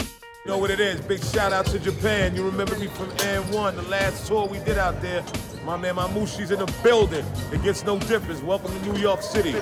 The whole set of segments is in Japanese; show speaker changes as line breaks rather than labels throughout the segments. You know what it is. Big shout out to Japan. You remember me from N1, the last tour we did out there. My man Mamushi's in the building. It gets no difference. Welcome to New York City.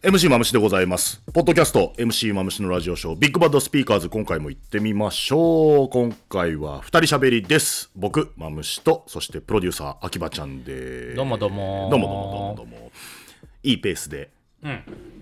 MC まむしでございます。ポッドキャスト MC まむしのラジオショービッグバッドスピーカーズ今回も行ってみましょう。今回は二人喋りです。僕、まむしと、そしてプロデューサー、秋葉ちゃんで。
どうもどうも
どうもどうもどうもどうも。いいペースで。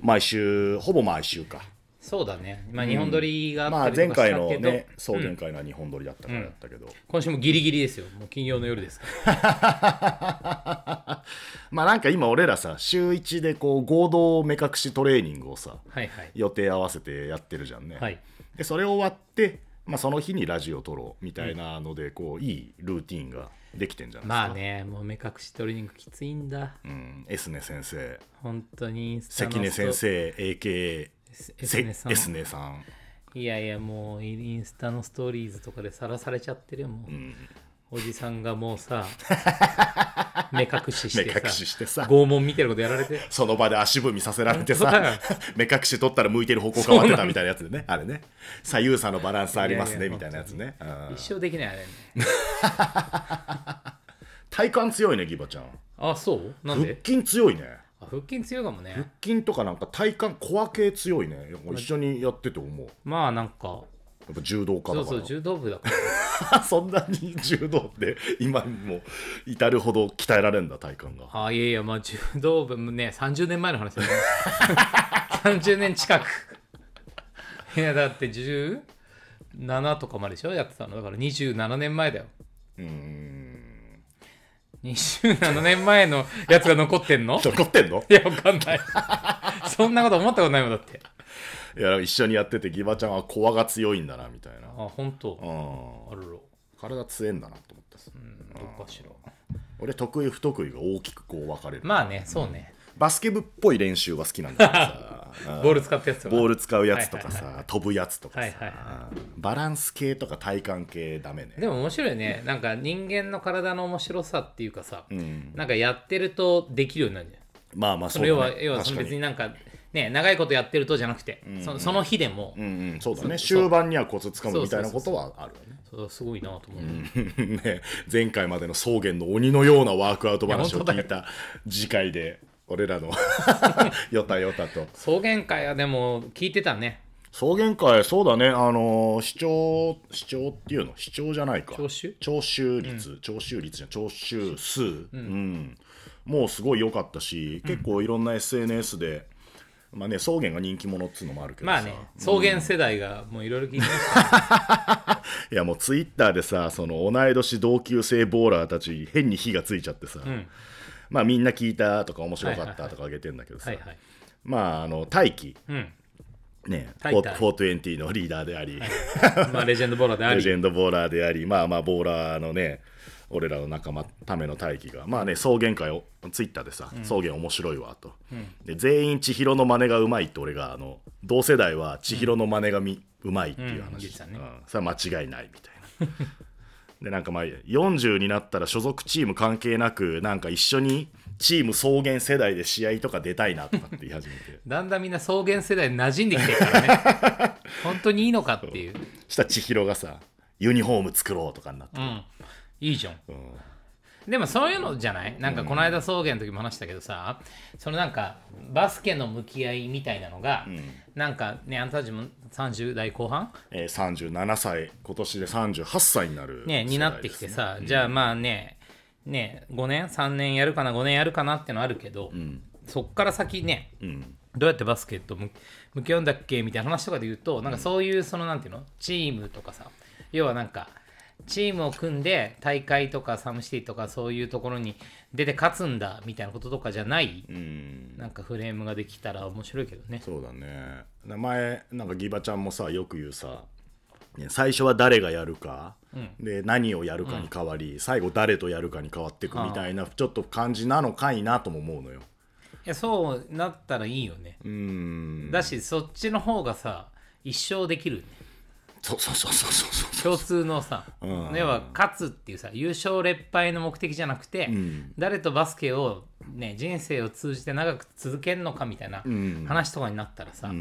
毎週、ほぼ毎週か。
そうだね、まあ、日本撮りが
ま
あ
あ
ったり
前
とかし
回
た
の
けど、
ね、そう前回のは日本撮りだったからだったけ ど。
今週もギリギリですよもう金曜の夜ですから
まあなんか今俺らさ、週一でこう合同目隠しトレーニングをさ、
はいはい
予定合わせてやってるじゃんね。
はい
でそれ終わって、まあ、その日にラジオ撮ろうみたいなので、こういいルーティンができてんじゃないですか、
まあねもう目隠しトレーニングきついんだ
うん、エスネ先生
本当にインスタの
関根先生 AKA
ストエス
せ
ネさ
エスネさん
んいやいやもうインスタのストーリーズとかでさらされちゃってるよもう、おじさんがも うさ目隠ししてさ
目隠ししてさ
拷問みたいなことやられて
その場で足踏みさせられて
本当だ
さ
よ
目隠し取ったら向いてる方向変わってたみたいなやつ でねあれね左右差のバランスあります
いや
ね
いや
みたいなやつね、うん
一生できないあれね
体幹強いねギバちゃん
あそうなん
腹
で
筋強いね
あ腹筋強いかもね
腹筋とかなんか体幹コア系強いね一緒にやってて思うや
まあなんか
っぱ柔道家だか
そ
ら
うそう柔道部だか ら
そんなに柔道って今も至るほど鍛えられるんだ体幹が。
あいやいや、まあ、柔道部もね、30年前の話だね。30年近く。いや、だって17とかまででしょやってたの。だから27年前だよ。うーん。27年前のやつが残ってんの
残ってんの
いや、わかんない。 そんなこと思ったことないもんだって。
いや一緒にやっててギバちゃんはコアが強いんだなみたいな
あ、。本当。
うん、
あるろ。
体強えんだなと思った
どうかしら。
俺得意不得意が大きくこう分かれる、
まあね、そうね。
バスケ部っぽい練習は好きなんだけど さ
ボール使ったやつとか
ボール使うやつとかさ飛ぶやつとかさ、
はいはいは
バランス系とか体幹系ダメね
でも面白いね。なんか人間の体の面白さっていうかさ、なんかやってるとできるようになるじゃん。
まあまあそ
そう
だ、
の
ね、
要は要はそ
確
の
か
別に
に
なんかね長いことやってるとじゃなくて、そのその日でも、
うんうん、そうだね終盤にはコツつかむみたいなことはあるよね
そうすごいなと思う、
ね、前回までの草原の鬼のようなワークアウト話
い
を
や本当だ
聞
よ
いた次回で俺らの よたよたと
草原会はでも聞いてたね
草原会そうだねあのー視聴視聴っていうの視聴じゃないか
聴取
聴取率、聴取率じゃん聴取数、うんもうすごい良かったし結構いろんな SNS で、まあね草原が人気者っつうのもあるけどさ、
まあね草原世代がもういろいろ聞いてました、
いやもうツイッターでさその同い年同級生ボーラーたち変に火がついちゃってさ、まあみんな聞いたとか面白かったとかあげてんだけどさ、
はいはい
まああの大輝
うん
ねフ
大
ォ
輝
ー420のリーダーであり、
まあレジェンドボーラーであ
レジ
り
ェンドボーラーでありまあまあボーラーのね俺らの仲間ための大輝がまあね草原会をツイッターでさ、草原面白いわと、で全員千尋の真似がうまいって俺があの同世代は千尋の真似がみ、うまいっていう
うん
話、
言ってたね
うんそれは間違いないみたいな。 でなんかまあ40になったら所属チーム関係なくなんか一緒にチーム草原世代で試合とか出たいなとかって言い始めて
だんだんみんな草原世代に馴染んできてるからね 本当にいいのかっていう
したら千尋がさユニフォーム作ろうとかになって、
うんいいじゃん、でもそういうのじゃないなんかこの間草原の時も話したけどさ、そのなんかバスケの向き合いみたいなのが、なんかねあんたたちも30代後半、
えー37歳今年で38歳になる世代
ね、
です
になってきてさ、じゃあまあねね5年3年やるかな5年やるかなってのあるけど、そっから先ね、どうやってバスケット向向き合うんだっけみたいな話とかで言うとなんかそういうそのなんていうのチームとかさ要はなんかチームを組んで大会とかサムシティとかそういうところに出て勝つんだみたいなこととかじゃない、なんかフレームができたら面白いけどね
そうだね名前なんかギバちゃんもさよく言うさ、ね、最初は誰がやるか、で何をやるかに変わり、最後誰とやるかに変わっていくみたいなちょっと感じなのかいなとも思うのよ
いやそうなったらいいよねだしそっちの方がさ一生できるね
そうそうそうそうそうそう
共通のさ、
ん
要は勝つっていうさ優勝劣敗の目的じゃなくて、誰とバスケを、ね、人生を通じて長く続けるのかみたいな話とかになったらさ、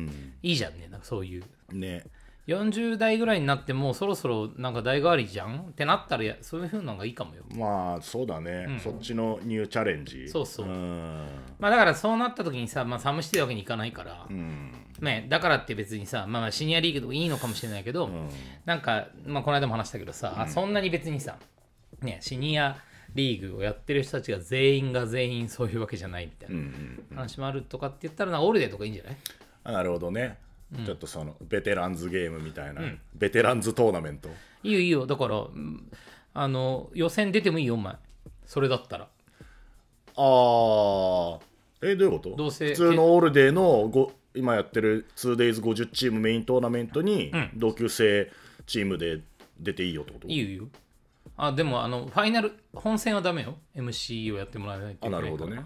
いいじゃんねなんかそういう
ね
40代ぐらいになってもうそろそろなんか代替わりじゃんってなったらやそういう風なのがいいかもよ
まあそうだね、そっちのニューチャレンジ
そうそうんまあだからそうなった時にさ、まあ、寒してるわけにいかないから、ね、だからって別にさ、まあ、まあシニアリーグとかいいのかもしれないけど、なんか、まあ、この間も話したけどさ、あそんなに別にさ、ね、シニアリーグをやってる人たちが全員が全員そういうわけじゃないみたいな話もあるとかって言ったらなんかオールデーとかいいんじゃない
あなるほどね、ちょっとそのベテランズゲームみたいな、ベテランズトーナメント
いいよいいよだからうんあの予選出てもいいよお前それだったら
ああえどういうこと
どうせ
普通のオールデーのご今やってる 2days50 チームメイントーナメントに同級生チームで出ていいよってこと、
いいよいいよあでもあのファイナル本戦はダメよ MC をやってもらえないと
あ
いけな
ないるほ
か
ど
ら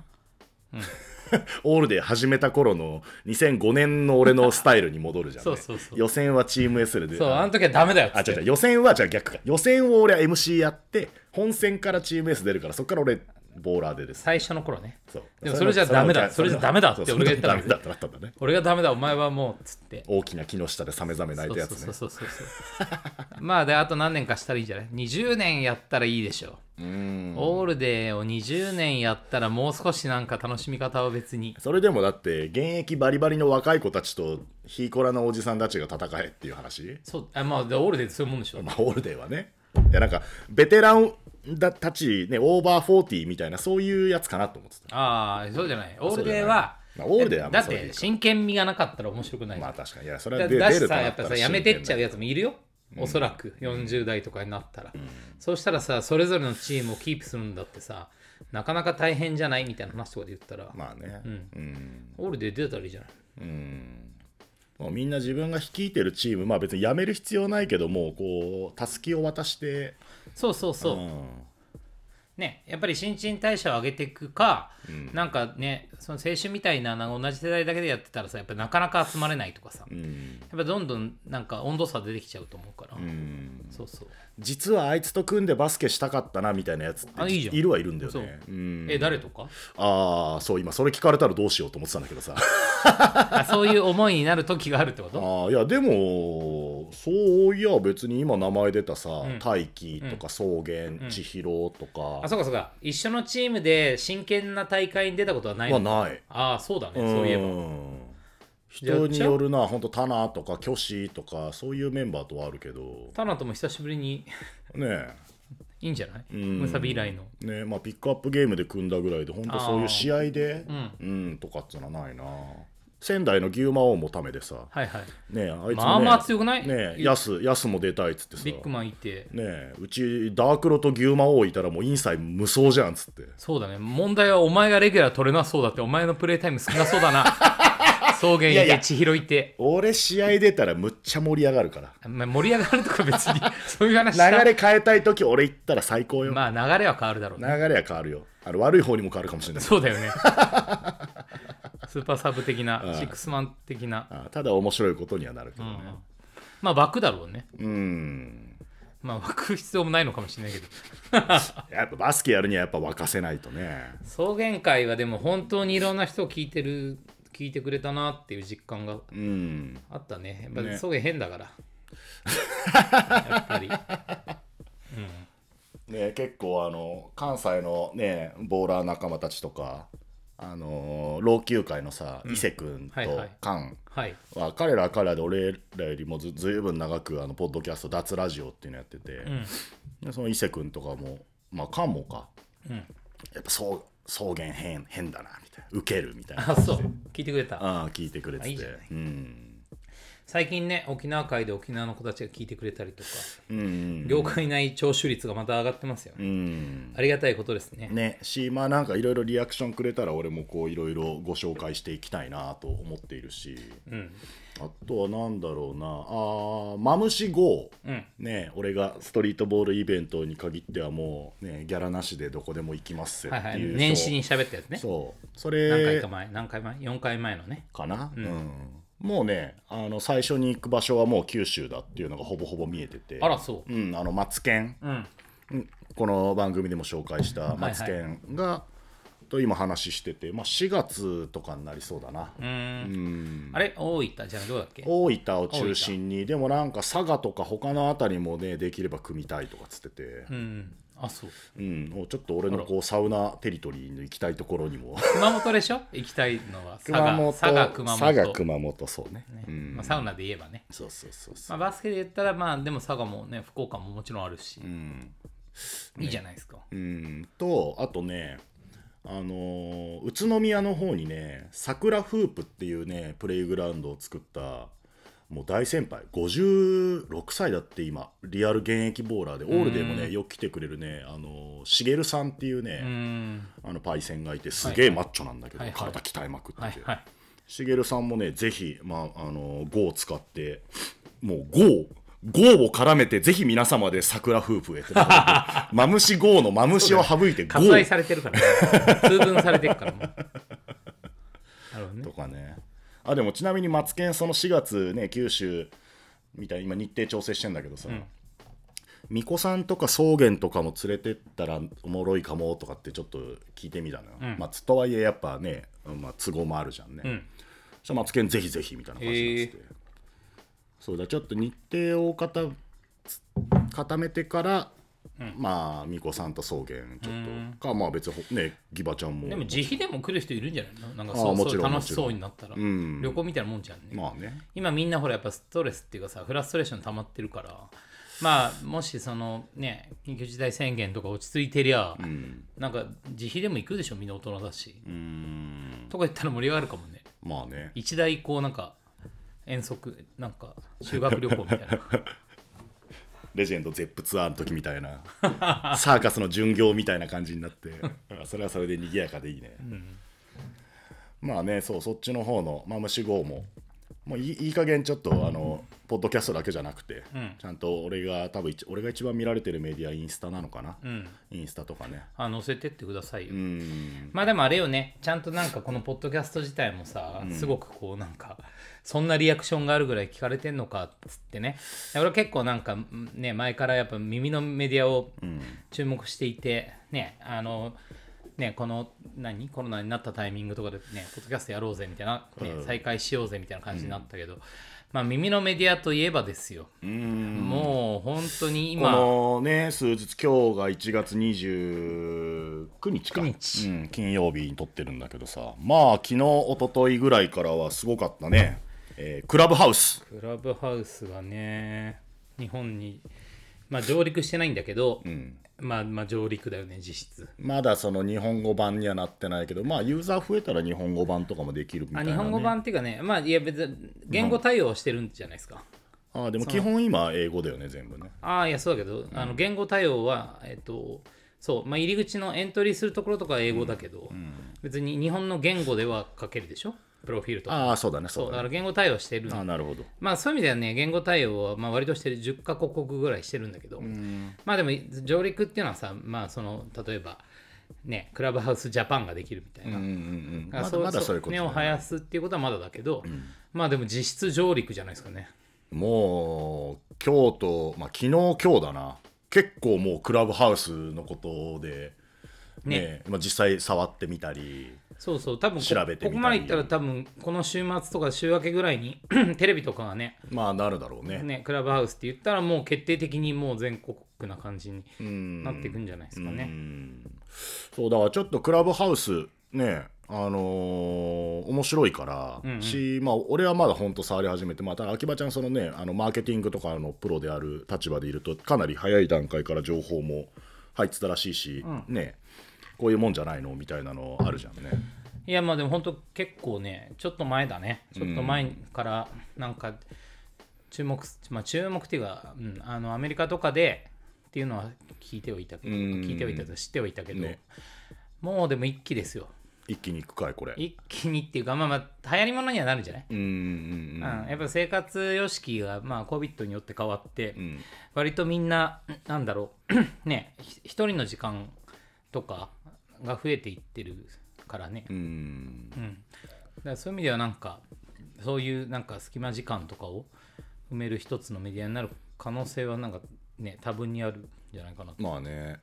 ね、 オールデー始めた頃の2005年の俺のスタイルに戻るじゃん、ね、
そうそうそう
予選はチーム S で
そうあ
あ
の時はダメだよっつ
あ
って
違う違う予選はじゃあ逆か予選を俺は MC やって本戦からチーム S 出るからそっから俺ボーラーでです
最初の頃ね
そう
でもそれじゃダメだそれじゃダメだって俺が言った
ら
ら
ダメだってなったん だね
俺がダメだお前はもうっつって
大きな木の下でサメザメ泣いたやつね
そうそうそうそうそう まあであと何年かしたらいいんじゃない20年やったらいいでしょうオールデーを20年やったらもう少しなんか楽しみ方は別に
それでもだって現役バリバリの若い子たちとヒーコラのおじさんたちが戦えっていう話、
そうあまあでオールデーってそういうもんでしょ
まあ、オールデーはねいやなんかベテランだたち、ね、オーバー40みたいなそういうやつかなと思ってた
ああそうじゃないオールデーは
そうじゃないまあオールデーはま
だ
あ
っ
それでいい
て
か
真剣味がなかったら面白くないじゃん
まあ確かにいやそれ
だ
は
だ
出
だ
出
し
ると
さ
な
やっ
ったら
ぱさやめてっちゃうやつもいるよ、おそらく40代とかになったら、そうしたらさそれぞれのチームをキープするんだってさなかなか大変じゃないみたいな話とかで言ったら、
まあね、
オールで出たらいいじゃない
もうみんな自分が率いてるチームまあ別にやめる必要ないけどもうこうたすきを渡して
そうそうそう、ねやっぱり新陳代謝を上げていくか、なんかねその青春みたいななんか同じ世代だけでやってたらさやっぱなかなか集まれないとかさ、やっぱどんどんなんか温度差出てきちゃうと思うから、そうそう
実はあいつと組んでバスケしたかったなみたいなやつっ
あ
て
いいじゃん
いるはいるんだよ
そう
ね、うん
え誰とか
ああそう今それ聞かれたらどうしようと思ってたんだけ どさ
あそういう思いになる時があるってこ
あ
と
ーいやでもそういや別に今名前出たさ「大輝」とか「草原」千尋」とか
あ、そうかそうか。一緒のチームで真剣な大会に出たことはない
は
の
ない
ああ、そうだね。そういえば。
ん人によるな本当タナとかキョシとかそういうメンバーとはあるけど
タナとも久しぶりに
ね
いいんじゃないムサビ以来の。
えねえまあピックアップゲームで組んだぐらいで本当そういう試合でうん、とかってのはないな仙台の牛魔王もためでさ
はいはい。
ねえあいつも、ね、
まあまあ強くない
ねえヤスヤスも出たいっつってさ
ビッグマンいて。
ねえうちダークロと牛魔王いたらもうインサイ無双じゃんっつって
そうだね。問題はお前がレギュラー取れなそうだって、お前のプレイタイム少なそう だな。草原い
いやい
て
や、
千尋いて。
俺試合出たらむっちゃ盛り上がるから
まあ盛り上がるとか別 に、そういう話した
流れ変えたい時俺行ったら最高よ、
まあ流れは変わる だろうね。
流れは変わるよあの悪い方にも変わるかもしれない
そうだよね。スーパーサブ的な、シックスマン的な。
あただ面白いことにはなるけどね、
まあ枠だろうね。うん。まあ枠必要もないのかもしれないけど。
やっぱバスケやるにはやっぱ沸かせないとね
草原会はでも本当にいろんな人を聞いてる、聞いてくれたなっていう実感が
うん
あったね。やっぱり
ね
草原変 だから。やっぱり。
ね結構あの関西のねボーラー仲間たちとかあのー老朽会のさ、伊勢君
はい
と
はい
カン、
はい。
は彼らは彼らで俺らよりもずずいぶん長くあのポッドキャスト脱ラジオっていうのやってて、でその伊勢君とかもまあカンもか、やっぱそう草原変変だなみたいなウケるみたいな
あ、そう。聞いてくれた。
ああ聞いてくれてて
いいじゃない
うん
最近ね、沖縄会で沖縄の子たちが聞いてくれたりとか、
うん
業界内聴取率がまた上がってますよね。
うん
ありがたいことですね。
ねしまあなんかいろいろリアクションくれたら俺もこういろいろご紹介していきたいなと思っているし、あとはなんだろうなあーマムシ GO、ね俺がストリートボールイベントに限ってはもう、ね、ギャラなしでどこでも行きますよ
は
っ
いは
て
い。
いう、
年始に喋ったやつね。
そうそ
何回
れ
か前、何回前 ?4 回前のね。
かな、うんもうねあの最初に行く場所はもう九州だっていうのがほぼほぼ見えてて、
あらそう
ん、あのマツケン、
ん
うんこの番組でも紹介したマツケンが、と今話してて、まあ、4月とかになりそうだな、
あれ大分じゃあどうだっけ
大分を中心にでもなんか佐賀とか他の辺りもねできれば組みたいとかっつってて、
うんあそう
うんもうちょっと俺のこうサウナテリトリーの行きたいところにも
熊本でしょ行きたいのは佐
熊
賀
本
佐賀熊本
佐賀熊本そうねう
ね
ん
まあ、サウナで言えばね、
そうそうそうそう
まあ、バスケで言ったらまあでも佐賀もね福岡ももちろんあるし、いいじゃないですか、
うんとあとねあのー宇都宮の方にね桜フープっていうねプレイグラウンドを作ったもう大先輩56歳だって今リアル現役ボーラーでオールでもねよく来てくれるねあのーしげるさんっていうねあのパイセンがいてすげえマッチョなんだけど
はいはい
体鍛えまくって
はい
て
はい
しげるさんもねぜひ、まあ、あのー GO を使ってもう GO! GO を絡めてぜひ皆様で桜フープへってマムシ GO のマムシを省いて GO!
割愛されてるから、ね、 通分されてるからもうなるほどね
とかねあでもちなみにマツケンその4月ね九州みたいに今日程調整してんだけどさ、巫女さんとか草原とかも連れてったらおもろいかもとかってちょっと聞いてみたのよ、まあつとはいえやっぱね、まあ、都合もあるじゃんね、そしたらマツケンぜひぜひみたいな感じになってて、そうだちょっと日程を固つ固めてから、まあ巫女さんと草原ちょっとかまあ別にほねギバちゃんも
でも自費でも来る人いるんじゃないのなんか
あー
そう
も
そ
ち
う
ろん
楽しそうになったら、旅行みたいなもんじゃんね、
まあね
今みんなほらやっぱストレスっていうかさフラストレーション溜まってるからまあもしそのね緊急事態宣言とか落ち着いてりゃ、なんか自費でも行くでしょみんな大人だしとか言ったら盛り上がるかもね
まあね
一大こうなんか遠足なんか修学旅行みたいな
レジェンドゼップツアーの時みたいな サーカスの巡業みたいな感じになって あそれはそれで賑やかでいいね、まあねそうそっちの方のマムシ号ももういいいい加減ちょっとあのポッドキャストだけじゃなくて、ちゃんと俺が多分一俺が一番見られてるメディアインスタなのかな、インスタとかね
あ載せてってくださいよまあでもあれよねちゃんとなんかこのポッドキャスト自体もさ、すごくこうなんかそんなリアクションがあるぐらい聞かれてんのかっつってね俺は結構なんかんね前からやっぱ耳のメディアを注目していて、ねあのね、この何コロナになったタイミングとかでねポッドキャストやろうぜみたいな、ね再開しようぜみたいな感じになったけど、まあ耳のメディアといえばですよもう本当に
こ
今
のね数日今日が1月29日か
29日
うん、金曜日に撮ってるんだけどさまあ昨日一昨日ぐらいからはすごかったね、えークラブハウス
クラブハウスがね日本に、まあ、上陸してないんだけど、まあ、まあ上陸だよね実質
まだその日本語版にはなってないけどまあユーザー増えたら日本語版とかもできるみた
あ
いな、ね、
日本語版っていうかねまあいや別に言語対応してるんじゃないですか、
あーでも基本今英語だよね全部ね
ああいやそうだけど、あの言語対応はえっとそうまあ入り口のエントリーするところとかは英語だけど、別に日本の言語では書けるでしょプロフィールとか
ああそうだねそ
そう
う
だ
だね
から言語対応してるん
あーなるほど
まあそういう意味ではね言語対応はまあ割としてる10カ国語ぐらいしてるんだけど、まあでも上陸っていうのはさまあその例えばねクラブハウスジャパンができるみたいな、
うん
あ
まだまだそういうこと
根を生やすっていうことはまだだけど、まあでも実質上陸じゃないですかね
もう今日と、まあ、昨日今日だな結構もうクラブハウスのことで、ねまあ、実際触ってみたり
そうそう多分こ
調べてみたり
ここまでいったら多分この週末とか週明けぐら いにテレビとかがね
まあなるだろうね
ねクラブハウスって言ったらもう決定的にもう全国区な感じになっていくんじゃないですかね
そうだからちょっとクラブハウスねあのー面白いから、し、まあ、俺はまだ本当触り始めてまあただ秋葉ちゃんそのねあのマーケティングとかのプロである立場でいるとかなり早い段階から情報も入ってたらしいし、ねこういうもんじゃないのみたいなのあるじゃんね。
いやまあでも本当結構ねちょっと前だねちょっと前からなんか注目す、まあ注目っていうか、うん、あのアメリカとかでっていうのは聞いてはいたけど聞いてはいたと知ってはいたけど、
ね
もうでも一気ですよ
一気に行くかいこれ。
一気にっていうかまあまあ流行りものにはなるんじゃない、
うーん
うんやっぱ生活様式が、まあ、COVID によって変わって、割とみんな、なんだろう、 ね、ひ一人の時間とかが増えていってるからね。うんだからそういう意味では、なんか、そういうなんか隙間時間とかを埋める一つのメディアになる可能性はなんかね多分にあるんじゃないかなと、
まあね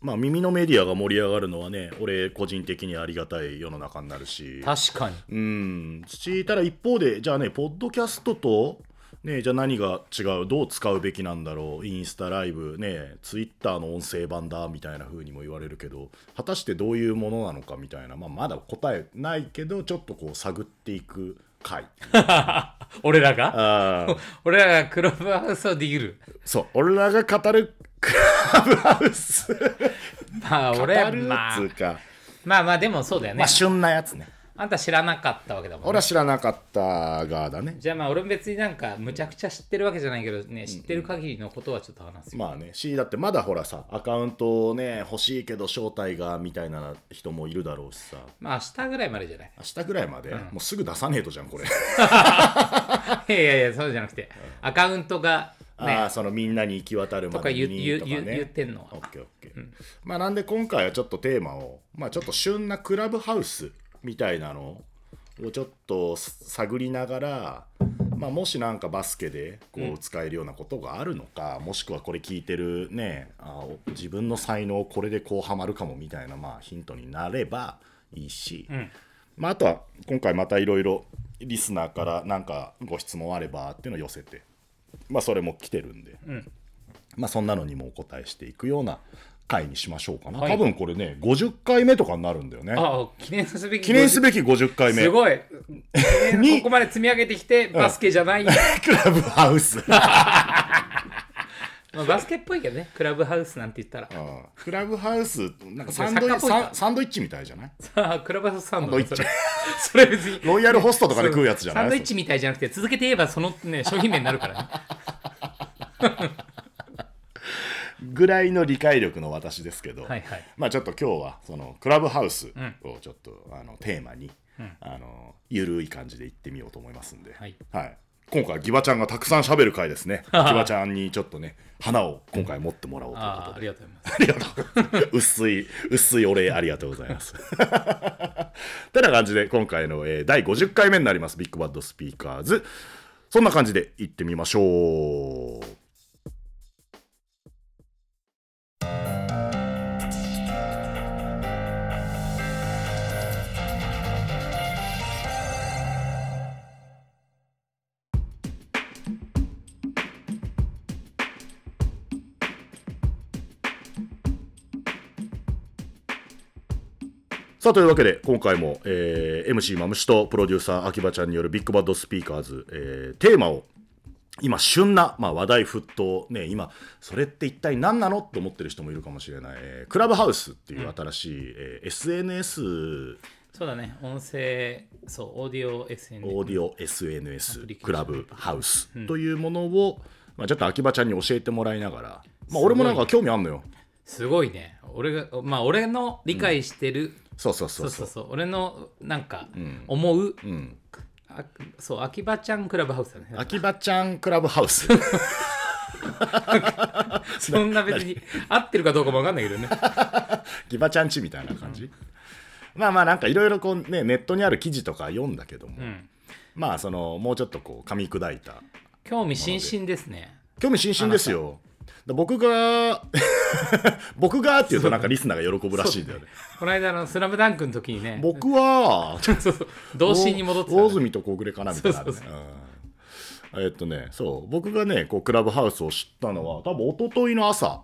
まあ耳のメディアが盛り上がるのはね俺個人的にありがたい世の中になるし
確かに
うん土たら一方でじゃあねポッドキャストとねじゃあ何が違うどう使うべきなんだろうインスタライブねツイッターの音声版だみたいな風にも言われるけど果たしてどういうものなのかみたいな、まあ、まだ答えないけどちょっとこう探っていく回
俺らが
あ ー
俺らがクローブハウスをディる
そう俺らが語るクラブハウス
まあ
語
俺
る
まあ
っつうか、
まあまあでもそうだよね、
まあ旬なやつね
あ、んた知らなかったわけだもんね
俺は知らなかった側だね
じゃあまあ俺も別になんかむちゃくちゃ知ってるわけじゃないけどね知ってる限りのことはちょっと話すよ、
まあね C だってまだほらさアカウントをね欲しいけど招待がみたいな人もいるだろうしさ
まあ明日ぐらいまでじゃない
明日ぐらいまで、もうすぐ出さねえとじゃんこれ、
いやいやいやそうじゃなくてアカウントが
あ
ね
あそのみんなに行き渡るまで
とか
に
言う
とかね
言う言う言ってんのは
オッケーオッケー、まあなんで今回はちょっとテーマをまあちょっと旬なクラブハウスみたいなのをちょっと探りながらまあ、もしなんかバスケでこう使えるようなことがあるのか、もしくはこれ聞いてるねあお自分の才能これでこうハマるかもみたいな、まあ、ヒントになればいいし、まあ、あとは今回またいろいろリスナーからなんかご質問あればっていうのを寄せて、まあ、それも来てるんで、まあ、そんなのにもお答えしていくような回にしましょうかな、
はい
多分これね50回目とかになるんだよね
あ記念すべき
記念すべき50回目
すごい
に
ここまで積み上げてきてバスケじゃない、
クラブハウス
まあ、バスケっぽいけどねクラブハウスなんて言ったら
うんクラブハウス、なんかサンドイ
サッカーっぽいな
サンサンドイッチみたいじゃない
さあクラブハウスサンド
サンドイッチ
それそれ 別に
ロイヤルホストとかで食うやつじゃない
サンドイッチみたいじゃなくて続けて言えばその ね商品名になるからね
ぐらいの理解力の私ですけど、
はいはい
まあちょっと今日はそのクラブハウスをちょっと、あのテーマに、あのゆるい感じで行ってみようと思いますんで、
はい
今回はギバちゃんがたくさん喋る回です ねギバちゃんにちょっとね花を今回持ってもらおうという
ああありがとうございます
ありがとう。薄い、薄いお礼ありがとうございます。 てな感じで、今回の、えー第50回目になります、ビッグバッドスピーカーズ。そんな感じで行ってみましょう。さあというわけで今回も、えー MC マムシとプロデューサー秋葉ちゃんによるビッグバッドスピーカーズ、えーテーマを今旬な、まあ、話題沸騰ね今それって一体何なのと思ってる人もいるかもしれない、えークラブハウスっていう新しい、えー SNS
そうだね音声そうオーディオ SN
オーディオ
ア
SNS
プリケーション
クラブハウスというものを、まあ、ちょっと秋葉ちゃんに教えてもらいながら、まあ、俺もなんか興味あんのよ
すごいね俺がまあ俺の理解してる、
そうそうそ
そううそ
そう
うそう俺のなんか思う、
うん
あそう秋葉ちゃんクラブハウスだね
秋葉ちゃんクラブハウス
そんな別に合ってるかどうかも分かんないけどね
ギバちゃんちみたいな感じ、まあまあなんかいろいろこうねネットにある記事とか読んだけども、まあそのもうちょっとこう噛み砕いた
興味津々ですね
興味津々ですよだ僕が 僕がっていうとなんかリスナーが喜ぶらしいんだよね
この間の「スラムダンクの時にね
僕は
そうそう童心に戻ってたね、
大泉と小暮かなみたいなのあるね
そう
うんえっとねそう僕がねこうクラブハウスを知ったのは多分一昨日の朝
は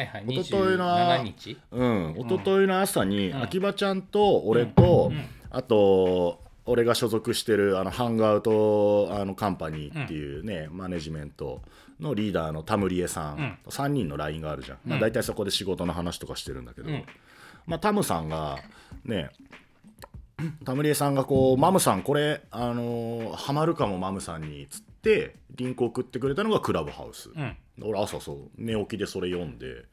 いはい
一昨日の
27日
うん、一昨日の朝に、秋葉ちゃんと俺と、あと俺が所属してるあのハングアウトあのカンパニーっていうね、マネジメントのリーダーの田リエさん、3人の LINE があるじゃん、まあ、大体そこで仕事の話とかしてるんだけど、まあ、タムさんがねタムリエさんがこう「マムさんこれ、あのーハマるかもマムさんに」つってリンク送ってくれたのがクラブハウス、
ん
俺朝そう寝起きでそれ読んで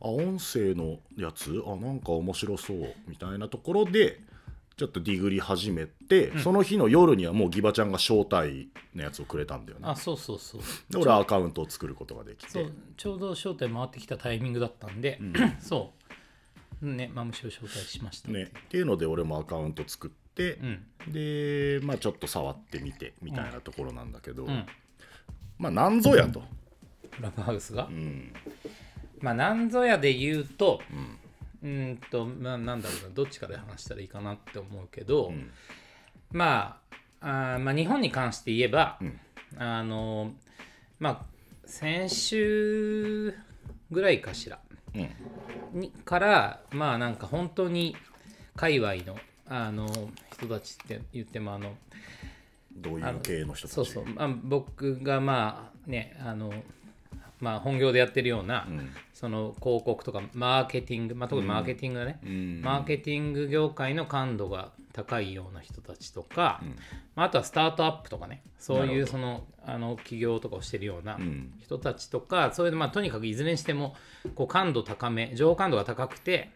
あ音声のやつあなんか面白そうみたいなところでちょっとディグり始めて、その日の夜にはもうギバちゃんが招待のやつをくれたんだよね
あそうそうそう
で俺はアカウントを作ることができ
そ
て
うちょうど招待回ってきたタイミングだったんで、そうねマムシを招待しました、
ね、っていうので俺もアカウント作っって、
ん
で、まあ、ちょっと触ってみてみたいなところなんだけど、
ん
まあなんぞやと、
ラブハウスが、
うん
まあなんぞやで言うとうーんとまあなんだろうなどっちから話したらいいかなって思うけど、
ん
まああーまあ日本に関して言えば、
ん
あのまあ先週ぐらいかしら
うん
にからまあなんか本当に界隈のあの人たちって言ってもあの
どういう系の人たち
そうそう、まあ、僕がまあねあの、まあ、本業でやってるような、その広告とかマーケティング、まあ、特にマーケティングだね、マーケティング業界の感度が高いような人たちとか、まあ、あとはスタートアップとかねそういうそのあの起業とかをしてるような人たちとか、そういうまあ、とにかくいずれにしてもこう感度高め情報感度が高くて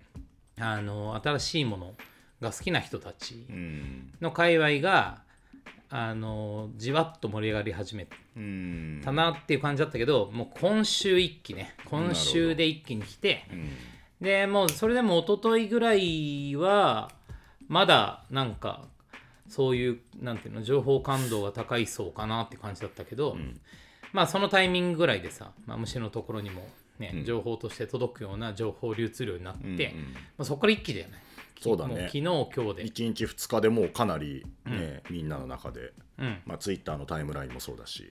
あの新しいものが好きな人たち
うん
の界隈があのじわっと盛り上がり始め
うん
たなっていう感じだったけど、もう今週一気ね今週で一気に来て、でもうそれでも一昨日ぐらいはまだなんかそういうなんていうの情報感度が高い層かなって感じだったけど、まあそのタイミングぐらいでさ、まあ、虫のところにも、ね情報として届くような情報流通量になって、まあ、そこから一気だよね
そうだ
もう
ね
昨日今日で。
1日2日でもうかなり、ねみんなの中で、
うん
まあ、ツイッターのタイムラインもそうだし、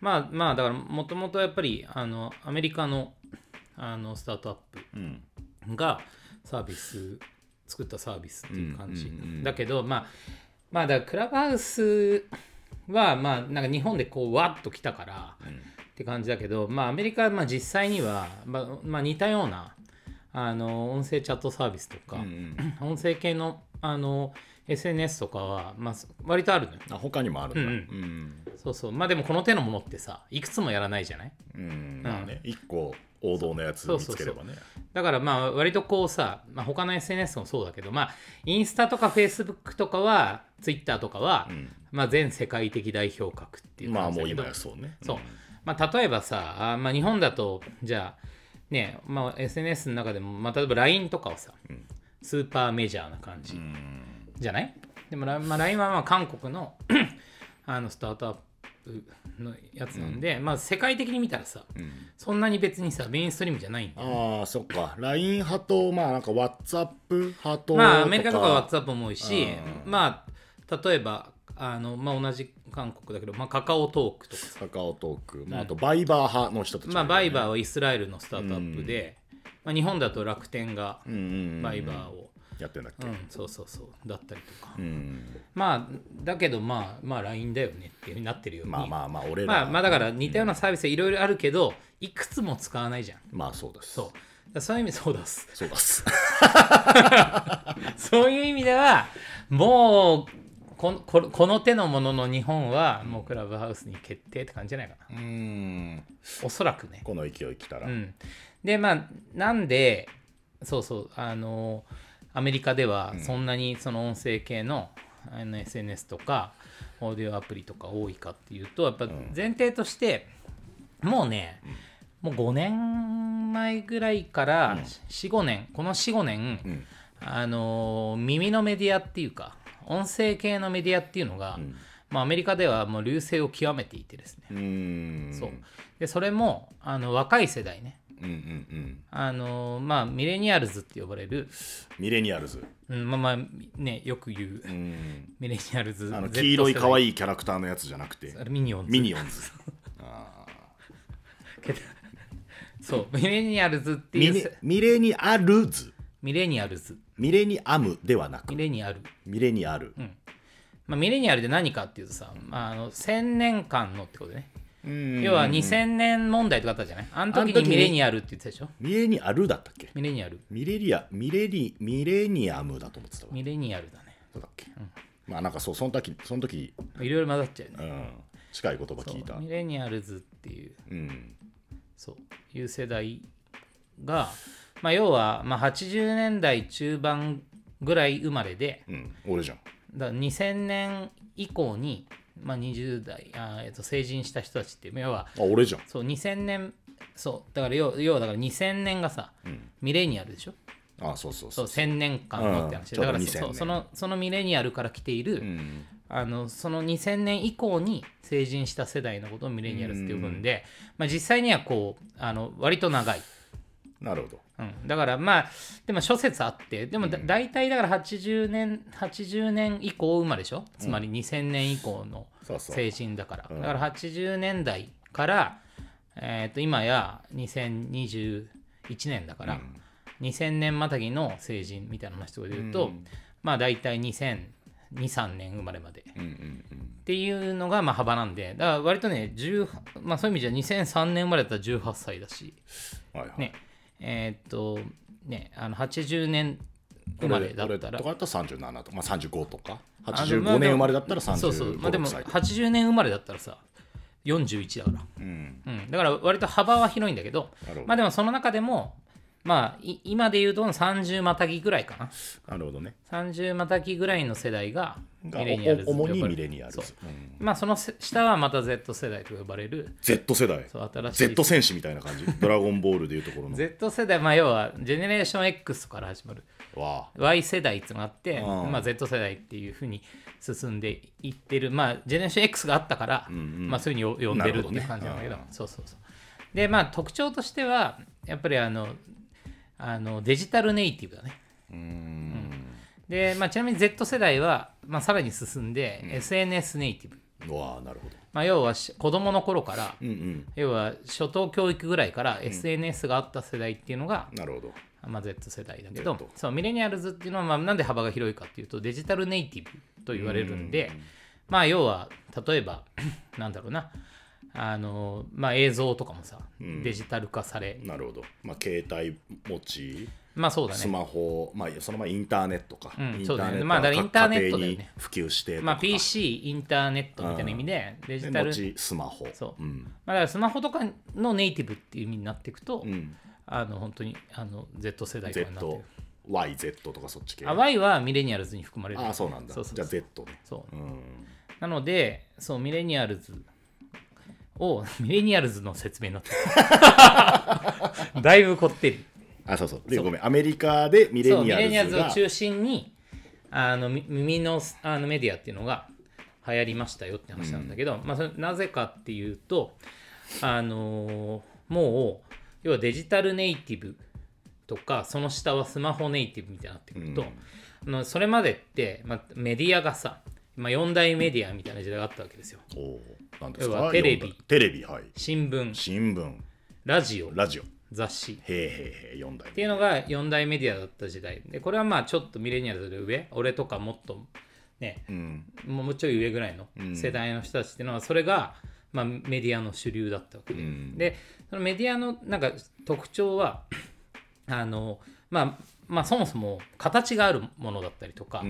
まあまあだからもともとやっぱりあのアメリカのあのスタートアッ
うん
プがサービス作ったサービスっていう感じ、
うんうんうん
だけどまあまあだからクラブハウスはまあなんか日本でこうわっと来たからって感じだけど、まあアメリカはまあ実際には、まあまあ、似たようなあの音声チャットサービスとか、音声系のあの SNS とかは、まあ、割とあるのよ
あ他にもあるんだ、
う
うん
そうそうまあでもこの手のものってさいくつもやらないじゃない
うんまあね、1個王道のやつ
そう
見
そうそう
つければね
だからまあ割とこうさ、まあ、他の SNS もそうだけどまあインスタとかフェイスブックとかはツイッターとかは、まあ、全世界的代表格っていう
まあ
感じ
もう
だけど、
今やそうね
そう、まあ、例えばさあー、まあ、日本だとじゃあね、まあ、SNS の中でも、まあ、例えば LINE とかをさ、スーパーメジャーな感じじゃないでも、ラまあ、LINE はまあ韓国の あのスタートアップのやつなんで、まあ、世界的に見たらさ、そんなに別にさメインストリームじゃないんだよ
ああそっか LINE 派とまあなんか WhatsApp 派と
まあアメリカとかは WhatsApp も多いし、まあ例えばあの、まあ、同じ韓国だけど、まあ、カカオトークとか、
カカオトーク、まあ、あとバイバー派の人たちもいる
ま
よ
あ、
ね、
バイバーはイスラエルのスタートアップで、まあ、日本だと楽天が
うんうんうん
バイバーを、
やってんだっけ、
うんそうそうそうだったりとか、
うん
まあだけどまあまあ LINE だよねっていうふうになってるように
まあまあまあ俺ら、
まあまあだから似たようなサービスはいろいろあるけど、いくつも使わないじゃん
まあそうです
そうだからそういう意味そうだっす
そうです
そういう意味ではもうこのここの手のものの日本はもうクラブハウスに決定って感じじゃないか
う
な、
ん
おそらくね。
この勢い来たら、
うん、でまあなんでそうそうあのアメリカではそんなにその音声系の,、あの SNS とかオーディオアプリとか多いかっていうとやっぱ前提として、もうね、もう5年前ぐらいから45年この45年、
ん
あのー耳のメディアっていうか音声系のメディアっていうのが、まあ、アメリカではもう流星を極めていてですね、
うん
そうでそれもあの若い世代ね
うんうんうん
あのーまあミレニアルズって呼ばれる、
ミレニアルズ、
うん、まあまあねよく言う、
うん、
ミレニアルズ
あの
Z
黄色い可
世
愛いキャラクターのやつじゃなくて
代ミニオンズ
ミニオンズ
そうミレニアルズってい
ミ
う
ニ
せ
ミレニアルズ
ミレニアルズ
ミレニアムではなく
ミレニアル
ミレニアル、
まあ、ミレニアルで何かっていうとさ、まあ、あの1000年間のってことね、
ん
要は2000年問題とかあったじゃないあの時にミレニアルって言ってたでしょ
ミレニアルだったっけ
ミレニアル
ミレリアミレリミレニアムだと思ってたわ
ミレニアルだね
そうだっけ、まあなんかそうその時その時、
いろいろ混ざっちゃうよ
う
ね
ん、近い言葉聞いた
ミレニアルズっていう
うん
そういう世代が、まあ、要はまあ80年代中盤ぐらい生まれで
うん俺じゃん
だから2000年以降に、まあ、20代あー、えっと、成人した人たちっていう要は
あ俺じゃん
そう2000年そうだから要要はだから2000年がさ、ミレニアルでしょ
あそうそう
そ
そうう
1000年間のって話で、
うん
だから
ちょうど2000
そそう
年
そのそのミレニアルから来ている、あのその2000年以降に成人した世代のことをミレニアルって呼ぶんで、まあ、実際にはこうあの割と長い、
なるほど
うん、だからまあでも諸説あってでもだ、大体だから80年80年以降生まれでしょつまり2000年以降の
そうそう
成人だから、
ん
だから80年代から、えー、と今や2021年だから、2000年またぎの成人みたいな話とかで言うと、まあ大体2002,3年生まれまで、っていうのがまあ幅なんでだから割とね、18まあ、そういう意味じゃ2003年生まれだったら18歳だし、
はいはい、
ねえーっとね、あの80年生まれだっ
俺
たら
とかだったら37とか、まあ、35とか
あのまあ
85
で
年
も
生まれだったら35歳
そうそう、まあ、でも
とか
80年生まれだったらさ41だから、
うん
うんだから割と幅は広いんだけど
なるほど
まあでもその中でもまあい今で言うと30またぎぐらいかな
なるほどね
30またぎぐらいの世代がミ
が
レニアルズ
お主に
呼ばれ
ミ
る
レニアルズ
そ
う
う
ん
まあそのせ下はまた Z 世代と呼ばれる
Z 世代
そう新しい
Z 戦士みたいな感 じドラゴンボールでいうところの
Z 世代まあ要はジェネレーション X から始まる
わあ
Y 世代っていうのがあって、
うん
まあ、Z 世代っていうふうに進んでいってる、まあ、ジェネレーション X があったから、まあ、そういうふうに呼んでるっていう感じなんだけど
なる
そうそうそうでまあ特徴としてはやっぱりあのあのデジタルネイティブだねうんで、まあ、ちなみに Z 世代は、まあ、さらに進んで、SNS ネイティブ、
わあなるほど
まあ、要はし子供の頃から、
うんうん
要は初等教育ぐらいから SNS があった世代っていうのが、
なるほど
まあ、Z 世代だけど
Z
そうミレニアルズっていうのは、まあ、なんで幅が広いかっていうとデジタルネイティブと言われるんでまあ要は例えば なんだろうなあの、まあ、映像とかもさデジタル化され、
なるほどまあ携帯持ち
まあそうだ
ス
ね、
マホ、まあ、その前インターネットか、
ん
インタ
そうだ
ー
ね
ネット
まあだからインターネットだよ
家
ね
庭に普及してとか
まあ、PC インターネットみたいな意味でデジタル、
で後スマホ
そう
うん
まあ、だからスマホとかのネイティブっていう意味になっていくと、
うん、
あの本当にあの Z 世代とかになってる
ZYZ とかそっち系
あ Y はミレニアルズに含まれる
ああそうなんだ
そうそう
じゃあ Z ね
そう
うん
なので、そう、ミレニアルズを、 ミレニアルズの説明になった。だいぶこってり。
あそうそうでごめんアメリカでミレ
そう、ミ
ニア
レニア
ル
ル
ズ
ズを
が
中心に、あのみ耳のあのメディアっていうのが流行りましたよって話なんだけど、まあ、それなぜかっていうと、あのーもう、要はデジタルネイティブとか、その下はスマホネイティブみたいになってくると、あのそれまでって、まあ、メディアがさ、まあ、4大メディアみたいな時代があったわけですよ。
おーなんです
要
か
はテレビ
読んだテレビはい
新聞、
新聞
ラジオ、
ラジオへ
雑誌っ
ーへーへー4代
ていうのが4大メディアだった時代でこれはまあちょっとミレニアルより上俺とかもっとね、もうもうちょい上ぐらいの世代の人たちっていうのはそれが、まあ、メディアの主流だったわけで、でそのメディアのなんか特徴はあのまあまあそもそも形があるものだったりとか、フ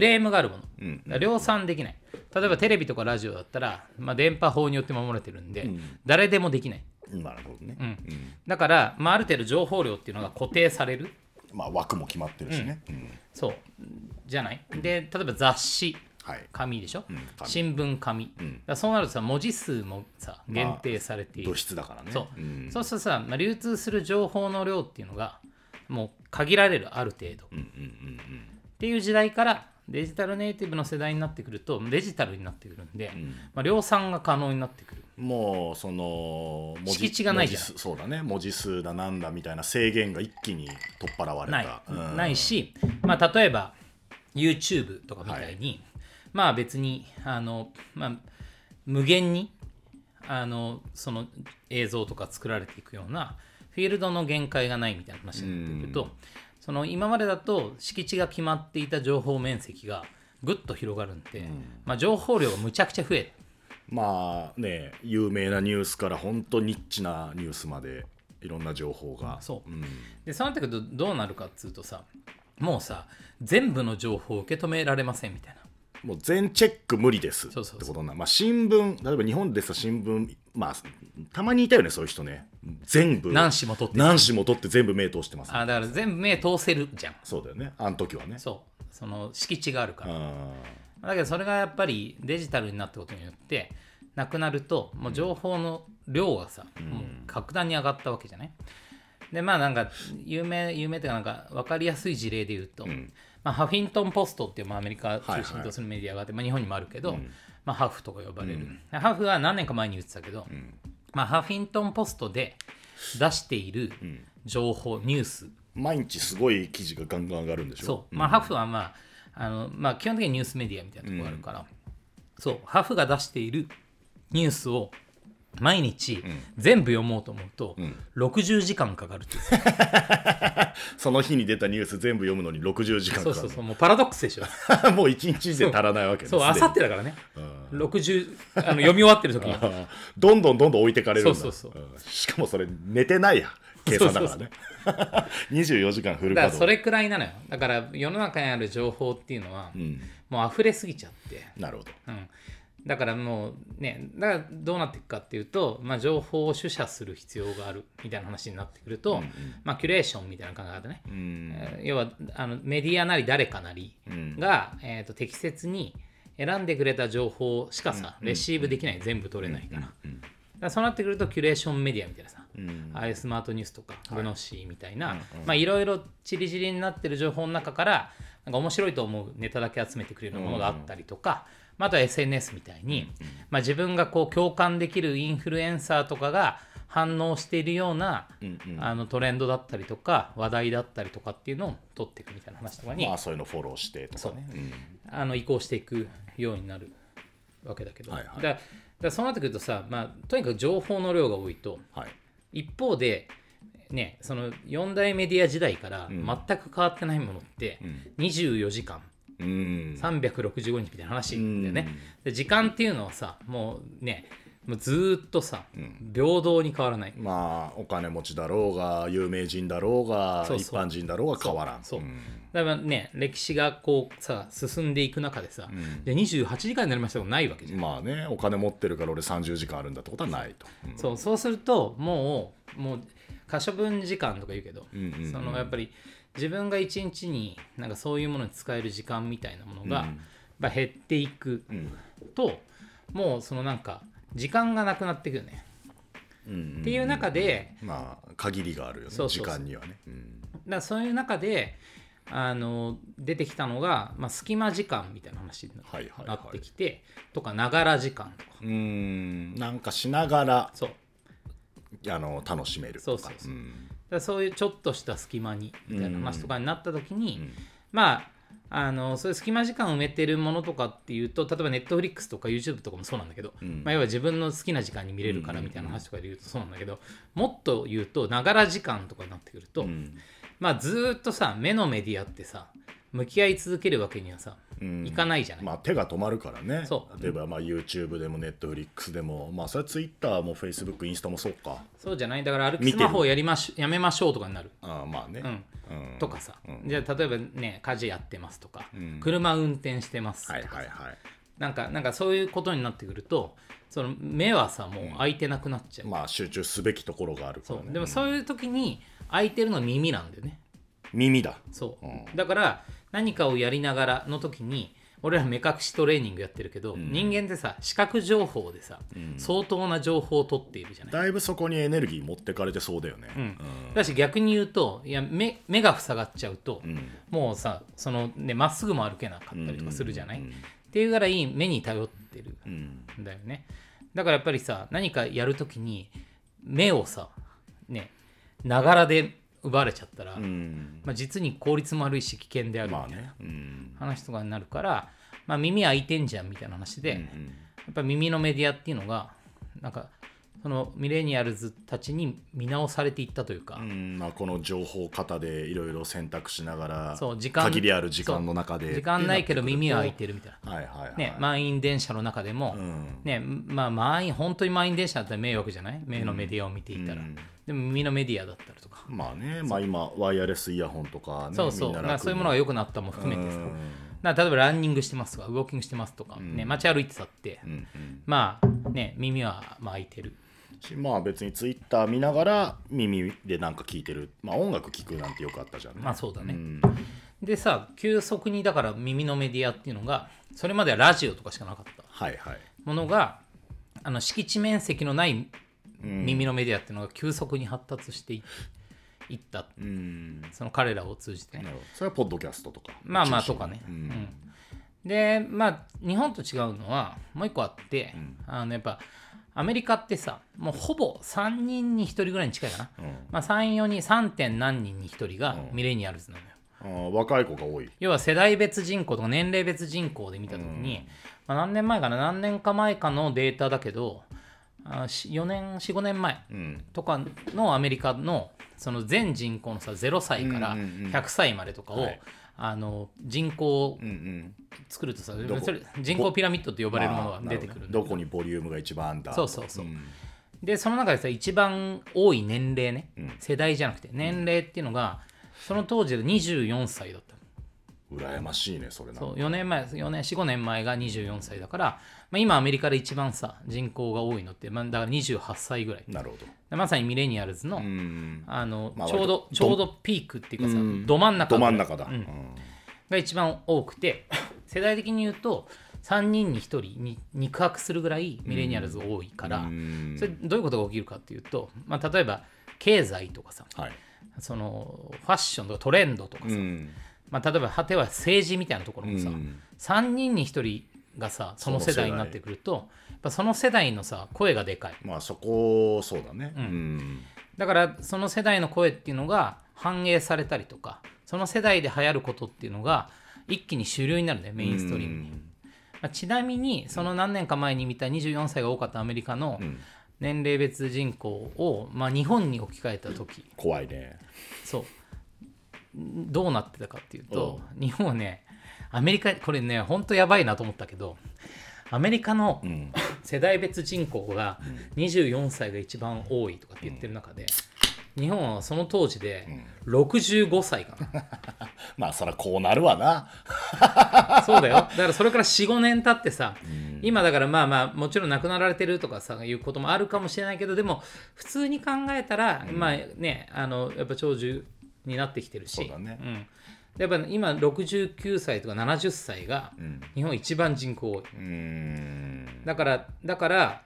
レームがあるもの、だから量産できない例えばテレビとかラジオだったら、まあ、電波法によって守られてるんで、誰でもできない
なるほどね、
だから、まあ、ある程度情報量っていうのが固定される
まあ枠も決まってるしね、うん
そうじゃないで例えば雑誌
はい
紙でしょ、
紙
新聞紙、だからそうなるとさ文字数もさ限定されている、
物質だからね
そう、そうするとさ、まあ、流通する情報の量っていうのがもう限られるある程度、っていう時代からデジタルネイティブの世代になってくるとデジタルになってくるんで、まあ、量産が可能になってくる
もうその文
敷地がないじゃん
文字数そうだね文字数だなんだみたいな制限が一気に取っ払われ
ない
た、うん
ないし、まあ、例えば YouTube とかみたいに、まあ別にあの、まあ、無限にあのその映像とか作られていくようなフィールドの限界がないみたいな話になってくると、その今までだと敷地が決まっていた情報面積がぐっと広がるんで、まあ、情報量がむちゃくちゃ増える。
まあね有名なニュースから本当ニッチなニュースまでいろんな情報が
そう、でそうなってくるとどうなるかっつうとさもうさ全部の情報を受け止められませんみたいな
もう全チェック無理ですってこ
そうそうそう
となまあ新聞例えば日本ですと新聞まあたまにいたよねそういう人ね全部
何紙も取って
何紙も取って全部目通してます
あだから全部目通せるじゃん
そうだよねあの時はね
そうその敷地があるから、
あ
だけどそれがやっぱりデジタルになったことによってなくなるともう情報の量がさ、もう格段に上がったわけじゃないでまあなんか有名有名っていうかなんか分かりやすい事例で言うと、まあ、ハフィントン・ポストっていう、まあ、アメリカ中心とするメディアがあって、まあ、日本にもあるけど、まあ、ハーフとか呼ばれる、ハーフは何年か前に言ってたけど、まあ、ハフィントン・ポストで出している情報、ニュース
毎日すごい記事がガンガン上がるんでしょ
そう、まあ、ハフは、まああのまあ、基本的にニュースメディアみたいなところがあるから、そうハフが出しているニュースを毎日全部読もうと思うと、60時間 かかるっていう
その日に出たニュース全部読むのに60時間
そ
かか
うそ
る
うそうもうパラドックス でしょ
もう1日で足らないわけです
そうあさってだからね60あ の読み終わってる時に
どんどんどんどん置いてかれるんだ
そうそうそ
んしかもそれ寝てないや計算だからね 24時間フル
だか
稼
ら
働
それくらいなのよだから世の中にある情報っていうのは、もう溢れすぎちゃって、
なるほど
うん、だからもうねだからどうなっていくかっていうと、まあ、情報を取捨する必要があるみたいな話になってくると、まあ、キュレーションみたいな考え方ね、えー要はあのメディアなり誰かなりが、えー、と適切に選んでくれた情報しかさ、レシーブできない、全部取れないから。だからそうなってくるとキュレーションメディアみたいなさ、ああいうスマートニュースとかグノシーみたいな、まあいろいろチリチリになってる情報の中からなんか面白いと思うネタだけ集めてくれるようなものがあったりとか、まあ、あとは SNS みたいに、まあ、自分がこう共感できるインフルエンサーとかが反応しているような、あのトレンドだったりとか話題だったりとかっていうのを取っていくみたいな話とかに、
まあそういうのフォローしてと
そう
か
ねあの移行していくようになるわけだけど、
はいはい
だだからそうなってくるとさ、まあ、とにかく情報の量が多いと
はい
一方で、ね、その4大メディア時代から全く変わってないものって24時間
うん
365日みたいな話だよね、で時間っていうのはさもうねもうずーっとさ、平等に変わらない
まあお金持ちだろうが有名人だろうが
そうそう
一般人だろうが変わらん
そう、
ん
だからね歴史がこうさ進んでいく中でさ、で28時間になりましたとかないわけじゃん
まあねお金持ってるから俺30時間あるんだってことはないと、うん
そうそうするともうもう可処分時間とか言うけど、
んうんうん
そのやっぱり自分が一日になんかそういうものに使える時間みたいなものが、まあ減っていくと、もうそのなんか時間がなくなってくるね、っていう中で
まあ限りがあるよね
そうそうそう
時間にはね、うん
だからそういう中であの出てきたのが、まあ、隙間時間みたいな話にな
はいはいはい
なってきて、とかながら時間とか
うーんなんかしながら
そう
あの楽しめる
そ
と
う
か
そうそう、
ん
だからそういうちょっとした隙間にみたいな話とかになった時に、まああのそういう隙間時間を埋めてるものとかっていうと例えばネットフリックスとか YouTube とかもそうなんだけど、まあ、要は自分の好きな時間に見れるからみたいな話とかで言うとそうなんだけど、もっと言うとながら時間とかになってくると、まあずーっとさ目のメディアってさ向き合い続けるわけにはさ、いかないじゃない、
まあ、手が止まるからね
そう
例えばまあ YouTube でも Netflix でもまあそれは Twitter も Facebook インスタもそうか
そうじゃないだから歩きスマホをやりましやめましょうとかになる
あーまあね、うん
とかさ、じゃあ例えばね家事やってますとか、車運転してますとか
は
さ、
いはいはい
なんかなんかそういうことになってくるとその目はさもう開いてなくなっちゃう、
まあ集中すべきところがあるか
そ
ら
う
ね
でもそういう時に開いてるの耳なんだよね
耳だ
そう、だから何かをやりながらの時に俺ら目隠しトレーニングやってるけど、人間ってさ視覚情報でさ、相当な情報を取っているじゃない
だいぶそこにエネルギー持ってかれてそうだよね、
だし逆に言うといや目目が塞がっちゃうと、もうさそのねまっすぐも歩けなかったりとかするじゃない、っていうぐらい目に頼ってるんだよね、だからやっぱりさ何かやるときに目をさねながらで奪われちゃったら、まあ、実に効率も悪いし危険であるみ
まあ
たい
ね
な、話とかになるから、まあ、耳開いてんじゃんみたいな話で、やっぱ耳のメディアっていうのがなんかそのミレニアルズたちに見直されていったというか、
うんまあ、この情報型でいろいろ選択しながら
そう時間
限りある時間の中で
時間ないけど耳は開いてるみたいな。
はいはいはい、
ね、満員電車の中でも、ねまあ、満員本当に満員電車だったら迷惑じゃない目のメディアを見ていたら、でも耳のメディアだったりとか、
まあね、まあ今、ワイヤレスイヤホンとかね、
そうそう
みんな
なんか
楽
そういう
に
ものが良くなったも含めてさなんか例えばランニングしてますとかウォーキングしてますとか、ね、街歩いてたって、まあね耳はまあ開いてる
しまあ別にツイッター見ながら耳でなんか聞いてる、まあ音楽聞くなんてよくあったじゃんね。
まあそうだね、でさ急速にだから耳のメディアっていうのがそれまではラジオとかしかなかった
はいはい。
ものがあの敷地面積のない耳のメディアっていうのが急速に発達してい行った
うん
その彼らを通じて
なるほどそれはポッドキャストとか
まあまあとかね、うんでまあ日本と違うのはもう一個あって、あのやっぱアメリカってさもうほぼ3人に1人ぐらいに近いかな、まあ34人3点何人に1人がミレニアルズなのよ、
あー若い子が多い
要は世代別人口とか年齢別人口で見たときに、まあ、何年前かな何年か前かのデータだけどあし4年45年前
うん
とかのアメリカのその全人口のさ0歳から
うんうんうん
100歳までとかを、
はい
あの人口を
うんうん
作るとさ、
こ
それ人口ピラミッドって呼ばれるものが出てくる
まあなほどねどこにボリュームが一番あんだ
そうそうそう
うん
でその中でさ一番多い年齢ね、世代じゃなくて年齢っていうのがその当時で24歳だったの
羨ましいねそれなんか
そう4年前4年45年前が24歳だから、まあ、今アメリカで一番さ人口が多いのって、まあ、だから28歳ぐらい
なるほど
でまさにミレニアルズの,、
うん
あの
まあ
ちょうど
割と
ちょうどピークっていうかさ、ど真ん中
ど
ぐら
真
い
ん中だ、う
うん
ん
が一番多くて世代的に言うと3人に1人に肉薄するぐらいミレニアルズ多いから、
うん
それどういうことが起きるかっていうと、まあ、例えば経済とかさ
はい
そのファッションとかトレンドとかさ、
うん
まあ、例えば果ては政治みたいなところもさ、
うん
3人に1人がさその世代になってくるとやっぱその世代のさ声がでかい
まあそこそうだねうん、
だからその世代の声っていうのが反映されたりとかその世代で流行ることっていうのが一気に主流になるねメインストリームに、まあ、ちなみにその何年か前に見た24歳が多かったアメリカの年齢別人口を、まあ、日本に置き換えた時
怖いね
そうんどうなってたかっていうと日本はねアメリカこれねほんとやばいなと思ったけどアメリカの世代別人口が24歳が一番多いとかって言ってる中で、日本はその当時で65歳かな、
まあそらこうなるわな
そうだよだからそれから45年経ってさ、今だからまあまあもちろん亡くなられてるとかさいうこともあるかもしれないけどでも普通に考えたら、まあねあのやっぱ長寿になってきてるし
そうだね
うんやっぱ今69歳とか70歳が日本一番人口多い、
うん
だからだから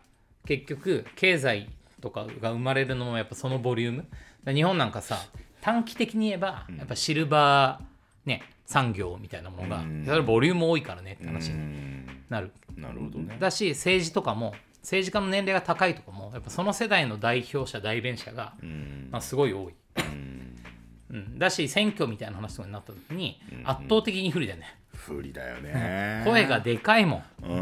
結局経済とかが生まれるのもやっぱそのボリュームだから日本なんかさ短期的に言えばやっぱシルバー、ね、産業みたいなものが、それはボリューム多いからねって話になる、
なるほどね
だし政治とかも政治家の年齢が高いとかもやっぱその世代の代表者代弁者が、まあ、すごい多い、うん、だし選挙みたいな話とかになった時に圧倒的に不利だよね
不利だよね
声がでかいもん
う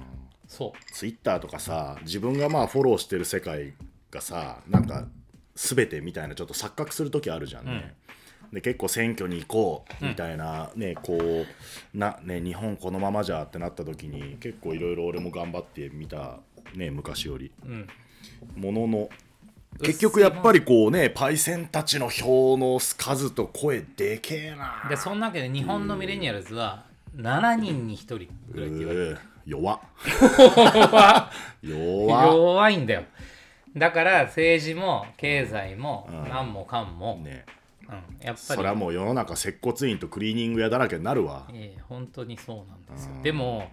ん
そう
ツイッターとかさ自分がまあフォローしてる世界がさなんか全てみたいなちょっと錯覚する時あるじゃんね、で結構選挙に行こうみたいな、ねこうなね日本このままじゃってなった時に結構いろいろ俺も頑張ってみたね昔より、ものの結局やっぱりこうねパイセンたちの票の数と声でけえな
でそんなわけで日本のミレニアルズは7人に1人
う
ぐらいって言われる
ー弱
弱
弱
弱いんだよだから政治も経済も何もかんも、
ね
うん、やっぱ
そ
り
りゃもう世の中接骨院とクリーニング屋だらけになるわ
ええ本当にそうなんですよでも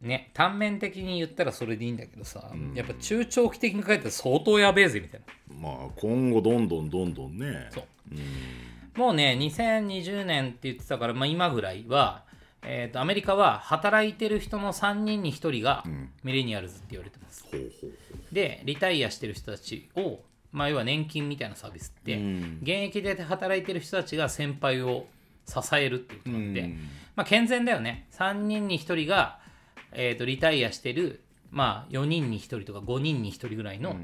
ね単面的に言ったらそれでいいんだけどさ、やっぱ中長期的に考えたら相当やべえぜみたいな
まあ今後どんどんどんどんね
そうもうね2020年って言ってたから、まあ、今ぐらいは、えーとアメリカは働いてる人の3人に1人がミレニアルズって言われてます、
ほうほう
でリタイアしてる人たちをまあ要は年金みたいなサービスって、現役で働いてる人たちが先輩を支えるっていうことなんで、まあ健全だよね3人に1人が、えー、とリタイアしてるまあ4人に1人とか5人に1人ぐらいの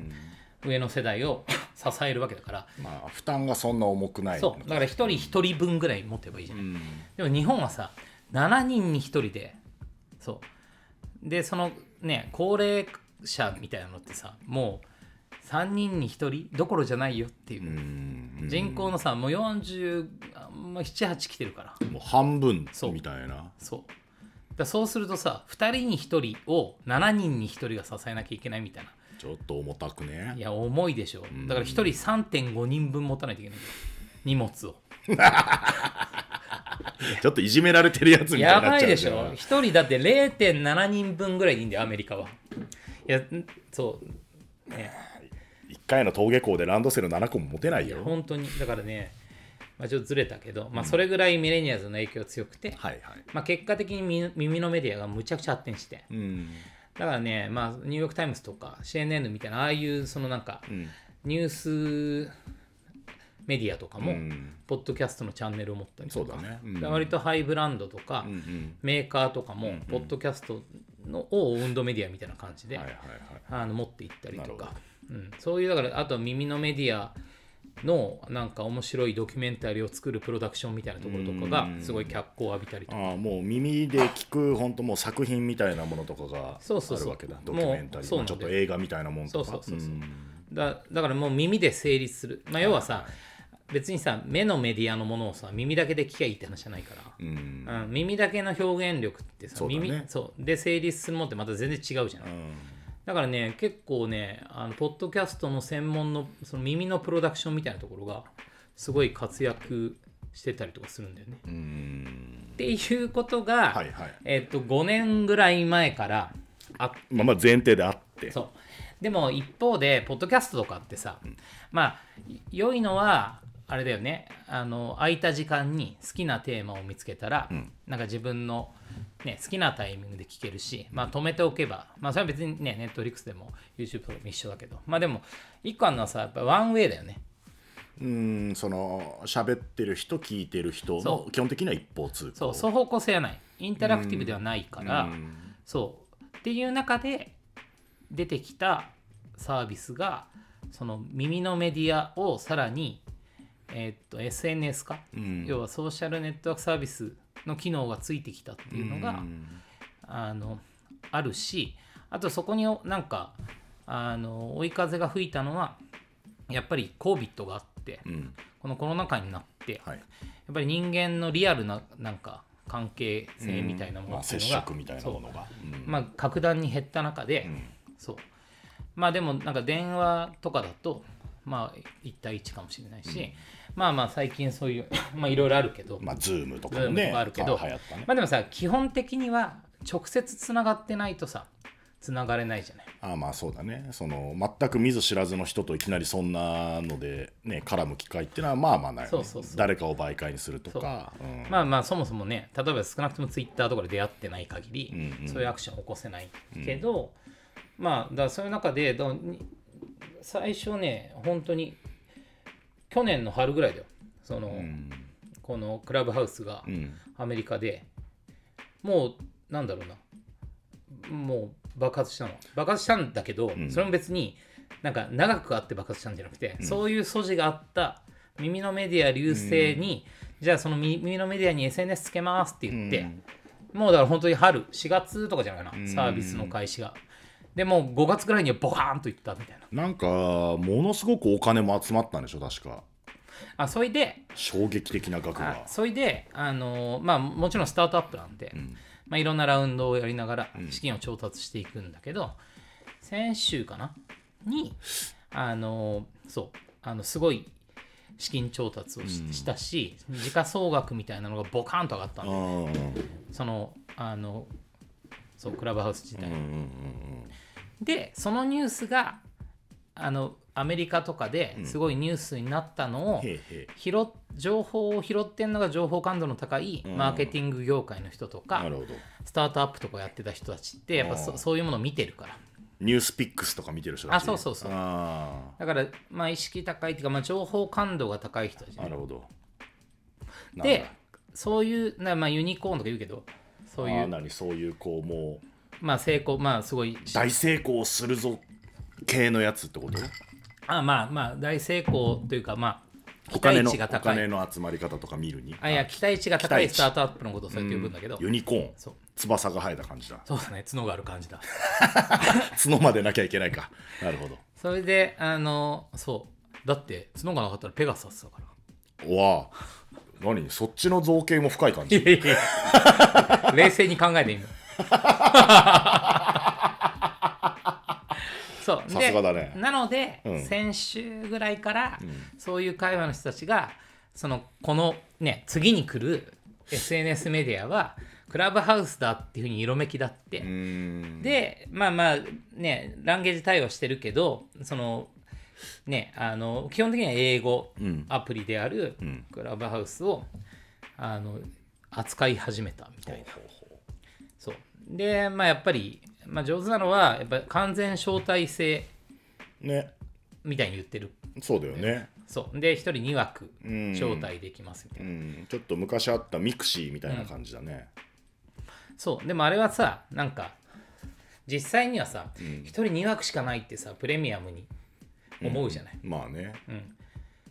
上の世代を 支えるわけだから、
まあ負担がそんな重くない
そうだから1人1人分ぐらい持てばいいじゃない、でも日本はさ7人に1人でそうでそのね高齢者みたいなのってさもう3人に1人どころじゃないよっていう、人口のさもう478来てるから
もう半分
そう
みたいな
そうだからそうするとさ2人に1人を7人に1人が支えなきゃいけないみたいな
ちょっと重たく
い
ね
や重いでしょだから1人3.5人分持たないといけないんだよ荷物を
ちょっといじめられてるやつみたい
や
にな
ば
っち
い
ゃう
で
じ
し
ゃん
ょ一人だって0.7人分ぐらいでいいんだよアメリカはいやんそうね
一回の登下校でランドセル7個も持てないよ。はい
本当にだからね、まあ、ちょっとずれたけど、まあ、それぐらいミレニアルズの影響強くて、
はい。
まあ、結果的に耳耳のメディアがむちゃくちゃ発展して、
うん。
だからね、まあ、ニューヨーク・タイムズとか CNN みたいなああいうそのなんか、
ん
ニュースメディアとかも、
うん
ポッドキャストのチャンネルを持ったりとか
そうだねうん
で割とハイブランドとか、
うんうん。
メーカーとかも、ポッドキャストのをオウンドメディアみたいな感じで、
はいはいはい。
あの持っていったりと
な
か、うん、そういうだからあとは耳のメディアのなんか面白いドキュメンタリーを作るプロダクションみたいなところとかがすごい脚光を浴びたりとか
ああ、もう耳で聞く、本当もう作品みたいなものとかがあ
そうそうそう
るわけだ。ド
もう
キュメンタリー、
そう
ま
な
あ
ん
ち
だ
ょ
よ
っと映画みたいなものとか。
そうそうそうそうんだだからもう耳で成立する、まあ、要はさ、別にさ目のメディアのものをさ耳だけで聞きゃいいって話じゃないから、
うん。
うん耳だけの表現力ってさ
そうだね
耳そうで成立するものってまた全然違うじゃない、
うん
だからね結構ねあのポッドキャストの専門のその耳のプロダクションみたいなところがすごい活躍してたりとかするんだよね。っていうことが、
はいはい
えっと5年ぐらい前からあっ
まあまあ前提であって。
そうでも一方でポッドキャストとかってさ、まあい良いのはあれだよねあの空いた時間に好きなテーマを見つけたら、なんか自分の、ね、好きなタイミングで聞けるし、まあ、止めておけば、まあ、それは別にね Netflix でも YouTube とかでも一緒だけどまあでも一個あるのはさやっぱワンウェイだよね
うん、その喋ってる人聞いてる人
そ
の基本的には一方通行
そう双方向性はないインタラクティブではないから、そうっていう中で出てきたサービスがその耳のメディアをさらに、えーっと SNS 化、要はソーシャルネットワークサービスの機能がついてきたっていうのが、あのあるしあとそこになんかあの追い風が吹いたのはやっぱり COVID があって、このコロナ禍になって、
はい
やっぱり人間のリアルななんか関係性みたいなも
ま
の
あ、
ってい
接
うのが
触みたいなものが、うん
まあ、格段に減った中で、そうまあでもなんか電話とかだとまあ1対1かもしれないし、まあまあ最近そういう まあいろいろあるけど、
まあ、ズームと
ズ
か
ー
も
ムと
ね、
かあるけど、
流行ったね。
まあでもさ基本的には直接つながってないとさつながれないじゃない
ああまあそうだね。その全く見ず知らずの人といきなりそんなのでね絡む機会ってのはまあまあないよね。
そうそうそう
誰かを媒介にするとか、うん
まあまあそもそもね例えば少なくともツイッターとかで出会ってない限り、そういうアクションを起こせないけど、まあだからそういう中でだに最初ね本当に去年の春ぐらいだよその、このクラブハウスがアメリカで、もうなんだろうなもう爆発したの爆発したんだけど、それも別になんか長くあって爆発したんじゃなくて、そういう素地があった耳のメディア流星に、じゃあその耳耳のメディアに SNS つけますって言って、もうだから本当に春4月とかじゃないかな、サービスの開始がでもう5月ぐらいにはボカーンといったみたいな
なんかものすごくお金も集まったんでしょ確か。
あそれで
衝撃的な額
あ
が。
それで、あのーまあ、もちろんスタートアップなんで、まあ、いろんなラウンドをやりながら資金を調達していくんだけど、先週かなに、あのーそうあのすごい資金調達をし,、たし時価総額みたいなのがボカンと上がった
う
の
んうん
そのあのそうクラブハウス自体、でそのニュースがあのアメリカとかですごいニュースになったのを、
へいへい
拾っ情報を拾ってんのが情報感度の高いマーケティング業界の人とか、
なるほど。
スタートアップとかやってた人たちってやっぱそ,、そういうものを見てるから
ニュースピックスとか見てる人たち。
あそうそうそう
あ
だからまあ意識高いっていうか、まあ、情報感度が高い人たち
あなるほど。なんだ
でそういうな、まあ、ユニコーンとか言うけどそうい
ああ
う
何そういうこうもう
まあ成功まあすごい
大成功するぞ系のやつってこと
あまあまあ大成功というかまあ
お
期
金
待
の
値が
お
高
金
い
の集まり方とか見るに
あいや期待値が高
期
い
待値
スタートアップのことをそうやって呼ぶんだけど、
ユニコーン
そう
翼が生えた感じだ
そうだね角がある感じだ
角までなきゃいけないかなるほど
それであのそうだって角がなかったらペガサスだから
うわあ何そっちの造形も深い感じ
いやいや 冷静に考えて今そう
さすがだね
なので、
うん
先週ぐらいから、そういう会話の人たちがそのこのね次に来る SNS メディアはクラブハウスだっていうふうに色めきだって、
うーん
でまあまあねランゲージ対応してるけどそのね、あの基本的には英語アプリであるクラブハウスを、あの扱い始めたみたいな。そうで、まあ、やっぱり、まあ、上手なのはやっぱ完全招待制
ね
みたいに言ってる。
そうだよね、
そうで1人2枠招待できますみたいな。
うん、ちょっと昔あったミクシーみたいな感じだね、
そうでもあれはさなんか実際にはさ、1人2枠しかないってさプレミアムに思うじゃない、
まあね、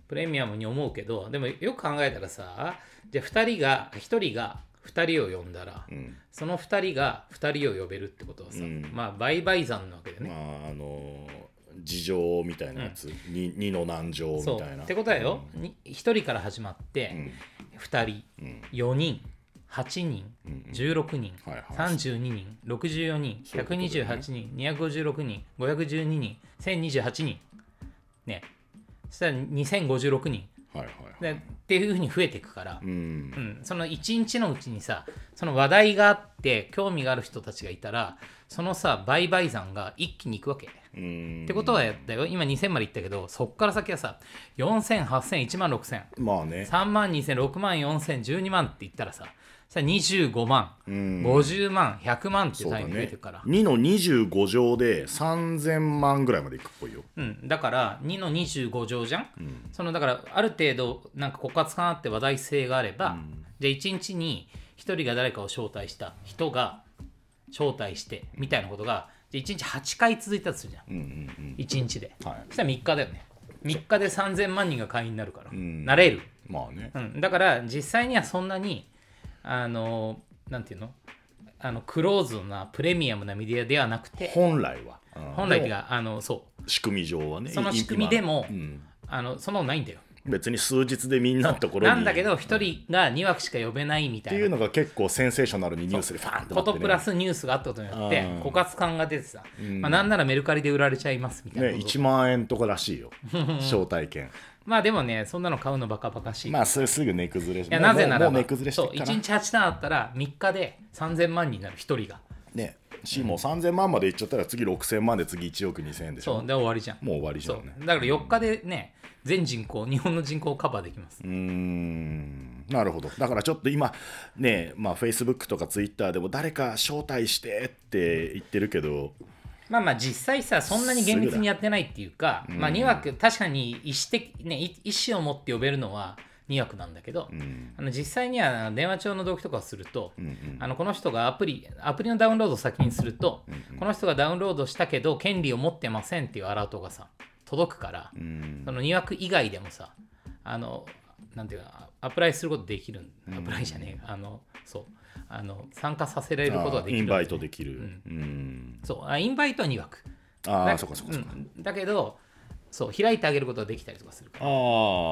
プレミアムに思うけどでもよく考えたらさじゃあ2人が1人が2人を呼んだら、その2人が2人を呼べるってことはさ、まあ倍々算なわけでね、
まああの事情みたいなやつ、に二の難情み
そう
たいな
ってことだよ、に1人から始まって、2人、4人8人、16人、
はいはい
32人64人
そういうことだよね
128人、256人512人1028人ねそしたら2056人
はいはいはい
でっていうふうに増えていくから、
う
うんん、その一日のうちにさその話題があって興味がある人たちがいたらそのさ売買算が一気にいくわけ。
うん
ってことはやったよ今2000までいったけどそっから先はさ40008000万6000
まあね
3万2006万4012万って言ったらささ25万、
ん
50万100万って
そうだ
単位増え
ね
てるから
2の25乗で3000万ぐらいまでいくっぽいよ
うん、だから2の25乗じゃん、そのだからある程度なんか枯渇感あって話題性があれば、じゃあ1日に1人が誰かを招待した人が招待してみたいなことがじゃあ1日8回続いたとするじゃん、1日で、
はい
そしたら3日だよね3日で3000万人が会員になるから、なれる、
まあね
うん、だから実際にはそんなにあのなんていうのあのクローズドなプレミアムなメディアではなくて
本来は、うん
本来っていうかあのそう
仕組み上はね
その
い
仕組みでも、
今うん
あのそんなのないんだよ。
別に数日でみんなのところに
なんだけど、1人が2枠しか呼べないみ
ったて
い
いう
な
のが結構センセーショナルにニュースでファーンとな
こ
って、
と
ね、
プラスニュースがあったことによって
うん
枯渇感が出てさ、まあ、なんならメルカリで売られちゃいますみたいな
ね
こと、
1万円とから しいよ招待券
まあでもねそんなの買うのバカバカしい,、
まあすすぐ値崩れし
いやなぜなら
もう
ば
もう値崩れし
そ
て
う
っ
1
から
日8単あったら3日で3000万人になる1人が
ねしもう3000万までいっちゃったら次6000万で次1億2000円でし
そ
ょ
うで終わりじゃん
もう終わりじ
そ
ゃ
うん
ね
だから4日でね全人口日本の人口をカバーできます、
うーんなるほどだからちょっと今ねまあ Facebook とか Twitter でも誰か招待してって言ってるけど
まあまあ実際さそんなに厳密にやってないっていうか、まあ、2枠確かに意思的、ね、い意思を持って呼べるのは2枠なんだけど、あの実際にはあの電話帳の同期とかをすると、あのこの人がアプリアプリのダウンロードを先にすると、この人がダウンロードしたけど権利を持ってませんっていうアラートがさ届くから、その2枠以外でもさあのなんていうかアプライすることできるんアプライじゃねえ、あのそうあの参加させられることができ
イ
るん
ン
だよ
バ
ね
イトできるうん
そうあインバイトは2枠
あ
だ
あそうかそうか
う
そうか、
ん、だけどそう開いてあげることができたりとかするから
ああ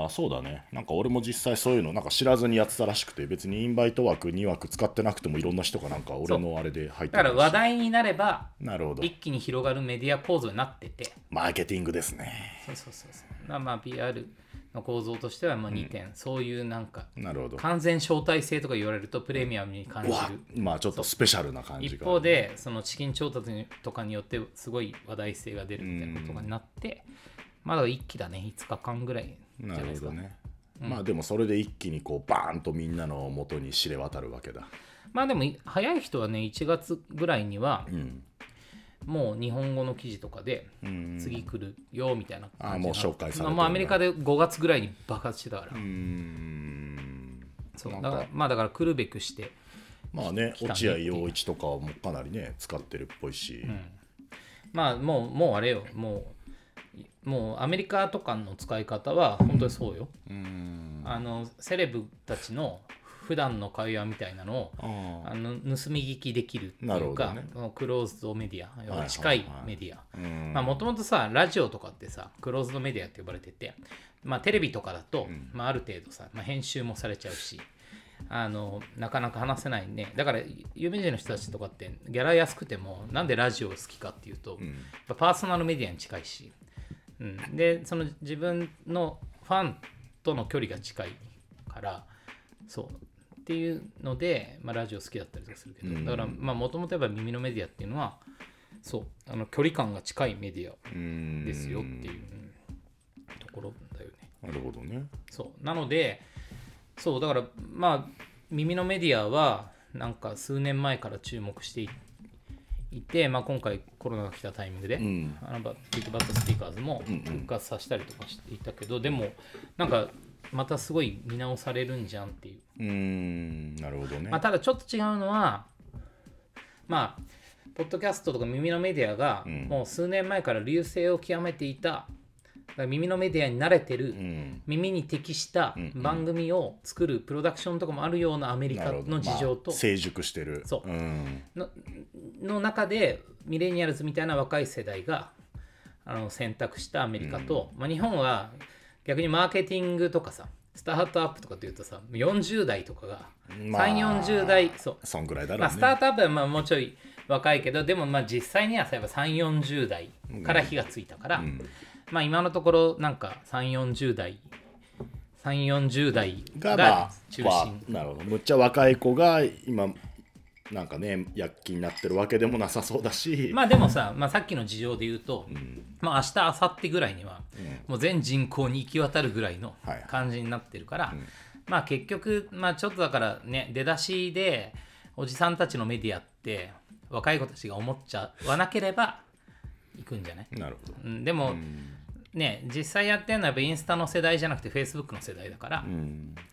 そうだねなんか俺も実際そういうのなんか知らずにやってたらしくて別にインバイト枠2枠使ってなくてもいろんな人がなんか俺のあれで入って
だ
る
から話題になれば
なるほど
一気に広がるメディア構造になってて
マーケティングですね
そうそうそうそうまあまあ PR の構造としてはまあ2点、そういうなんか
なるほど
完全招待制とか言われるとプレミアムに感じ
わ
る
まあちょっとスペシャルな感じが
一方でその資金調達にとかによってすごい話題性が出るみたいなことになって、まだ一期だね5日間ぐらいじゃな
ない
で
る
す
ほ
か
どね、まあでもそれで一気にこうバーンとみんなの元に知れ渡るわけだ
まあでも早い人はね1月ぐらいには、もう日本語の記事とかで次来るよみたいな
あー
感じ
もう紹介されてる
まあもうアメリカで5月ぐらいに爆発してたから、そうだからまあだから来るべくして
まあね
ね
落合陽一とかはもうかなりね使ってるっぽいし、
まあもうもうあれよもうもうアメリカとかの使い方は本当にそうよ、あのセレブたちの普段の会話みたいなのを
あ
あの盗み聞きできるって
ないる
う
ほど
か、
ね
そのクローズドメディア、要
はいは
はい近いメディア。まあもともとさ、ラジオとかってさ、クローズドメディアって呼ばれてて、まあテレビとかだと、まあある程度さ、まあ、編集もされちゃうし、あのなかなか話せないね。だから有名人の人たちとかってギャラ安くても、なんでラジオ好きかっていうと、やっぱパーソナルメディアに近いし、うん、でその自分のファンとの距離が近いからそうっていうので、まあ、ラジオ好きだったりとかするけど、だからもともとやっぱ耳のメディアっていうのはそうあの距離感が近いメディアですよっていう、うん
るほどね
そうなのでそうだからまあ耳のメディアはなんか数年前から注目していいて、まあ、今回コロナが来たタイミングで、
ん
あのバビッグバッドスピーカーズも復活させたりとかしていたけど、でもなんかまたすごい見直されるんじゃんっていう
うーんなるほどね
まあ、ただちょっと違うのはまあポッドキャストとか耳のメディアがもう数年前から流星を極めていただから耳のメディアに慣れてる、
うん
耳に適した番組を作るプロダクションとかもあるようなアメリ
な
カ
るほど
の事情
まあ
と、
成熟してる
そう
うん
のの中でミレニアルズみたいな若い世代があの選択したアメリカと、まあ、日本は逆にマーケティングとかさスタートアップとかっていうとさ40代とかが3、
まあ
40代そう
そんぐらいだろ
まあ、
う
スタ
ね
ートアップはまあもうちょい若いけどでもまあ実際にはさやっぱ3 4 0代から火がついたから、まあ、今のところなんか3 4 0代3 4 0代
がま
が
あ
中心、
わなるほどむっちゃ若い子が今なんかね躍起になってるわけでもなさそうだし、
まあでもさ、まあ、さっきの事情で言うと、まあ明日明後日ぐらいには、もう全人口に行き渡るぐらいの
はいはい
感じになってるから、まあ結局、まあ、ちょっとだからね出だしでおじさんたちのメディアって若い子たちが思っちゃわなければ行くんじゃない、
なるほど
うん、でも、ね実際やってるのはやっぱインスタの世代じゃなくてフェイスブックの世代だから、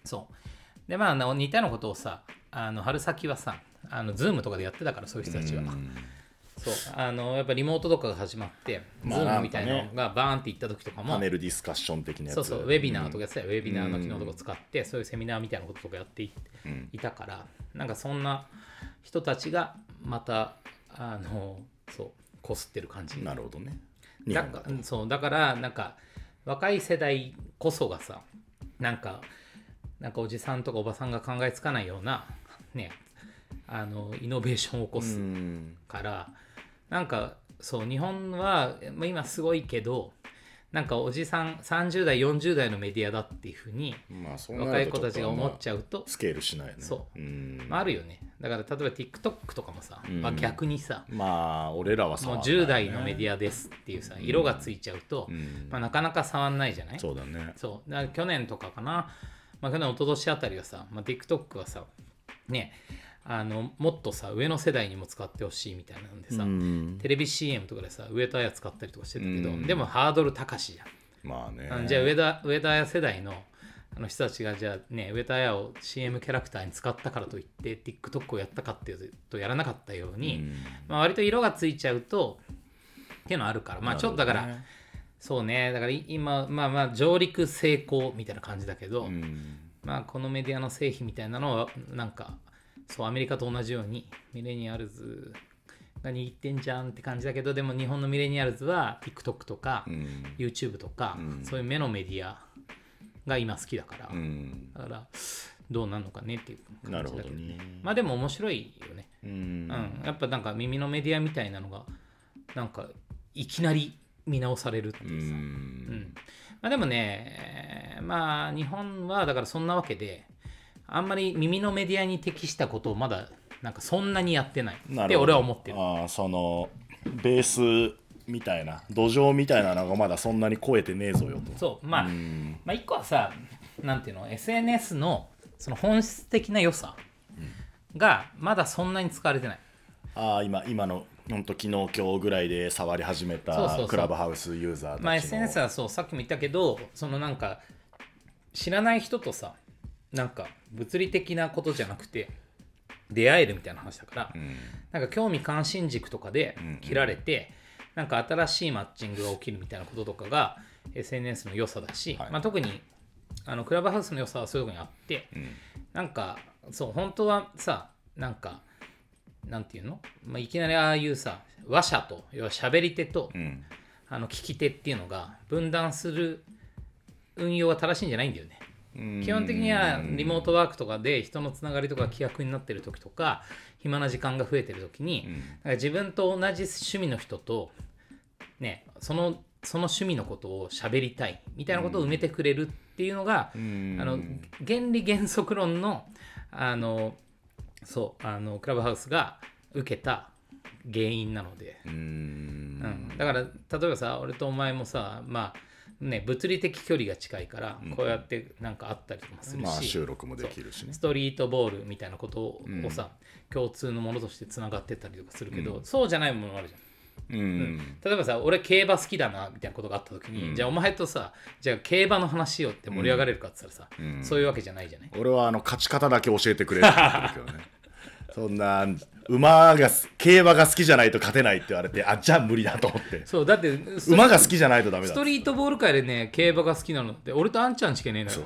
そうでまああの似たようなことをさあの春先はさあのズームとかでやってたからそういう人たちは、そうあのやっぱリモートとかが始まって、
まあ
ズー
な
ム
ん
み
か
た
ね
いなのがバーンっていった時とかも
パネルディスカッション的なやつ
そうそうウェビナーとかやってたよ、ウェビナーの機能とか使って、そういうセミナーみたいなこととかやってい,、たからなんかそんな人たちがまたあのそうこすってる感じ
なるほどね日
だ
本
か
だと
うんそうだからなんか若い世代こそがさなんかなんかおじさんとかおばさんが考えつかないようなねあのイノベーションを起こす
うん
から、なんかそう日本はまあ今すごいけどなんかおじさん30代40代のメディアだっていうふうに
まあそうなると
若い子たちが思っちゃうと
スケールしないよね
そう
うん
まあ、あるよねだから例えば TikTok とかもさ、
ん
まあ逆にさ
まあ俺らは
もう
さ
10代のメディアですっていうさ色がついちゃうと、
ん
まあ、なかなか触んないじゃない
そうだね
そうだから去年とかかな、まあ、去年一昨年あたりはさ、まあ、TikTok はさねあのもっとさ上の世代にも使ってほしいみたいなんでさ、テレビ CM とかでさ上戸彩使ったりとかしてたけど、でもハードル高しじゃん
まあね
あのじゃあ上田上田綾世代のあの人たちがじゃあね上田綾を CM キャラクターに使ったからといって TikTok をやったかっていうとやらなかったように、まあ、割と色がついちゃうとっていうのはあるからまあちょっとだから、そうねだからい今まあまあ上陸成功みたいな感じだけど、まあこのメディアの成否みたいなのはなんかそうアメリカと同じようにミレニアルズが握ってんじゃんって感じだけどでも日本のミレニアルズは TikTok とか、YouTube とか、そういう目のメディアが今好きだから、
うん
だからどうなるのかねっていう
なる
感じ
ほ
だ
ど
けど
ね
まあでも面白いよね、
うん
うん、やっぱなんか耳のメディアみたいなのがなんかいきなり見直されるっていうさ、うんまあ、でもね、えーまあ日本はだからそんなわけであんまり耳のメディアに適したことをまだなんかそんなにやってない
なるほど
って俺は思ってる
ああそのベースみたいな土壌みたいなのがまだそんなに超えてねえぞよと
そうまあ、まあ一個はさなんていうの SNS のその本質的な良さがまだそんなに使われてない、
ああ今今のほんと昨日今日ぐらいで触り始め
そうそうそ
た
う
クラブハウスユーザーたちの、
まあ SNS はそうさっきも言ったけどそのなんか知らない人とさなんか物理的なことじゃなくて出会えるみたいな話だから、なんか興味関心軸とかで切られて、なんか新しいマッチングが起きるみたいなこととかが SNS の良さだし、
はい
まあ、特にあのクラブハウスの良さはそういうとこにあって、なんかそう本当はさなんかなんていうの、まあ、いきなりああいうさ話者と要は喋り手と、
ん
あの聞き手っていうのが分断する運用は正しいんじゃないんだよね。基本的にはリモートワークとかで人のつながりとか規約になってる時とか暇な時間が増えてる時に、なんか自分と同じ趣味の人と、ね、そのその趣味のことを喋りたいみたいなことを埋めてくれるっていうのが、あの原理原則論のあのそうあのクラブハウスが受けた原因なので。
うーん
うんだから例えばさ俺とお前もさまあね、物理的距離が近いから、こうやってなんかあったりもする
まあ
し、
収録もできるしね
ストリートボールみたいなことをさ、共通のものとしてつながってったりとかするけど、そうじゃないものもあるじゃん。
うん
例えばさ俺競馬好きだなみたいなことがあった時に、じゃあお前とさじゃあ競馬の話をって盛り上がれるかって言ったらさ、そういうわけじゃないじゃない、
俺はあの勝ち方だけ教えてくれって言ってるけどね そんな馬がす競馬が好きじゃないと勝てないって言われてあじゃあ無理だと思って
そうだってスト
馬が好きじゃないとダメだ
ストリートボール界でね競馬が好きなのって俺とあんちゃんしかいねえのよ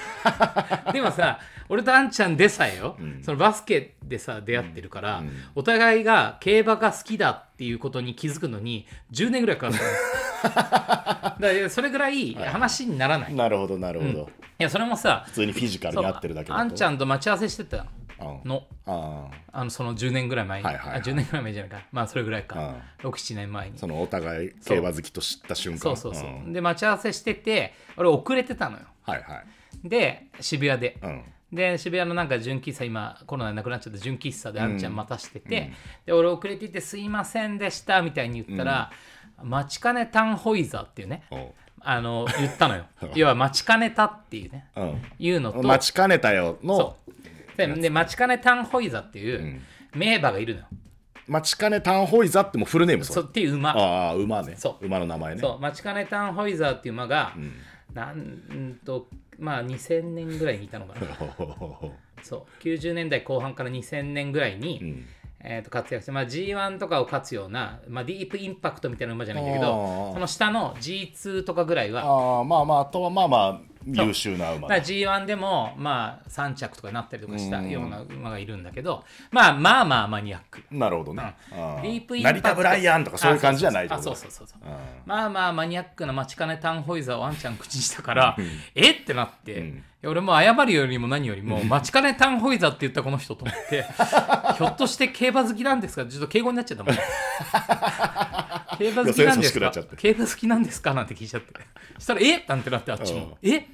でもさ俺とあんちゃんでさえよ、そのバスケでさ出会ってるから、お互いが競馬が好きだっていうことに気づくのに10年ぐらいかかった だからそれぐらい話にならない、い、
なるほどなるほど、
やそれもさ
普通にフィジカルに合ってるだけだと
あんちゃんと待ち合わせしてた
うん
の
ああ
あのその10年ぐらい前に、
はいはいはい
あ10年ぐらい前じゃないかまあそれぐらいか、67年前に
そのお互い競馬好きと知った瞬間
そうそうそう、
ん
で待ち合わせしてて俺遅れてたのよ
はいはい
で渋谷で、
うん
で渋谷のなんか純喫茶今コロナでなくなっちゃった純喫茶であんちゃん待たしてて、で俺遅れていて「すいませんでした」みたいに言ったら「待ちかねタンホイザー」っていうね
おう
あの言っ たのよ要は待ちかねたっていうね
う
いうのと
ん待ちかねたよ
そ
の
うでで待ちかねタンホイザーっていう名馬がいるのよ、
待ちかねタンホイザってもうフルネームそ
そううっていう馬
ああ馬ね
そう
馬の名前ね
そう、マチカネタンホイザーっていう馬が、なんんーと、まあ2000年ぐらいにいたのかな。そう、90年代後半から2000年ぐらいに、えー、と活躍して、まあ、G1 とかを勝つような、まあ、ディープインパクトみたいな馬じゃないんだけ
あ
ど、
ー
その下の G2 とかぐらいは、
ああまあまああとはまあまあ優秀な馬
まあ、G1 でも、まあ、3着とかになったりとかしたような馬がいるんだけど、まあまあまあマニアック。
なるほどね
うん
ああ
ディープインパク
成
ト
田ブライアンとかそういう感じじゃないって
あ
こと
そう
だ
そうそうそう
うん
まあまあマニアックな待ちかねタンホイザーをあんちゃん口にしたから、えってなって、いや俺も謝るよりも何よりも、待ちかねタンホイザーって言ったこの人と 思って、ひょっとして競馬好きなんですかちょっと敬語になっちゃったも ん。
いや
競馬好きなんです
それ優しくな
か
っちゃって
競馬好きなんですかなんて聞いちゃって。したら、えなんてなってあっちも、え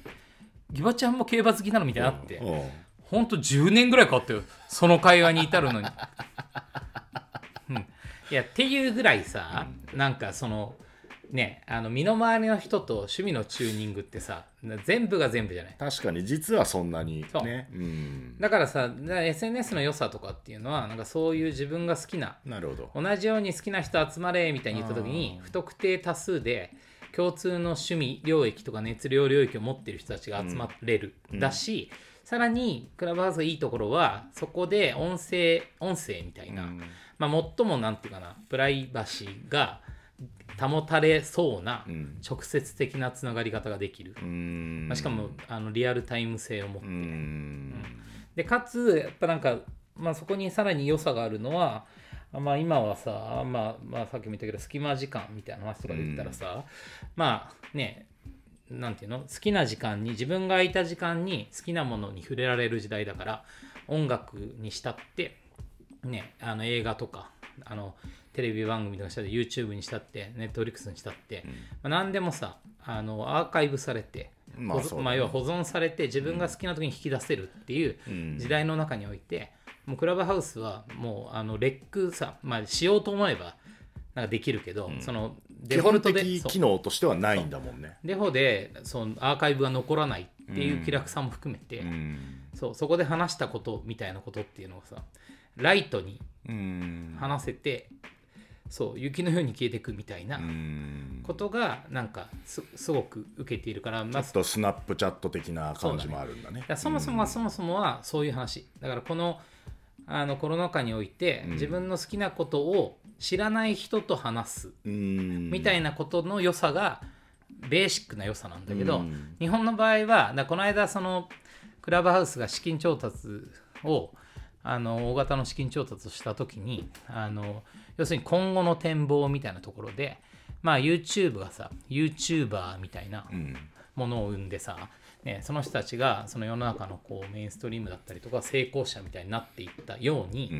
ギバちゃんも競馬好きなのみたいになって、
うん
ほんと10年ぐらいかかったよ。その会話に至 るのに。うんいや、っていうぐらいさ、なんかその、ね、あの身の回りの人と趣味のチューニングってさ、全部が全部じゃない。
確かに実はそんなに
そう
ねうん
だからさ、な SNS の良さとかっていうのは、なんかそういう自分が好きな、
なるほど
同じように好きな人集まれみたいに言った時に、不特定多数で、共通の趣味領域とか熱量領域を持ってる人たちが集まれる、だし、さらにクラブハウスがいいところはそこで音声音声みたいな、まあ、最もなんていうかなプライバシーが保たれそうな直接的なつながり方ができる、
うん
まあ、しかもあのリアルタイム性を持って、
うん
でかつやっぱなんか、まあ、そこにさらに良さがあるのは、まあ、今はさ、まあまあ、さっきも言ったけど隙間時間みたいな話とかで言ったらさ、まあねなんていうの好きな時間に自分が空いた時間に好きなものに触れられる時代だから音楽にしたって、ね、あの映画とかあのテレビ番組とかしたって YouTube にしたってネットフリックスにしたって、まあ、何でもさあのアーカイブされて、
まあ
保
そう
存
だね
まあ、要は保存されて自分が好きな時に引き出せるっていう時代の中において、もうクラブハウスはもうあのレックさ、まあ、しようと思えばなんかできるけど、その
基
デフォ
本
ルト
的
でそう
機能としてはないんだもんね
デフォでそのアーカイブが残らないっていう気楽さも含めて、
うん
そうそこで話したことみたいなことっていうのをさライトに
うん
話せて、そう雪のように消えていくみたいな
うん
ことがなんかすすごく受けているから、まあ、
ちょっとスナップチャット的な感じもあるんだね
だからそもそもはそもそもはそういう話だからこのあのコロナ禍において自分の好きなことを知らない人と話す
うん
みたいなことの良さがベーシックな良さなんだけど、日本の場合はだからこの間そのクラブハウスが資金調達をあの大型の資金調達をした時にあの要するに今後の展望みたいなところで、まあ、YouTube がさ YouTuber みたいなものを生んでさ、ね、その人たちがその世の中のこうメインストリームだったりとか成功者みたいになっていったように、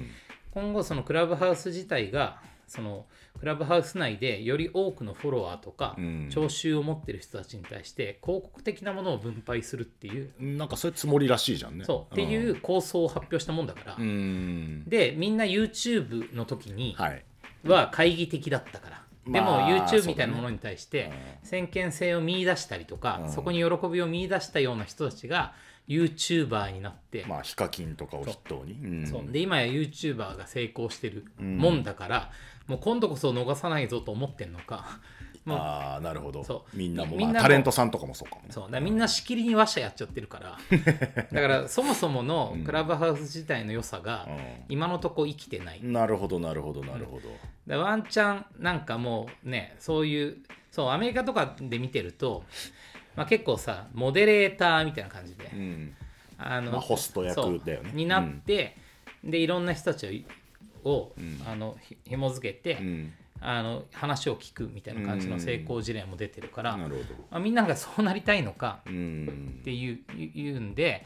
今後そのクラブハウス自体がそのクラブハウス内でより多くのフォロワーとか聴衆を持ってる人たちに対して広告的なものを分配するっていう
なんかそういうつもりらしいじゃんね
そうっていう構想を発表したもんだから、
うん
でみんな YouTube の時に
はい
は懐疑的だったから、でも
まあ
YouTube みたい
そうだ
な
ね
ものに対して先見性を見出したりとか、そこに喜びを見出したような人たちが YouTuber になって、
まあヒカキンとかを筆頭にうん
そうで今や YouTuber が成功してるもんだから、もう今度こそ逃さないぞと思ってん のかもう
ああなるほど
そう
みんなも
みんな
ま
も
あタレントさんとかもそうかもね
そうだからみんなしきりに話者やっちゃってるから だからそもそものクラブハウス自体の良さが今のとこ生きてない
なるほどなるほどなるほど
だからワンチャンなんかもうねそういうそうアメリカとかで見てると、まあ、結構さモデレーターみたいな感じで、
うん
あの
まあホスト役だよね
そうになって、でいろんな人たちをを、あのひ紐付けて、
うん
あの話を聞くみたいな感じの成功事例も出てるから、
なるほど
まあ、みんながそうなりたいのか
う
っ
ん
ていう言言うんで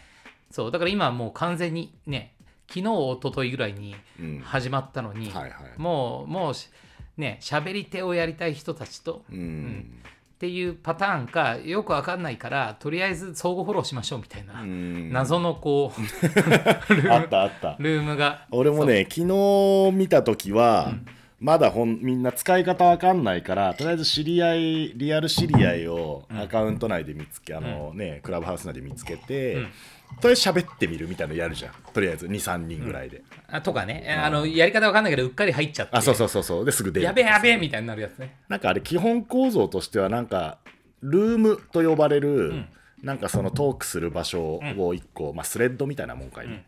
そうだから今はもう完全にね昨日一昨日ぐらいに
うん
始まったのに、
はいはい
もうもうしね喋り手をやりたい人たちと、
う
っ
ん
ていうパターンかよくわかんないからとりあえず相互フォローしましょうみたいな、
うん
謎の こう
あったあった
ルームが
俺もね昨日見た時は、まだほんみんな使い方わかんないからとりあえず知り合いリアル知り合いをアカウント内で見つけ、あのねクラブハウス内で見つけて、とりあえず喋ってみるみたいなのやるじゃんとりあえず23人ぐらいで、
あとかねあのやり方わかんないけどうっかり入っちゃって
あそうそうそうそうですぐ出る
やべえやべえみたいになるやつね
なんかあれ基本構造としてはなんかルームと呼ばれる、なんかそのトークする場所を一個、まあ、スレッドみたいなもんかいね、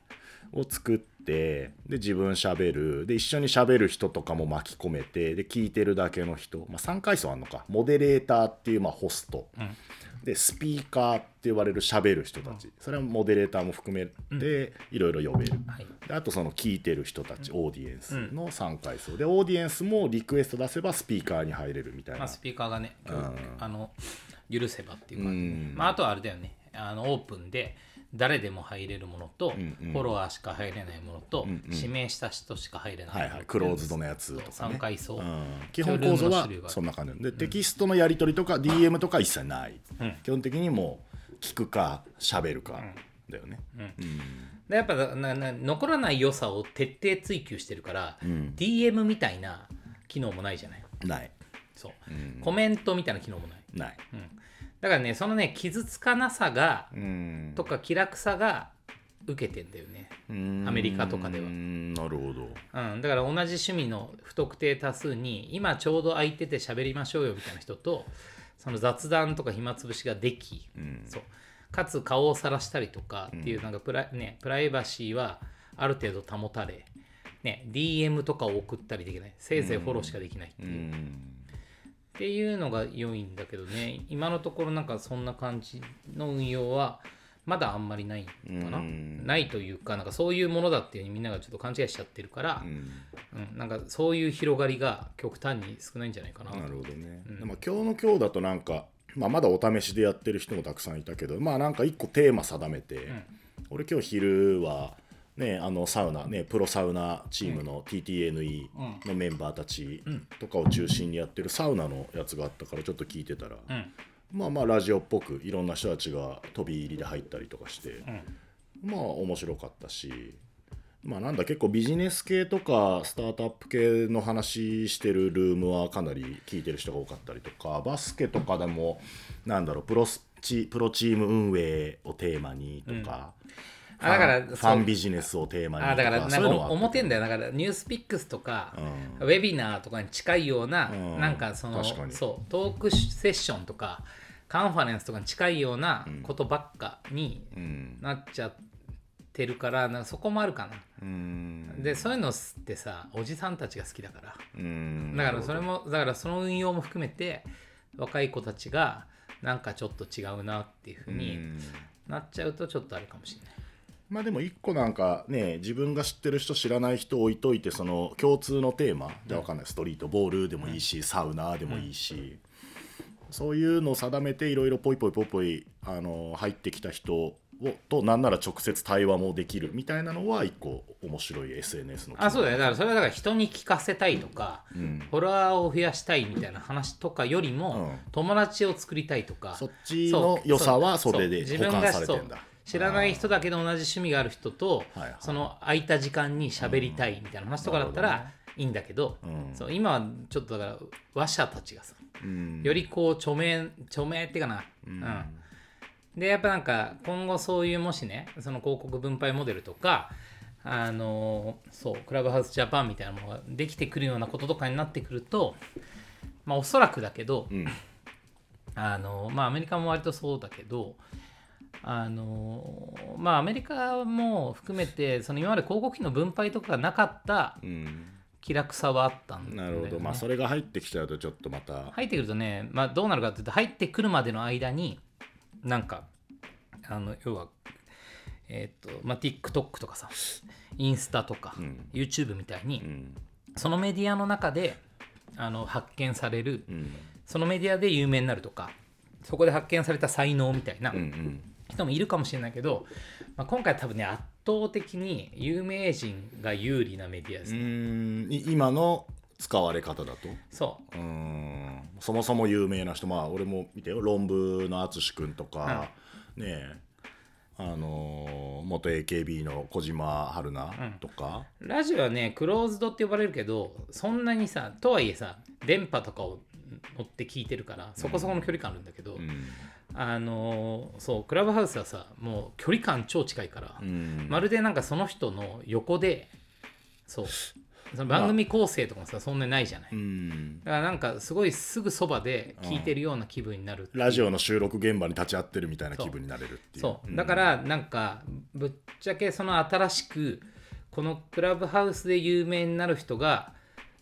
を作ってで自分しゃべるで一緒にしゃべる人とかも巻き込めてで聞いてるだけの人、まあ、3階層あんのかモデレーターっていう、まあ、ホスト、でスピーカーって言われるしゃべる人たちそれはモデレーターも含めていろいろ呼べる、
はい
であとその聞いてる人たち、オーディエンスの3階層でオーディエンスもリクエスト出せばスピーカーに入れるみたい
まあ、
な
スピーカーがね、あの許せばっていうか、
うん
まあ、あとはあれだよねあのオープンで誰でも入れるものと、フォロワーしか入れないものと、指名した人しか入れないもの
はいはいクローズドのやつとか
3
ね
階層、
うん基本構造はそんな感じでテキストのやり取りとか DM とか一切ない、基本的にもう聞くか喋るかだよね、
でやっぱなな残らない良さを徹底追求してるから、DM みたいな機能もないじゃない
ない
そう、コメントみたいな機能もない、
ない
うん、だからねそのね傷つかなさが、
うん
とか気楽さが受けてんだよねアメリカとかでは
うんなるほど
うん、だから同じ趣味の不特定多数に今ちょうど空いてて喋りましょうよみたいな人とその雑談とか暇つぶしができ、そうかつ顔を晒したりとかっていうなんかプラ,、ね、プライバシーはある程度保たれ、ね、DM とかを送ったりできないせいぜいフォローしかできないっていう、っていうのが良いんだけどね今のところなんかそんな感じの運用はまだあんまりないかな、ないというかなんかそういうものだっていうふうにみんながちょっと勘違いしちゃってるから、うん、なんかそういう広がりが極端に少ないんじゃないかな
なるほどね、まあ、今日の今日だとなんか、まあ、まだお試しでやってる人もたくさんいたけどまあなんか一個テーマ定めて、俺今日昼はねあのサウナねプロサウナチームの TTNE のメンバーたちとかを中心にやってるサウナのやつがあったからちょっと聞いてたら、
ん
まあまあラジオっぽくいろんな人たちが飛び入りで入ったりとかして、まあ面白かったしまあなんだ結構ビジネス系とかスタートアップ系の話してるルームはかなり聞いてる人が多かったりとかバスケとかでもなんだろうプロスチプロチーム運営をテーマにとか、
あだから
ファンフ
そう
ァンビジネスをテーマにとか
あだからな
そ
ん
うい
か
うのはあっ
表んだよだからニュースピックスとか、ウェビナーとかに近いような、
うん
なんかその
確かに
そうトークセッションとかカンファレンスとかに近いようなことばっかに
たうん
なっちゃってるからなんかそこもあるかな、
うん
でそういうのってさおじさんたちが好きだから
うん
だからそれもだからその運用も含めて若い子たちがなんかちょっと違うなっていうふうになっちゃうとちょっとあれかもしれない。
まあでも一個なんかね自分が知ってる人知らない人置いといてその共通のテーマじゃあわかんないストリートボールでもいいし、サウナでもいいし、そういうのを定めていろいろポイポイポイポイあの入ってきた人をとなんなら直接対話もできるみたいなのは一個面白い SNS の機能
あそうだねだからそれはだから人に聞かせたいとか、フォロワーを増やしたいみたいな話とかよりも、
う
友達を作りたいとか
そっちの良さはそれで
そう
補
そう
完されてんだ
自分がそう知らない人だけど同じ趣味がある人と
はいはい
その空いた時間に喋りたいみたいな話とかだったら、いいんだけど、そう今はちょっとだから話者たちがさ、
ん
よりこう著名著名っていうかな、うんでやっぱなんか今後そういうもしねその広告分配モデルとかあのそうクラブハウスジャパンみたいなものができてくるようなこととかになってくるとまあおそらくだけど、
ん
あのまあアメリカも割とそうだけどあのまあアメリカも含めてその今まで広告費の分配とかがなかった
うん
気楽さはあったん
な
だよ、ね、
るほど、まあそれが入ってきちゃうとちょっとまた、
入ってくるとね、まあ、どうなるかって言うと入ってくるまでの間になんかあの要は、えーとまあ、TikTok とかさインスタとか、YouTube みたいに、
うん
そのメディアの中であの発見される、
うん
そのメディアで有名になるとかそこで発見された才能みたいな
うんうん
人もいるかもしれないけど、まあ、今回多分ね圧倒的に有名人が有利なメディアです
う
ね。
ーんい今の使われ方だと
そう
うーんそもそも有名な人まあ俺も見てよ論文の淳君とか、ねえあのー元 AKB の小島春菜とか、
ラジオはねクローズドって呼ばれるけどそんなにさとはいえさ電波とかを乗って聞いてるからそこそこの距離感あるんだけど、
うん
あのーそうクラブハウスはさもう距離感超近いから、
うん
まるでなんかその人の横でそうその番組構成とかもさ、そんなにないじゃない、
うん
だからなんかすごいすぐそばで聞いてるような気分になるっていう
ラジオの収録現場に立ち会ってるみたいな気分になれるっていう
そうだからなんかぶっちゃけその新しくこのクラブハウスで有名になる人が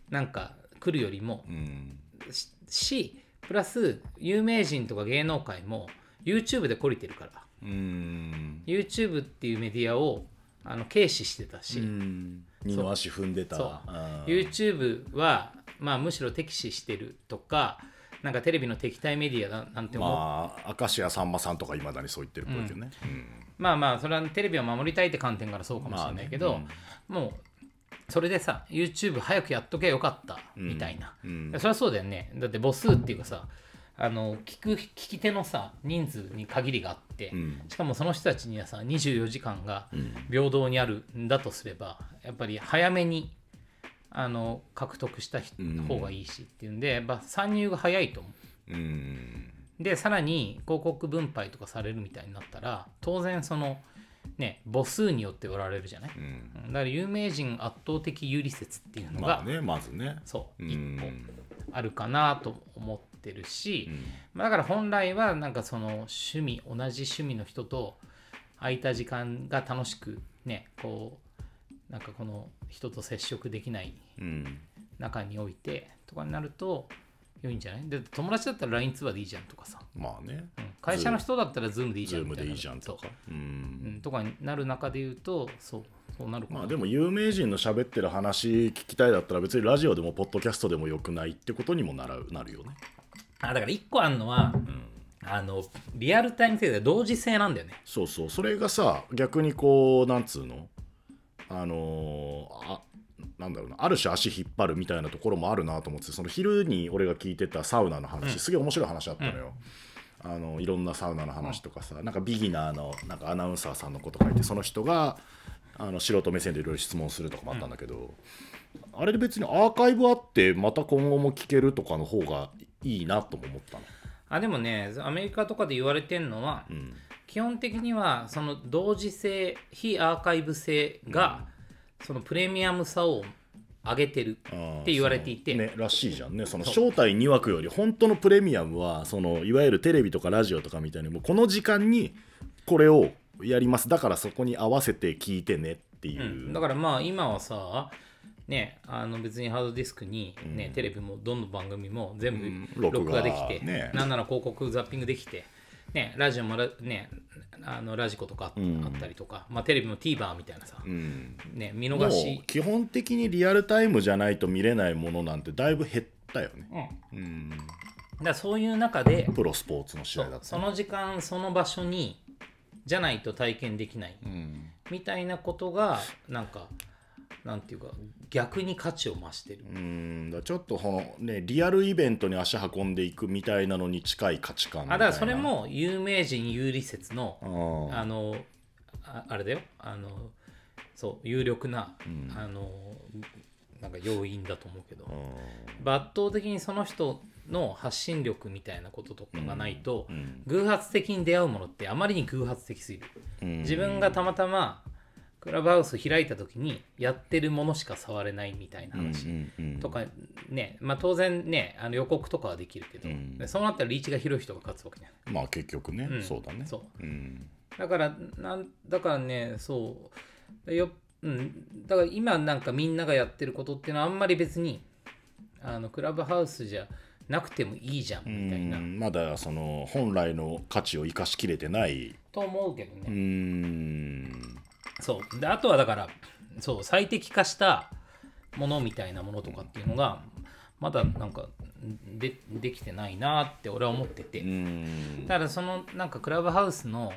なんか来るよりも
うん
ししプラス有名人とか芸能界も YouTube で懲りてるから
うん
YouTube っていうメディアをあの軽視してたし、
うん二の足踏んでた
そう YouTube は、まあ、むしろ敵視してるとかなんかテレビの敵対メディアだなんて思っ
まあ明石家さんまさんとかいまだにそう言ってるっぽいけどね、
まあまあそれはテレビを守りたいって観点からそうかもしれないけど、もうそれでさ YouTube 早くやっとけばよかったみたいな、そりゃそうだよねだって母数っていうかさあの聞く聞き手のさ人数に限りがあって、しかもその人たちにはさ24時間が平等にあるんだとすれば、やっぱり早めにあの獲得したひ方がいいしっていうんで、やっぱ参入が早いと思う。
うん
でさらに広告分配とかされるみたいになったら当然そのね母数によって割られるじゃない、うんだから有名人圧倒的有利説っていうのが、
まあねまずね
そう
うん
一個あるかなと思ってるし、まあだから本来はなんかその趣味同じ趣味の人と空いた時間が楽しくねこうなんかこの人と接触できない
うん
中においてとかになると良いんじゃないで友達だったら LINE 通話でいいじゃんとかさ
まあね、
会社の人だったら Zoom でいいじ
ズ
ゃん
ーム
みた
で
いない
いじゃんとか
そうう、
ん
うん、とかになる中で言うとそうそうなるかな、
まあでも有名人の喋ってる話聞きたいだったら別にラジオでもポッドキャストでもよくないってことにもならなるよね
あ、だから一個あるのは、あのリアルタイム性で同時性なんだよね
そうそうそれがさ逆にこうなんつうのあのーあなんだろうなある種足引っ張るみたいなところもあるなと思ってその昼に俺が聞いてたサウナの話、すげえ面白い話あったのよ、あのいろんなサウナの話とかさ、なんかビギナーのなんかアナウンサーさんのこと書いてその人があの素人目線でいろいろ質問するとかもあったんだけど、あれで別にアーカイブあってまた今後も聞けるとかの方がいいなとも思ったの。
あでもねアメリカとかで言われてるのは、
ん
基本的にはその同時性非アーカイブ性が、そのプレミアムさを上げてるって言われていて、
ね、らしいじゃんねその招待2枠より本当のプレミアムはそのいわゆるテレビとかラジオとかみたいにもうこの時間にこれをやりますだからそこに合わせて聞いてねっていう、
だからまあ今はさねあの別にハードディスクに、ねテレビもどの番組も全
うん
部録画できて、
録画ね
なんなら広告ザッピングできて、ね、ラジオもラ,、ね、あのラジコとかああったりとか、まあ、テレビも TVer みたいなさ、
うん
ね、見逃
もう
し、
基本的にリアルタイムじゃないと見れないものなんてだいぶ減ったよね、
うん、
うん、
だからそういう中で
プロスポーツの試合だった
その時間その場所にじゃないと体験できない、みたいなことがなんかなんていうか逆に価値を増してる。
うんだからちょっとこのねリアルイベントに足運んでいくみたいなのに近い価値観みた
あ
いな
だからそれも有名人有利説の
うん
あのああれだよあのそう有力な、あのなんか要因だと思うけど、圧倒的にその人の発信力みたいなこととかがないと、偶発的に出会うものってあまりに偶発的すぎる、自分がたまたまクラブハウス開いた時にやってるものしか触れないみたいな話とかね、まあ、当然ねあの予告とかはできるけど、でそうなったらリーチが広い人が勝つわけじゃない。
まあ結局ね、そうだね
そう
うん
だからなんだからねそうよ、うん、だから今なんかみんながやってることっていうのはあんまり別にあのクラブハウスじゃなくてもいいじゃんみたいな、
うんまだその本来の価値を生かしきれてない
と思うけどね、
うーん
そうであとはだからそう最適化したものみたいなものとかっていうのがまだなんかでできてないなって俺は思ってて、
うーん
ただそのなんかクラブハウスの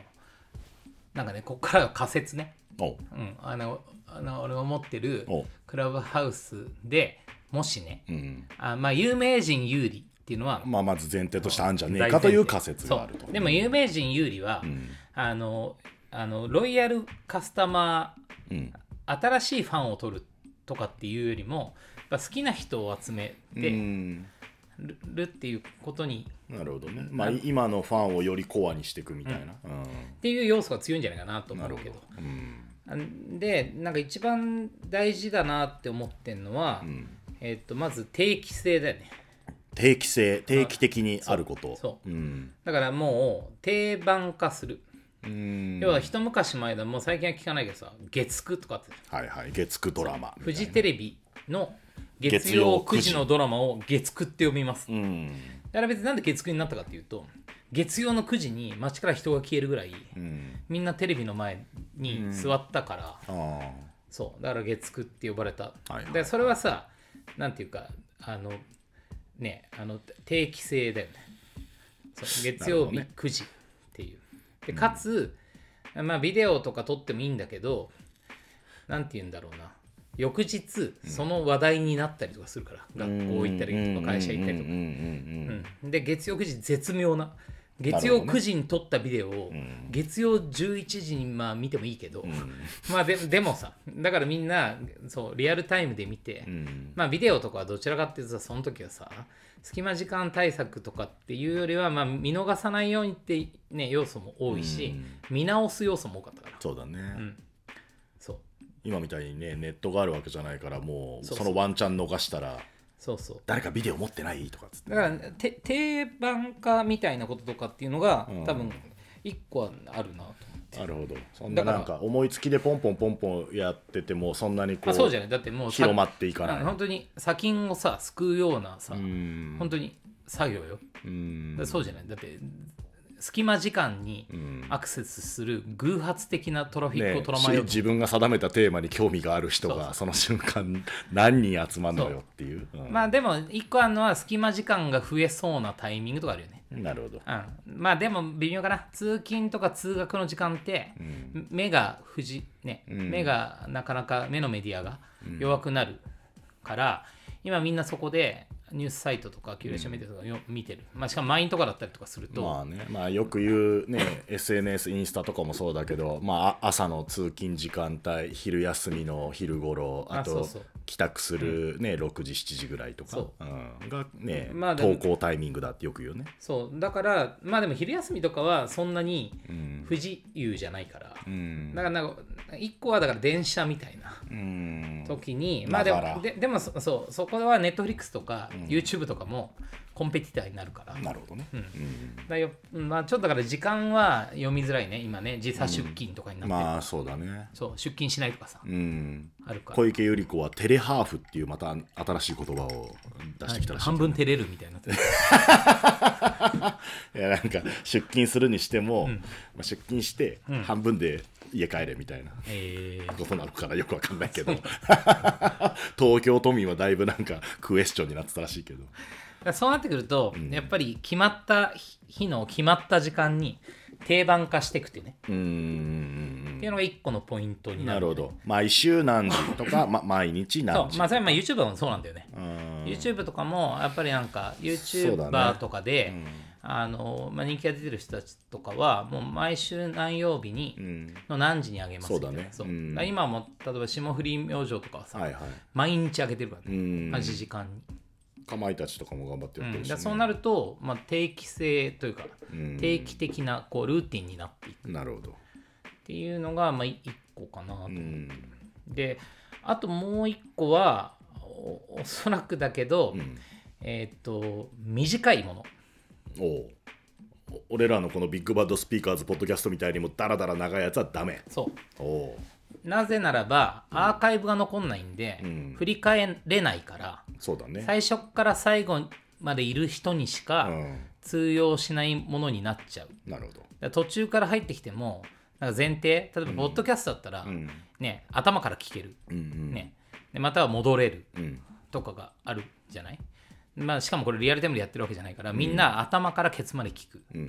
なんかねここからは仮説ね
お
うん、あのあの俺思ってる
お
クラブハウスでもしね、
うん
あまあ有名人有利っていうのは
まあまず前提としてあんじゃね
大
え
前
かと
提
いう仮説があると
そうでも有名人有利は、あのあのロイヤルカスタマ
う
ー、
ん
新しいファンを取るとかっていうよりもやっぱ好きな人を集め
う
て
ん
る,、っていうことに
なるほどねまあ今のファンをよりコアにしていくみたいなうん
っていう要素が強いんじゃないかなと思
なる
う
ほ
け
ど
ど
うん
でなんか一番大事だなって思ってるのは、
ん
えっとまず定期性だよね
定期性定期的にあること
そう
うん
だからもう定番化する、
うん
要は一昔前だもう最近は聞かないけどさ月9とかって
はいはい月9ドラマ
フジテレビの月曜9時のドラマを月9って呼びます、
うん
だから別になんで月9になったかっていうと月曜の9時に街から人が消えるぐらい、
うん
みんなテレビの前に座ったから、
ああ
そうだから月9って呼ばれた、
はいはい
でそれはさなんていうかあのねあの定期制だよねそう月曜日
なる
9時っていう、でかつ、まあビデオとか撮ってもいいんだけどなんて言うんだろうな翌日その話題になったりとかするから、学校行ったりとか会社行ったりとか
うんうんうんうん
うんで月曜9時絶妙な月曜
なるほどね
9時に撮ったビデオを、月曜11時にまあ見てもいいけど、 まあででもさだからみんなそうリアルタイムで見て、
うん
まあビデオとかはどちらかっていうとさその時はさ隙間時間対策とかっていうよりは、まあ、見逃さないようにってね要素も多いし、見直す要素も多かったから
そうだね、
そう
今みたいにねネットがあるわけじゃないからもう
そう
そのワンチャン逃したら
そうそう
誰かビデオ持ってないとかっつって
だからて定番化みたいなこととかっていうのが、
ん
多分一個はあるなと思って。
なるほどそんな
だから
なんか思いつきでポンポンポンポンやっててもそんなにこ
ま
う
あ、そうじゃないだってもうさ
広まっていかない
あの本当に砂金をさすくうようなさ、
うん
本当に作業よ、
うん
だそうじゃないだって隙間時間にアクセスする偶発的なトラフィックを
ね
捕らまえようと、
自分が定めたテーマに興味がある人がその瞬間何人集まるのよっていう、うん
まあでも一個あるのは隙間時間が増えそうなタイミングとかあるよね
なるほど
うん、まあでも微妙かな通勤とか通学の時間って、目が不自ね、目がなかなか目のメディアが弱くなるから、今みんなそこでニュースサイトとかキュレーションメディアとかよ、見てる、まあ、しかも満員とかだったりとかすると、
まあね、まあよく言うね、SNS、インスタとかもそうだけど、まああ朝の通勤時間帯、昼休みの昼頃、
あ
あ
そう
と
そう
帰宅するね、6時、7時ぐらいとか
そ、
うんがね、
まあでも
投稿タイミングだってよく言うね。
そうだからまあでも昼休みとかはそんなに不自由じゃないから、
うん
だからなんか一個はだから電車みたいな
うん
時に、まあで
だから
もででもそそうそこはネットフリックスとか YouTube とかもコンペティターになるから、
なるほどね。
だよ、まあ、ちょっとだから時間は読みづらいね、今ね、時差出勤とかになって、
まあそうだね。
そう出勤しないとかさ、
うん。
あるから、
小池百合子はテレハーフっていうまた新しい言葉を出してきたらしい
半分照れるみたいになって る、
いやなんか出勤するにしても、まあ、出勤して半分で家帰れみたいな
えー
ことなのかなよくわかんないけど 東京都民はだいぶなんかクエスチョンになってたらしいけど
だからそうなってくると、やっぱり決まった日日の決まった時間に定番化していくっていうね、
うーん
っていうのが一個のポイントに
な
なる。
るほど毎週何時と か、ま、毎日
そ
何
う
時
まあ、それはまあ YouTube もそうなんだよね。
うーん
YouTube とかもやっぱりなんか
そうだ
YouTuber
ね
とかで、あのまあ、人気が出てる人たちとかはもう毎週何曜日に、の何時にあげますみた
そ
いな
うだね
そう
うん
だから今も例えば霜降り明星とかはさ、
はいは
毎日あげてるから
い。う
ね、
ん
8。時間に、
かまいたちとかも頑張ってやって
うん
るし、ね
だからそうなると、まあ、定期性というか、
ん
定期的なこうルーティンになっていく
なるほど。
っていうのが、まあ、1個かなと、
うん。
であともう1個はおおそらくだけど、えーっと短いもの
おうお俺らのこのビッグバッドスピーカーズポッドキャストみたいにもダラダラ長いやつはダメ。
そう
おう
なぜならばアーカイブが残んないんで、
うん
振り返れないから
そうだね。
最初から最後までいる人にしか
うん
通用しないものになっちゃうだか
なるほど。
ら途中から入ってきてもなんか前提例えばポッドキャストだったら、
うん。
ね、頭から聞ける、
うん
ね、でまたは戻れる
うん。うん。
とかがあるじゃない、まあ、しかもこれリアルタイムでやってるわけじゃないからみんな頭からケツまで聞く、
うん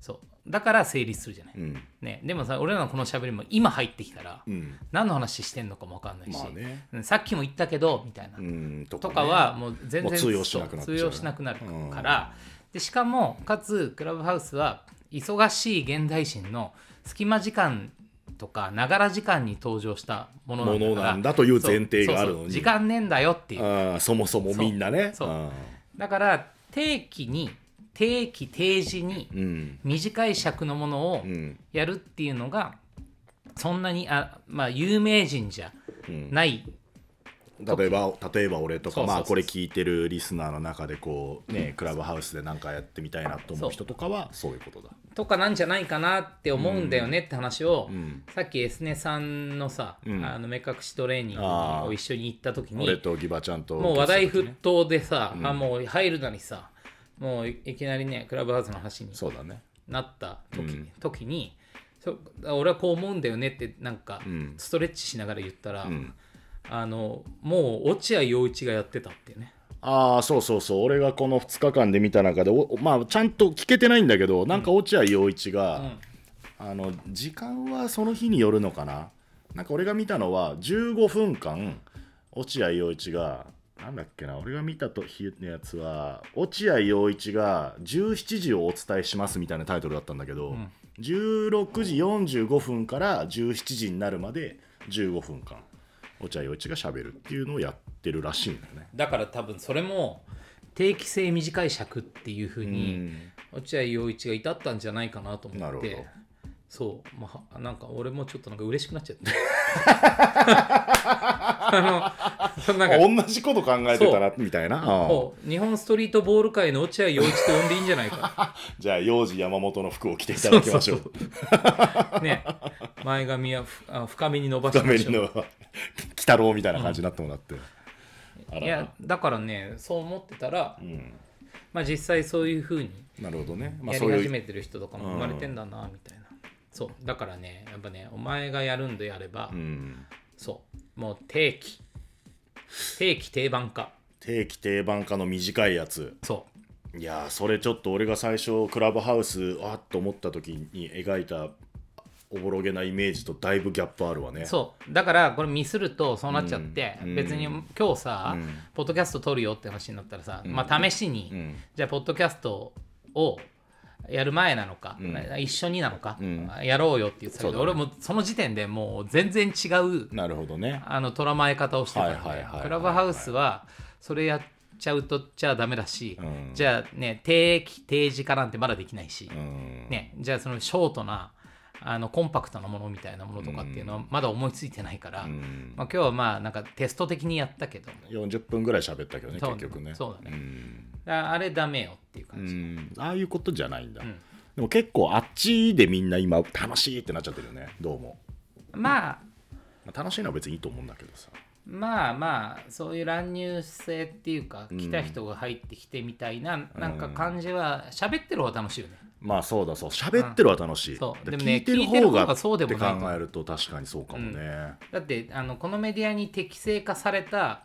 そうだから成立するじゃない、
うん。うん。
ね、でもさ俺らのこのしゃべりも今入ってきたら、
うん。
何の話してんのかも分かんないし、
まあね
うんさっきも言ったけどみたいな、
うん。と
と
ね
かはもう全
もう
然
通用しなくなっちゃう
通用しなくなるから、でしかもかつクラブハウスは忙しい現代人の隙間時間とかながら時間に登場したものなんだから
ものなんだという前提があるのに
そうそうそう時間ねえんだよっていう
あーそもそもみんなね。
そうそう
あ
だから定期に定期定時に
ーうん。
短い尺のものを
うん。
やるっていうのがそんなにあ、まあ、有名人じゃない、
例えば例えば俺と
そうそうそ
か
う
まあこれ聞いてるリスナーの中でこうねクラブハウスで何かやってみたいなと思う人とかはそういうことだ
とかなんじゃないかなって思うんだよねって話を、さっきエスネさんのさ、
ん
あの目隠しトレーニング
あー
を一緒に行った時
俺
に
とギバちゃんと
もう話題沸騰でさ、あもう入るのにさもういきなりねクラブハウスの話に
そうだね
なった時,、時にそ俺はこう思うんだよねってなんか
ん
ストレッチしながら言ったら、
ん
あのもう落合陽一がやってたっていうね
ああそうそうそう俺がこの2日間で見た中でおまあちゃんと聞けてないんだけどなんか落合陽一が、あの時間はその日によるのかななんか俺が見たのは15分間落合陽一がなんだっけな俺が見たと日のやつは落合陽一が17時をお伝えしますみたいなタイトルだったんだけど、16時45分から17時になるまで15分間落合陽一が喋るっていうのをやってるらしいんだよね。
だから多分それも定期性短い尺っていうふうに落合陽一が至ったんじゃないかなと
なる
思っ
ほど
てそう、まあ、なんか俺もちょっとなんか嬉しくなっち ゃったあのなん か
同じこと考えてたらみたいなうん
そう日本ストリートボール界の落合陽一と呼んでいいんじゃないか
じゃあ幼児山本の服を着ていただきましょう
そう ね前髪はふあ深めに伸ばし
画
まし
面
ょう
の鬼太郎みたいな感じになってもらって、あら
いやだからねそう思ってたら、まあ実際そういうふうに
なるほどね、まあ、
や
そう
り始
いう
めてる人とかも生まれてんだなみたいな、そうだからねやっぱねお前がやるんであれば、
うん
そうもう定期定期定番化
定期定番化の短いやつ
そ
いやーそれちょっと俺が最初クラブハウスあっと思った時に描いたおぼろげなイメージとだいぶギャップあるわね
うそうだからこれミスるとそうなっちゃって、
うん
別に今日さ、ポッドキャスト撮るよって話になったらさ、まあ試しに、
ん
じゃあポッドキャストをやる前なのか、一緒になのか、やろうよって言ってたけど、
そうだ
俺もその時点でもう全然違う
なるほどね
あの捉まえ方をしてたん
はいはいはいは
で
いはい
クラブハウスはそれやっちゃうとじゃあダメだし、
ん
じゃあね定期定時化なんてまだできないし、
うん
ね、じゃあそのショートなあのコンパクトなものみたいなものとかっていうのはまだ思いついてないから、
ん
まあ、今日はまあなんかテスト的にやったけど
40分ぐらい喋ったけどね
そう
結局ね
そうだね
ん
ああれダメよっていう感じ、
うんああいうことじゃないんだ、でも結構あっちでみんな今楽しいってなっちゃってるよねどうも、
まあ
まあ、楽しいのは別にいいと思うんだけどさ
まあまあそういう乱入性っていうか来た人が入ってきてみたいな、なんか感じは喋ってる方が楽しいよね、
まあそうだそう喋ってるは楽しい、
そう
で
でもね
聞いてる方
聞いてる方
が
がそうでもないと
って考えると確かにそうかもね、
だってあのこのメディアに適正化された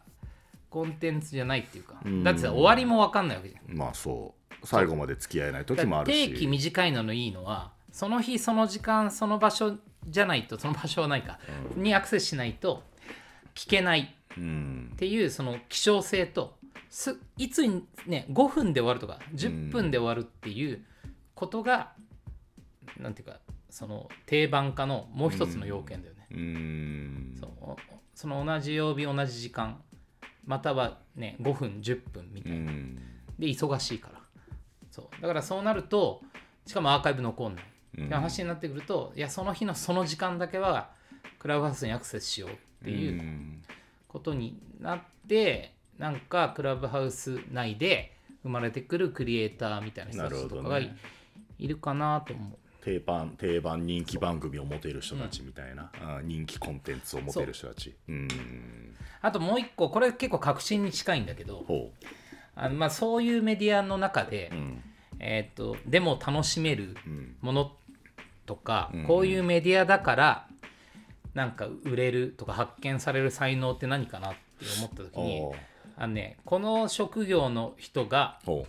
コンテンツじゃないっていうか、だってさ終わりも分かんないわけじゃん
まあそう最後まで付き合えない時もあるし
定期短いののいいのはその日その時間その場所じゃないとその場所はないか、にアクセスしないと聞けない
うん
っていうその希少性とすいつにね5分で終わるとか10分で終わるっていうことが、なんていうかその定番化のもう一つの要件だよね、
うーん
そうおその同じ曜日同じ時間またはね5分10分みた
う
いな、
ん
で忙しいからそうだからそうなるとしかもアーカイブ残んない、
うん
って話になってくるといやその日のその時間だけはクラブハウスにアクセスしようっていう
うん
ことになってなんかクラブハウス内で生まれてくるクリエイターみたいな人たちとか
な
が
る
い,、
ほどね
るかなと思
定番定番人気番組を持てる人たちみたいな、あー人気コンテンツを持てる人たちうん
うあともう一個これ結構革新に近いんだけど
ほ
あの、まあ、そういうメディアの中で、
ううん
えー、とでも楽しめる
うん
ものとか、
ん
こういうメディアだからなんか売れるとか発見される才能って何かなって思った時に
おう
あの、ね、この職業の人が、
ほ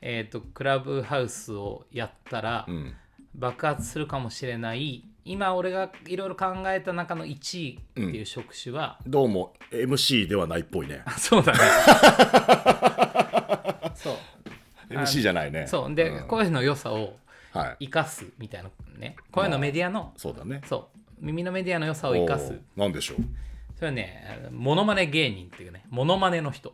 えー、とクラブハウスをやったら
ううん
爆発するかもしれない今俺がいろいろ考えた中の1位っていう職種は、
どうも MC ではないっぽいね
そうだねそう
MC じゃないね
そうで、
ん
声の良さを
はい
生かすみたいなね声のメディアの
そうだね
そう耳のメディアの良さを生かす
おうなんでしょう
それはねあのモノマネ芸人っていうねモノマネの人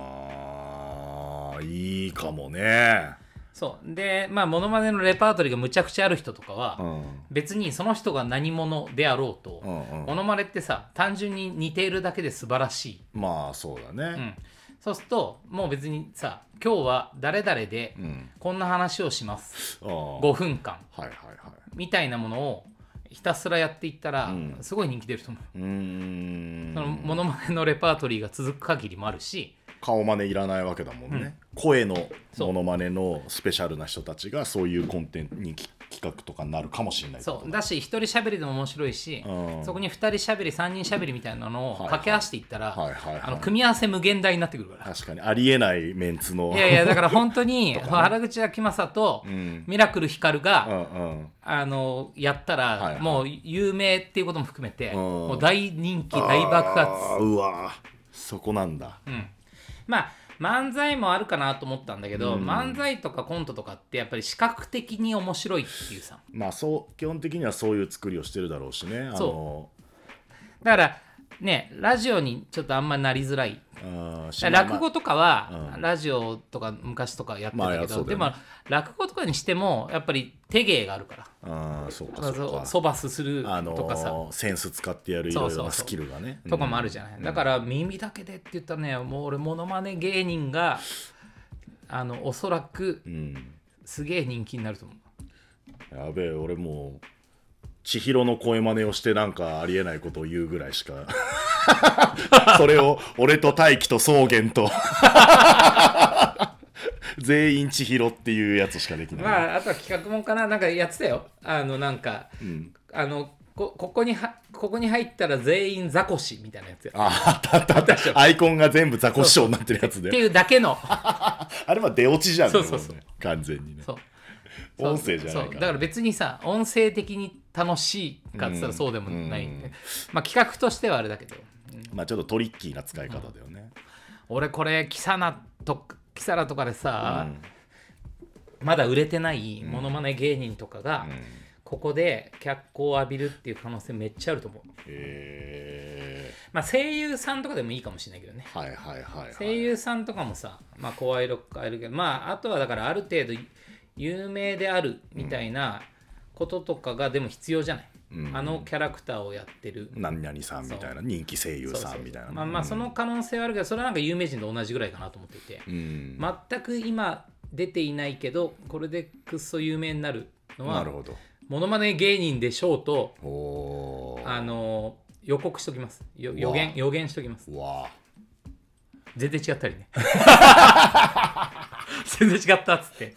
あーいいかもね
そうでまあモノマネのレパートリーがむちゃくちゃある人とかは、
ん
別にその人が何者であろうと、
うんうん
モノマネってさ単純に似ているだけで素晴らしい、
まあそうだ
う
ね
ん、そうするともう別にさ今日は誰々で
うん
こんな話をします、
あー
5分間
はいはいはい
みたいなものをひたすらやっていったら、
ん
すごい人気出ると思う
うーん
そのモノマネのレパートリーが続く限りもあるし、
顔真似いらないわけだもんね、声のモノマネのスペシャルな人たちがそういうコンテンツにき企画とかになるかもしれないってこ
そ
と
う
だ
だし一人喋りでも面白いし、
うん
そこに二人喋り三人喋りみたいなのを掛け合わせていったら、
はいはいはい
あの組み合わせ無限大になってくるから。
確かにありえないメンツの
いやいやだから本 当に原口あきまさと
ん
ミラクルひかる が、
うん
あのやったら、
はいはい
もう有名っていうことも含めて、
ん
もう大人気大爆
あ
発
ーうわーそこなんだ、
まあ漫才もあるかなと思ったんだけど、漫才とかコントとかってやっぱり視覚的に面白いっていうさ
まあそう基本的にはそういう作りをしてるだろうしねあの
だからねラジオにちょっとあんまなりづらい
うんし
落語とかは、
うん
ラジオとか昔とかやってた
まあい
け
や
ど、
そうだ
で
よね
も落語とかにしてもやっぱり手芸があるから
あーそうか
そ
そうか
ばすする
あの
とかさ、
ーセンス使ってやるいろいろなスキルがね
とかもあるじゃない、だから耳だけでって言ったらねもう俺モノマネ芸人があのおそらく
うん
すげえ人気になると思う、
やべえ俺もう千尋の声真似をしてなんかありえないことを言うぐらいしか それを俺と大樹と草原と 全員千尋っていうやつしかできない、
まああとは企画もんかななんかやってたよあのなんか、あのこここにはここに入ったら全員ザコシみたいなやつやっ
ああったあったあったアイコンが全部ザコシショウになってるやつ
て
で
いうだ けの
あれは出落ちじゃんね
そうそうそう
もね完全にね
そう
音声じゃな
そ
いうか
だ
ら
から別にさ音声的に楽しいかっつったらそうでもないんで、まあ企画としてはあれだけど
まあちょっとトリッキーな使い方だよね、
俺これキサナとかキサラとかでさ、まだ売れてないモノマネ芸人とかが、ここで脚光を浴びるっていう可能性めっちゃあると思う
え
まあ声優さんとかでもいいかもしれないけどね
ー、はいはいはい、はい、
声優さんとかもさ、まあ、声色変えるけど、まあ、あとはだからある程度有名であるみたいなこととかがでも必要じゃない、あのキャラクターをやってる、
何々さんみたいな人気声優さんみたいな
まあまあその可能性はあるけどそれはなんか有名人と同じぐらいかなと思っていて、
うん
全く今出ていないけどこれでくっそ有名になるの
な
は
るほど
モノマネ芸人でしょうと
おー
あの予告しときますよ予
う
言
わ
予言しときます
わあ
全然違った りね全然違ったっつって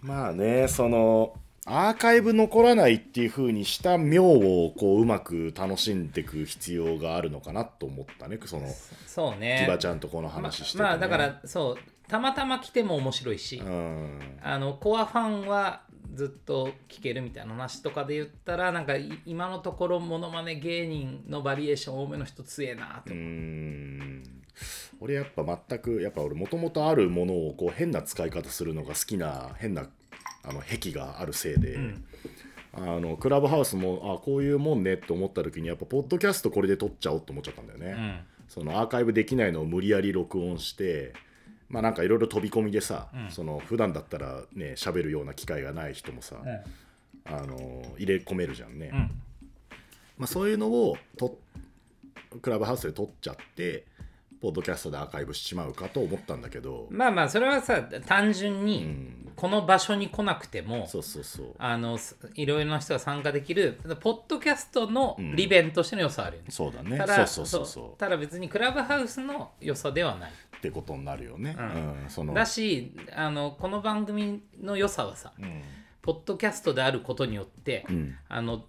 まあねそのアーカイブ残らないっていう風にした妙をこううまく楽しんでいく必要があるのかなと思ったねその
そうね
キバちゃんとこの話してて、ね
まあだからそうたまたま来ても面白いし、
うん
あのコアファンはずっと聞けるみたいな話とかで言ったらなんかい今のところモノマネ芸人のバリエーション多めの人強えなと、
うーん俺やっぱ全くやっぱ俺もともとあるものをこう変な使い方するのが好きな変なあの癖があるせいで、あのクラブハウスもあこういうもんねって思った時にやっぱポッドキャストこれで撮っちゃおうと思っちゃったんだよね、
ん
そのアーカイブできないのを無理やり録音してまあなんかいろいろ飛び込みでさ、その普段だったらね喋るような機会がない人もさ、あの入れ込めるじゃんね、
ん
まあ、そういうのをとクラブハウスで撮っちゃってポッドキャストでアーカイブしちまうかと思ったんだけど、
まあまあそれはさ単純にこの場所に来なくても、
そうそうそう
あのすいろいろな人が参加できるただポッドキャストの利便としての良さはあるよね、
そうだね
ただ
そうそうそうそう
ただ別にクラブハウスの良さではない
ってことになるよね、うんその
だしあのこの番組の良さはさ、ポッドキャストであることによって、あの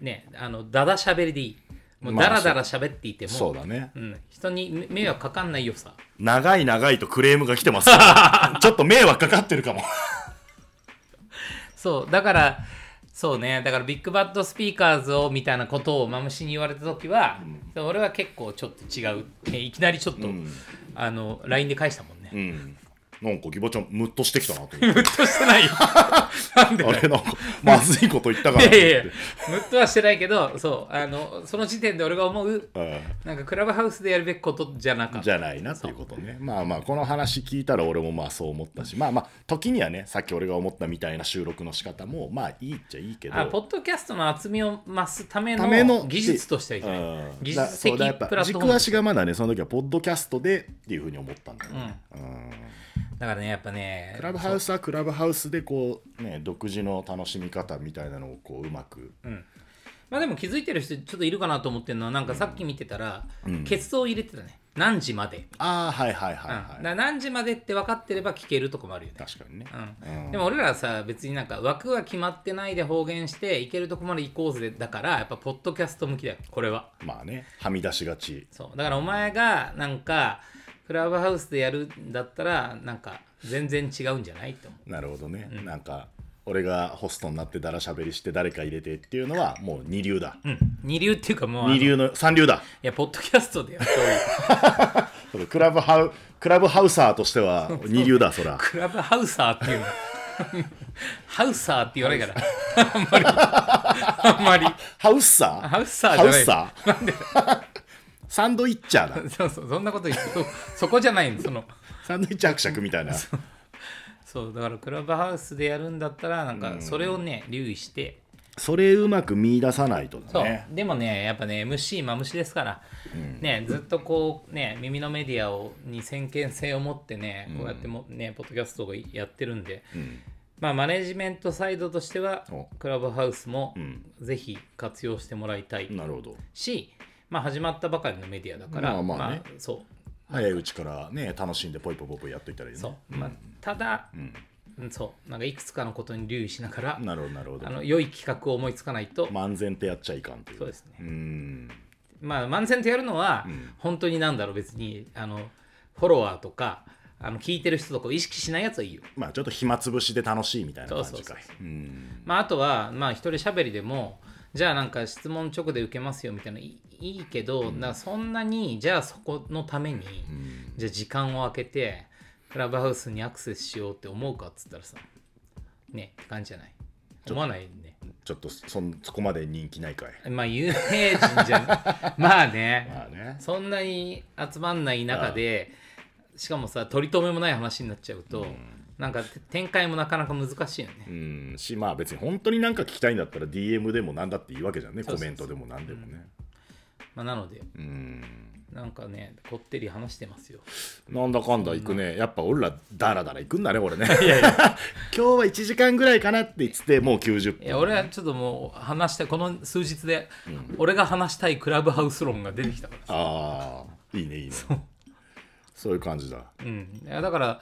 ねあのだだしゃべりでいいもう
まあ
だらだらしゃべっていても、
そうだね
うん、人に迷迷惑かかんない良さ
長い長いとクレームが来て ますよちょっと迷惑かかってるかも
そうだからそうねだからビッグバッドスピーカーズをみたいなことをマムシに言われた時は、俺は結構ちょっと違うっていきなりちょっと、あの LINE で返したもんね、
うんなんかギボちゃんムッとしてきたなと 思っ
ムッとしてないよなん で
てあ
だよ
れなんかまずいこと言ったか
い
ら
やいやいや ムッとはしてないけどそうあのその時点で俺が思うなんかクラブハウスでやるべきことじゃなかった
じゃないなっていうことねまあまあこの話聞いたら俺もまあそう思ったしまあまあ時にはねさっき俺が思ったみたいな収録の仕方もまあいいっちゃいいけど
あポッドキャストの厚みを増すため
ための
の技術としてはいいね
うん
技
だ
術
そう
的
だやっぱ
プラットフォー
軸
ム
足がまだねその時はポッドキャストでっていうふうに思ったんだよね、
だからねやっぱね
クラブハウスはクラブハウスでこうね独自の楽しみ方みたいなのをこううまく、
まあでも気づいてる人ちょっといるかなと思ってるのはなんかさっき見てたら、決闘を入れてたね何時まで、
ああはいはい
うん
はい
だか
はい、
ら何時までって分かってれば聞けるとこもあるよね
確かにね、
うんでも俺らはさ別になんか枠は決まってないで方言していけるとこまで行こうぜだからやっぱポッドキャスト向きだよこれは
まあねはみ出しがち
そうだからお前がなんかクラブハウスでやるんだったらなんか全然違うんじゃないと思
なるほどね、なんか俺がホストになってだらしゃべりして誰か入れてっていうのはもう二流だ、
う、うん、二流っていうかもうあの
二
い
流の三流だ
やポッドキャストでやるそういう
それクラブハウクラブハウサーとしては二流だそら
クラブハウサーっていうの ハウサーって言わないからあんまりあんま
ハウスサー
りハウサーじゃない
ハウサー
なんで
サンドイッチャ ーだ
そうそうそんなこと言ってそそこじゃないのその
サンドイッチ伯爵みたいな
そうだからクラブハウスでやるんだったらなんかそれをね留意して
それうまく見出さないと
そ
だ
う、
ね
でもねやっぱね MC マムシですから、ねずっとこうね耳のメディアをに先見性を持ってねこうやっても、ねポッドキャストをやってるんで、まあマネジメントサイドとしては
お
クラブハウスもぜひ活用してもらいたい
なるほど
し、まあ始まったばかりのメディアだから、
まあまあね
そう
早いうちからね楽しんでポイポイポイポイやっといたらいいね
そう、まあただ、うんそうなんかいくつかのことに留意しながら、
なるほどなるほど
あの良い企画を思いつかないと、
漫然ってやっちゃいかんという
そうですね
うん
まあ漫然とやるのは、本当になんだろう別にあのフォロワーとかあの聞いてる人とかを意識しないやつはいいよ、
まあちょっと暇つぶしで楽しいみたいな感
そう
じ
そう
か
そ
いううん
まあ、あとはまあ一人喋りでもじゃあなんか質問直で受けますよみたいないいいけど、なんかそんなにじゃあそこのために、じゃあ時間を空けてクラブハウスにアクセスしようって思うかっつったらさねって感じじゃない思わないね
ちょっとそんそこまで人気ないかい
まあ有名人じゃんまあね
まあね
そんなに集まんない中でしかもさ取り留めもない話になっちゃうと、なんかて展開もなかなか難しいよね、
うんしまあ別に本当になんか聞きたいんだったら DM でもなんだっていいわけじゃんね
そう
コ
そう
メ
そ
ン
う
トでもなんでもね
まあ、なので
うん
なんかねこってり話し てますよ
なんだかんだ行くねやっぱ俺らダラダラ行くんだね俺ね今日は1時間ぐらいかなって言っててもう90
い
分
や俺はちょっともう話したいこの数日で、俺が話したいクラブハウス論が出てきたからさ
ああいいねいいねそういう感じだ
うんいやだから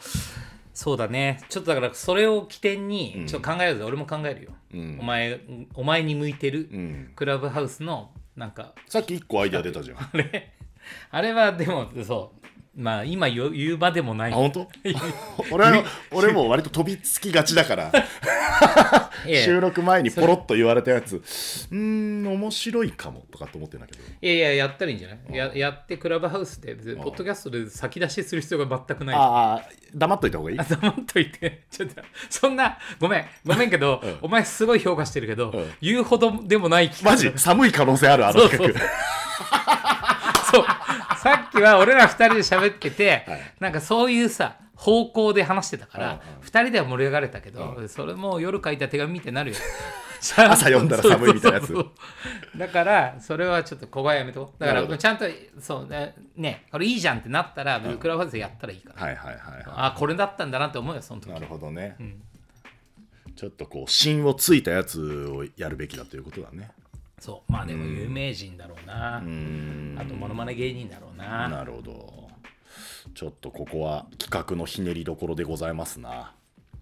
そうだねちょっとだからそれを起点にちょっと考えようぜ、俺も考えるよ、お前お前に向いてるクラブハウスのなんか
さっき1個アイデア出たじゃんあ
あれ あれはでもそうまあ今言う言う場で もない
本当俺は俺も割と飛びつきがちだから
いや
収録前にポロッと言われたやつうーん面白いかもとかと思ってんだけど
いやいや、やったらいいんじゃないややって、クラブハウスで、別にポッドキャストで先出しする必要が全くない。
ああ黙っといた方がいい
黙っといて、 ちょっと、そんな、ごめん、ごめんけど、お前すごい評価してるけど、言うほどでもない気
マジ寒い可能性あるあの
そう
企
そう
画
そう。さっきは俺ら二人で喋ってて、
はい
なんかそういうさ、方向で話してたから
うん、
二、人では盛り上がれたけど、それも夜書いた手紙みたいになるよ。朝
朝読んだら寒いみたいなやつ
だから、それはちょっと小声やめとこう。だか
なるほ
ら、
ど
ちゃんと、そうね、ね、これいいじゃんってなったら、クラファーズでやったらいいから。
はいはいはいは
あ、これだったんだなって思うよ、その
い
時
な。るほどね、ちょっとこう芯をついたやつをやるべきだということだね
そう。まあでも有名人だろうな。あと、モノマネ芸人だろうな。
なるほどちょっとここは企画のひねりどころでございますな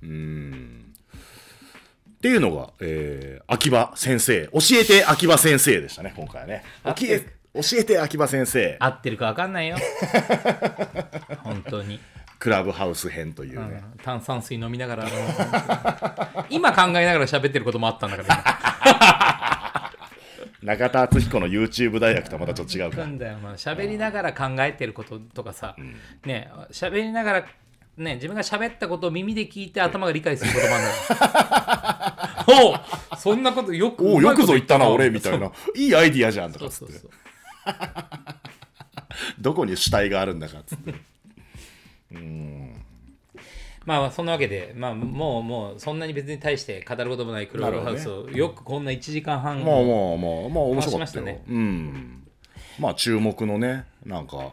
うーんっていうのが、えー秋葉先生教えて秋葉先生でしたね今回はねおきえ教えて秋葉先生
合ってるか分かん ないよ。本当に。
クラブハウス編というね、
炭酸水飲みながら 今考えながら喋ってることもあったんだから
中田敦彦の YouTube 大学とはまたちょっと違うか
なんだよまあ喋りながら考えてることとかさ、ね喋りながらね自分が喋ったことを耳で聞いて頭が理解することもある のよおうそんなことよく
おお
う
よ
まいこ
く
と
ぞ言ったな
そう
俺みたいないいアイディアじゃんと
そ
か
う
つ
そ
っ
う
て
そう
どこに主体があるんだかっつって
まあまあそんなわけで、まあ、もうもうそんなに別に対して語ることもないクロールハウスを、よくこんな1時間半
もうもうもうもう面白かったよ、
回しましたね
うんまあ注目のねなんか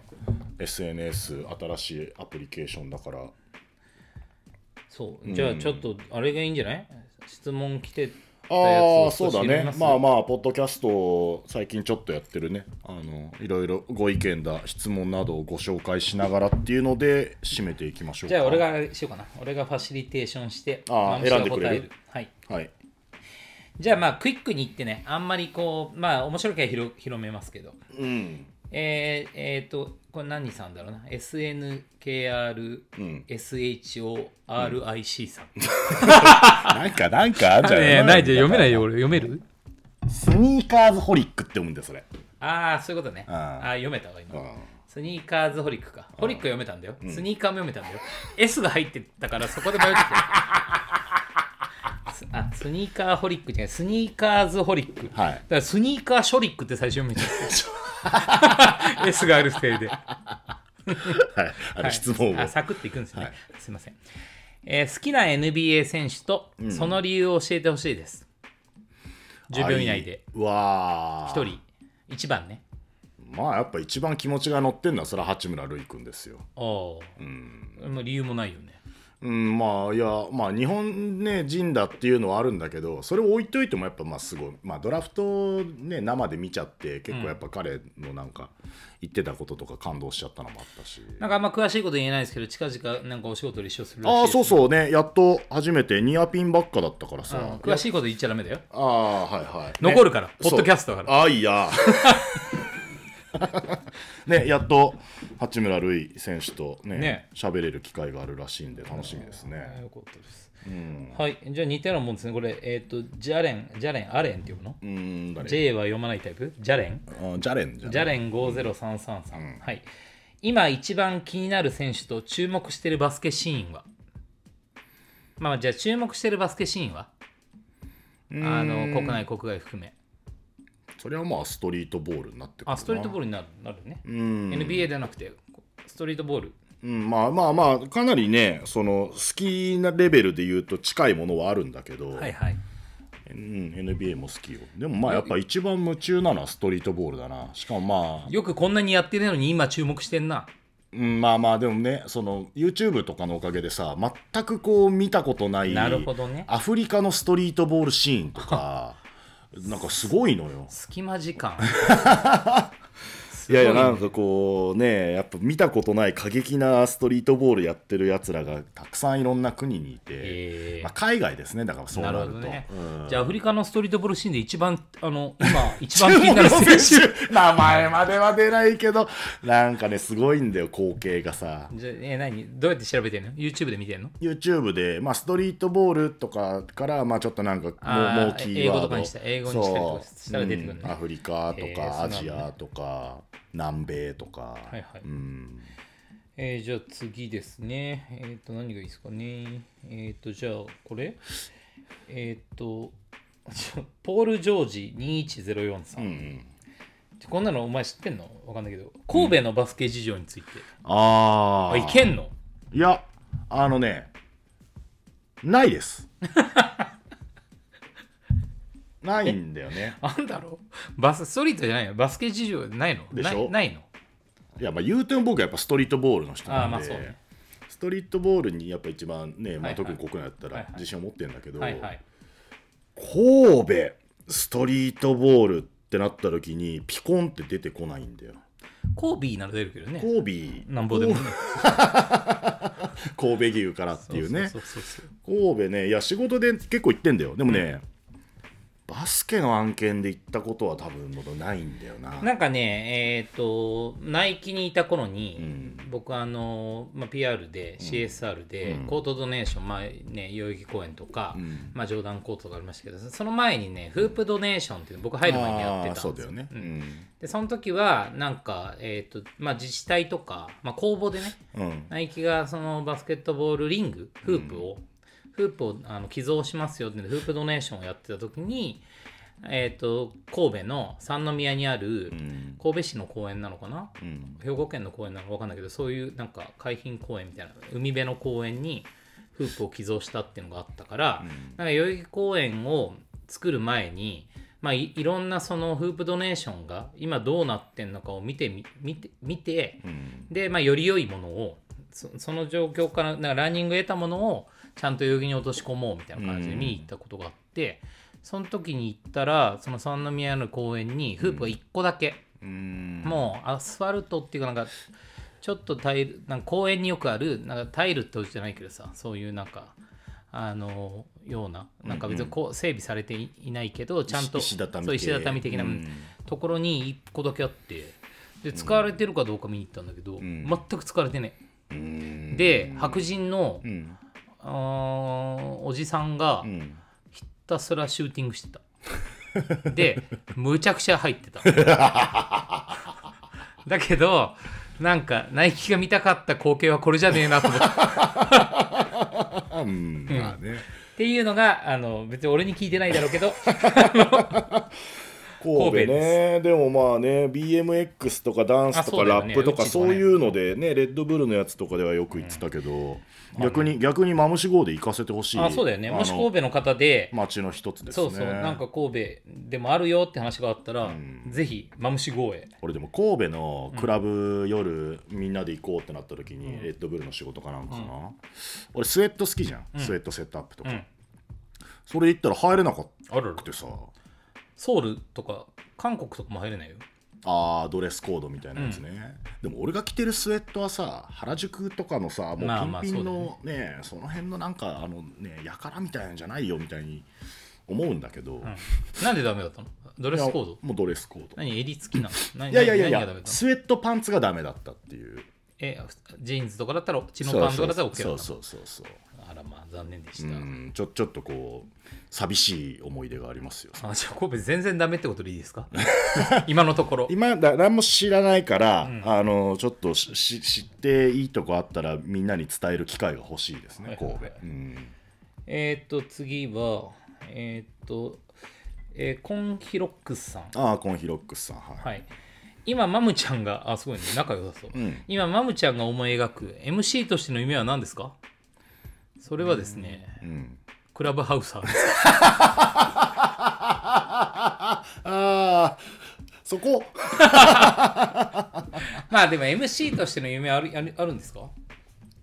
SNS 新しいアプリケーションだから
そうじゃあちょっとあれがいいんじゃない質問来てた
あ
や
あ
つ
そ
を
うだ
少し
ね
読す
まあまあポッドキャスト最近ちょっとやってるねあのいろいろご意見だ質問などをご紹介しながらっていうので締めていきましょうか
じゃあ俺がしようかな。俺がファシリテーションして、
あー
マムシが
選んでくれる
答えはい。
はい
じゃあまあクイックに行ってね、あんまりこう、まあ面白いから広広めますけど。
うん
えー、えーと、これ何さんだろうな。SNKRSHORIC さん。
なんかなんかあんじ ゃない
ないよ、俺。読める
スニーカーズホリックって読むんだよそれ
ああ、そういうことね。
ん
ああー、読めたわ、今。
うん
スニーカーズホリックか。ホリックは読めたんだよ。スニーカーも読めたんだよ。S が入ってたからそこで迷ってた。 すあスニーカーホリックじゃない、スニーカーズホリック。
はい
だからスニーカーショリックって最初 読めちゃう。S があるせいで。
はいあの質問を、
あサクッといくんですね。すいません、えー好きな NBA 選手とその理由を教えてほしいです。10秒以内で
あいわあ
1人、1番ね。
まあやっぱ一番気持ちが乗ってんのはそれは八村塁君ですよ。
おお、うん、理由もないよね。
うんまあいやまあ日本ね人だっていうのはあるんだけどそれを置いといてもやっぱまあすごい、まあ、ドラフトね生で見ちゃって結構やっぱ彼のなんか言ってたこととか感動しちゃったのもあったし。
なんかあんま詳しいこと言えないですけど、近々なんかお仕事で一緒するらしい
ああ
です
そうそうねやっと初めてニアピンばっかだったからさ、
詳しいこと言っちゃダメだよ。
ああはいはい、
残るからポッドキャストだから
らああい やねやっと八村塁選手とね
ね
喋、れる機会があるらしいんで楽しみですね
よかったです。はい、じゃあ似たようなもんですね。これ、えっ、と、ジャレン、ジャレン、アレンって呼ぶの、
うーん誰
?J は読まないタイプジャレン
あジャレンじゃん
ジャレン50333、はい。今一番気になる選手と注目してるバスケシーンはまあじゃあ注目してるバスケシーンはあの国内国外含め
それはまあストリートボールになってくるな
あストリートボールになるなるね NBA じゃなくてストリートボール
うん、まあまあまあかなりねその好きなレベルで言うと近いものはあるんだけど、
はいはい
うん、NBA も好きよでもまあやっぱ一番夢中なのはストリートボールだなしかもまあ
よくこんなにやってるのに今注目してんな
うん、まあまあでもねその YouTube とかのおかげでさ全くこう見たことない
なるほどね
アフリカのストリートボールシーン とかなんかすごいのよ
隙間時間す
い
ご
や
い
い
ね
やなんかこうねやっぱ見たことない過激なストリートボールやってるやつらがたくさんいろんな国にい
へ
て
ー、
まあ、海外ですねだからそうなる
なる
と
ほどね、
うん
じゃあアフリカのストリートボールシーンで一番あの 今一番気になる選手
手 名前までは出ないけどなんかねすごいんだよ光景がさ
じゃあえ何どうやって調べてんの YouTube で見てんの
YouTube で、まあ、ストリートボールとかから、まあ、ちょっとなんかも
あー
うもうキーワード
英語とかにした英語にしたりとか
そう
したら出てくるね
うんアフリカと
へーそう
か
な
ア
んだ
ジアとか南米とか、
はいはい
うん
えー、じゃあ次ですね。えっ、と、何がいいですかね。えっ、と、じゃあ、これ。えっ、と、 ちょポール・ジョージ2104さん。こんなのお前知ってんのわかんないけど、神戸のバスケ事情について。
あ
あ、
あ
いけんの
いやあのねないです ないんだよね
あんだろバス、ストリートじゃないのバスケ事情ないの
でしょ
ないないの
いやまあ言うても僕はやっぱストリートボールの人
あ
な
あ、
んで
まあそうね。
ストリートボールにやっぱ一番ね、ま
はいは
あ、
い
特に国内だった
はい
ら
はい
自信を持ってるんだけど、
はいはい。
神戸ストリートボールってなった時にピコンって出てこないんだよ
コービーなら出るけどね。
神戸
なんぼでもね。
神戸牛からっていうね
そうそうそうそう
神戸ねいや仕事で結構行ってんだよでもね、バスケの案件で行ったことは多分僕ないんだよな
なんかね、えっ、と、ナイキにいた頃に、
ん
僕あの、まあ、PR で CSR で、コートドネーション、まあね、代々木公園とか、
ん
まあ、冗談コートとかありましたけど、その前にね、フープドネーションっていうの僕入る前にやってたん
あーそ
ですよ
うだよね、
う
うんん
で、その時は、なんか、えっ、と、まあ、自治体とか、まあ、公募でね、
うん
ナイキがそのバスケットボールリング、フープを、フープをあの寄贈しますよっていうのでフープドネーションをやってた時に、えっ、と、神戸の三宮にある、
うん
神戸市の公園なのかな、
うん
兵庫県の公園なのか分かんないけどそういうなんか海浜公園みたいな海辺の公園にフープを寄贈したっていうのがあったから、なんか代々木公園を作る前に、まあ、いいろんなそのフープドネーションが今どうなってんのかを見てみ見て見て、で、まあ、より良いものをそその状況からなんかランニング得たものをちゃんと代々木に落とし込もうみたいな感じで見に行ったことがあって、その時に行ったらその三宮の公園にフープが1個だけ。
うん
もうアスファルトっていうかなんかちょっとタイルなんか公園によくあるなんかタイルってわけじゃないけどさそういうなんかあのようななんか別にこう整備されていいないけどちゃんと
石石畳系
そう石畳的な、
うん
ところに一個だけあってで使われてるかどうか見に行ったんだけど、全く使われてね
うん
で白人の、
うん
あーおじさんが
う
ひ
ん
たすらシューティングしてた、でむちゃくちゃ入ってただけどなんかナイキが見たかった光景はこれじゃねえなと思ったっ
あうんまあね
ていうのがあの別に俺に聞いてないだろ うけど
神戸ねでもまあね BMX とかダンス
あ
と
そ
か
うだ
ラ
よね
ップとか
うち
そ
と
う
かね
いうのでねレッドブルのやつとかではよく行ってたけど、逆に逆にマムシ号で行かせてほしい
あそうだよねもし神
戸
戸の方で
町の一つですね
そうそうなんか神戸でもあるよって話があったら、ぜひマムシ号へ
俺でも神戸のクラブ夜みんなで行こうってなった時にレッドブルの仕事かなんかな、俺スウェット好きじゃん、スウェットセットアップとか、
うん
それ行ったら入れなかっ
ある
たくてさ
ソウルとか韓国とかも入れないよ
あードレスコードみたいなやつね、でも俺が着てるスウェットはさ原宿とかのさも
まあま
う
あ
ピンピンのね,、その辺のなんかあのねやからみたいなんじゃないよみたいに思うんだけど、い
なんでダメだったのドレ
や
スコード
もうドレスコード
何襟付き なの何
いやいやいやい
何が
や
ダメだったの
スウェットパンツがダメだったっていう
えジーンズとかだったらチノパンとかだったら OK だ
そ
っ
うそう
た
そうそう
あらまあ残念でした、
うんちょちょっとこう寂しい思い出がありますよ
あじゃあ神戸全然ダメってことでいいです か今のところ
今だ何も知らないから、あのちょっとしし知っていいとこあったらみんなに伝える機会が欲しいですね神戸、うん
えーっと次はえーっと、えーコンヒロックスさん
ああコンヒロックスさんはい、
はい今マムちゃんがあすごいね仲良さそう、
ん
今マムちゃんが思い描く MC としての夢は何ですかそれはですね、
うん、
クラブハウサーです
ああそこ
まあでも MC としての夢あるあるあるんですか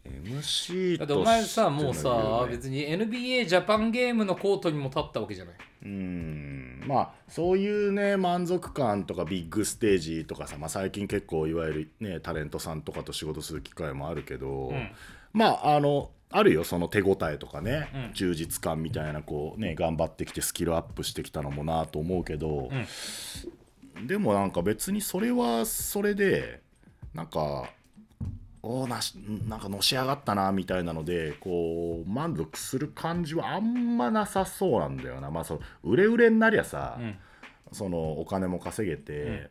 MC MC
だ
と
ってお前さもう
しての
さ
いるよね
別に NBA ジャパンゲームのコートにも立ったわけじゃない
うんまあそういうね満足感とかビッグステージとかさ、まあ、最近結構いわゆるねタレントさんとかと仕事する機会もあるけど、
ん
まああのあるよその手応えとかね、充実感みたいなこうね頑張ってきてスキルアップしてきたのもなと思うけど、でもなんか別にそれはそれでなんかおーなしなんかのし上がったなみたいなのでこう満足する感じはあんまなさそうなんだよなまあその売れ売れになりゃさ、
ん
そのお金も稼げて、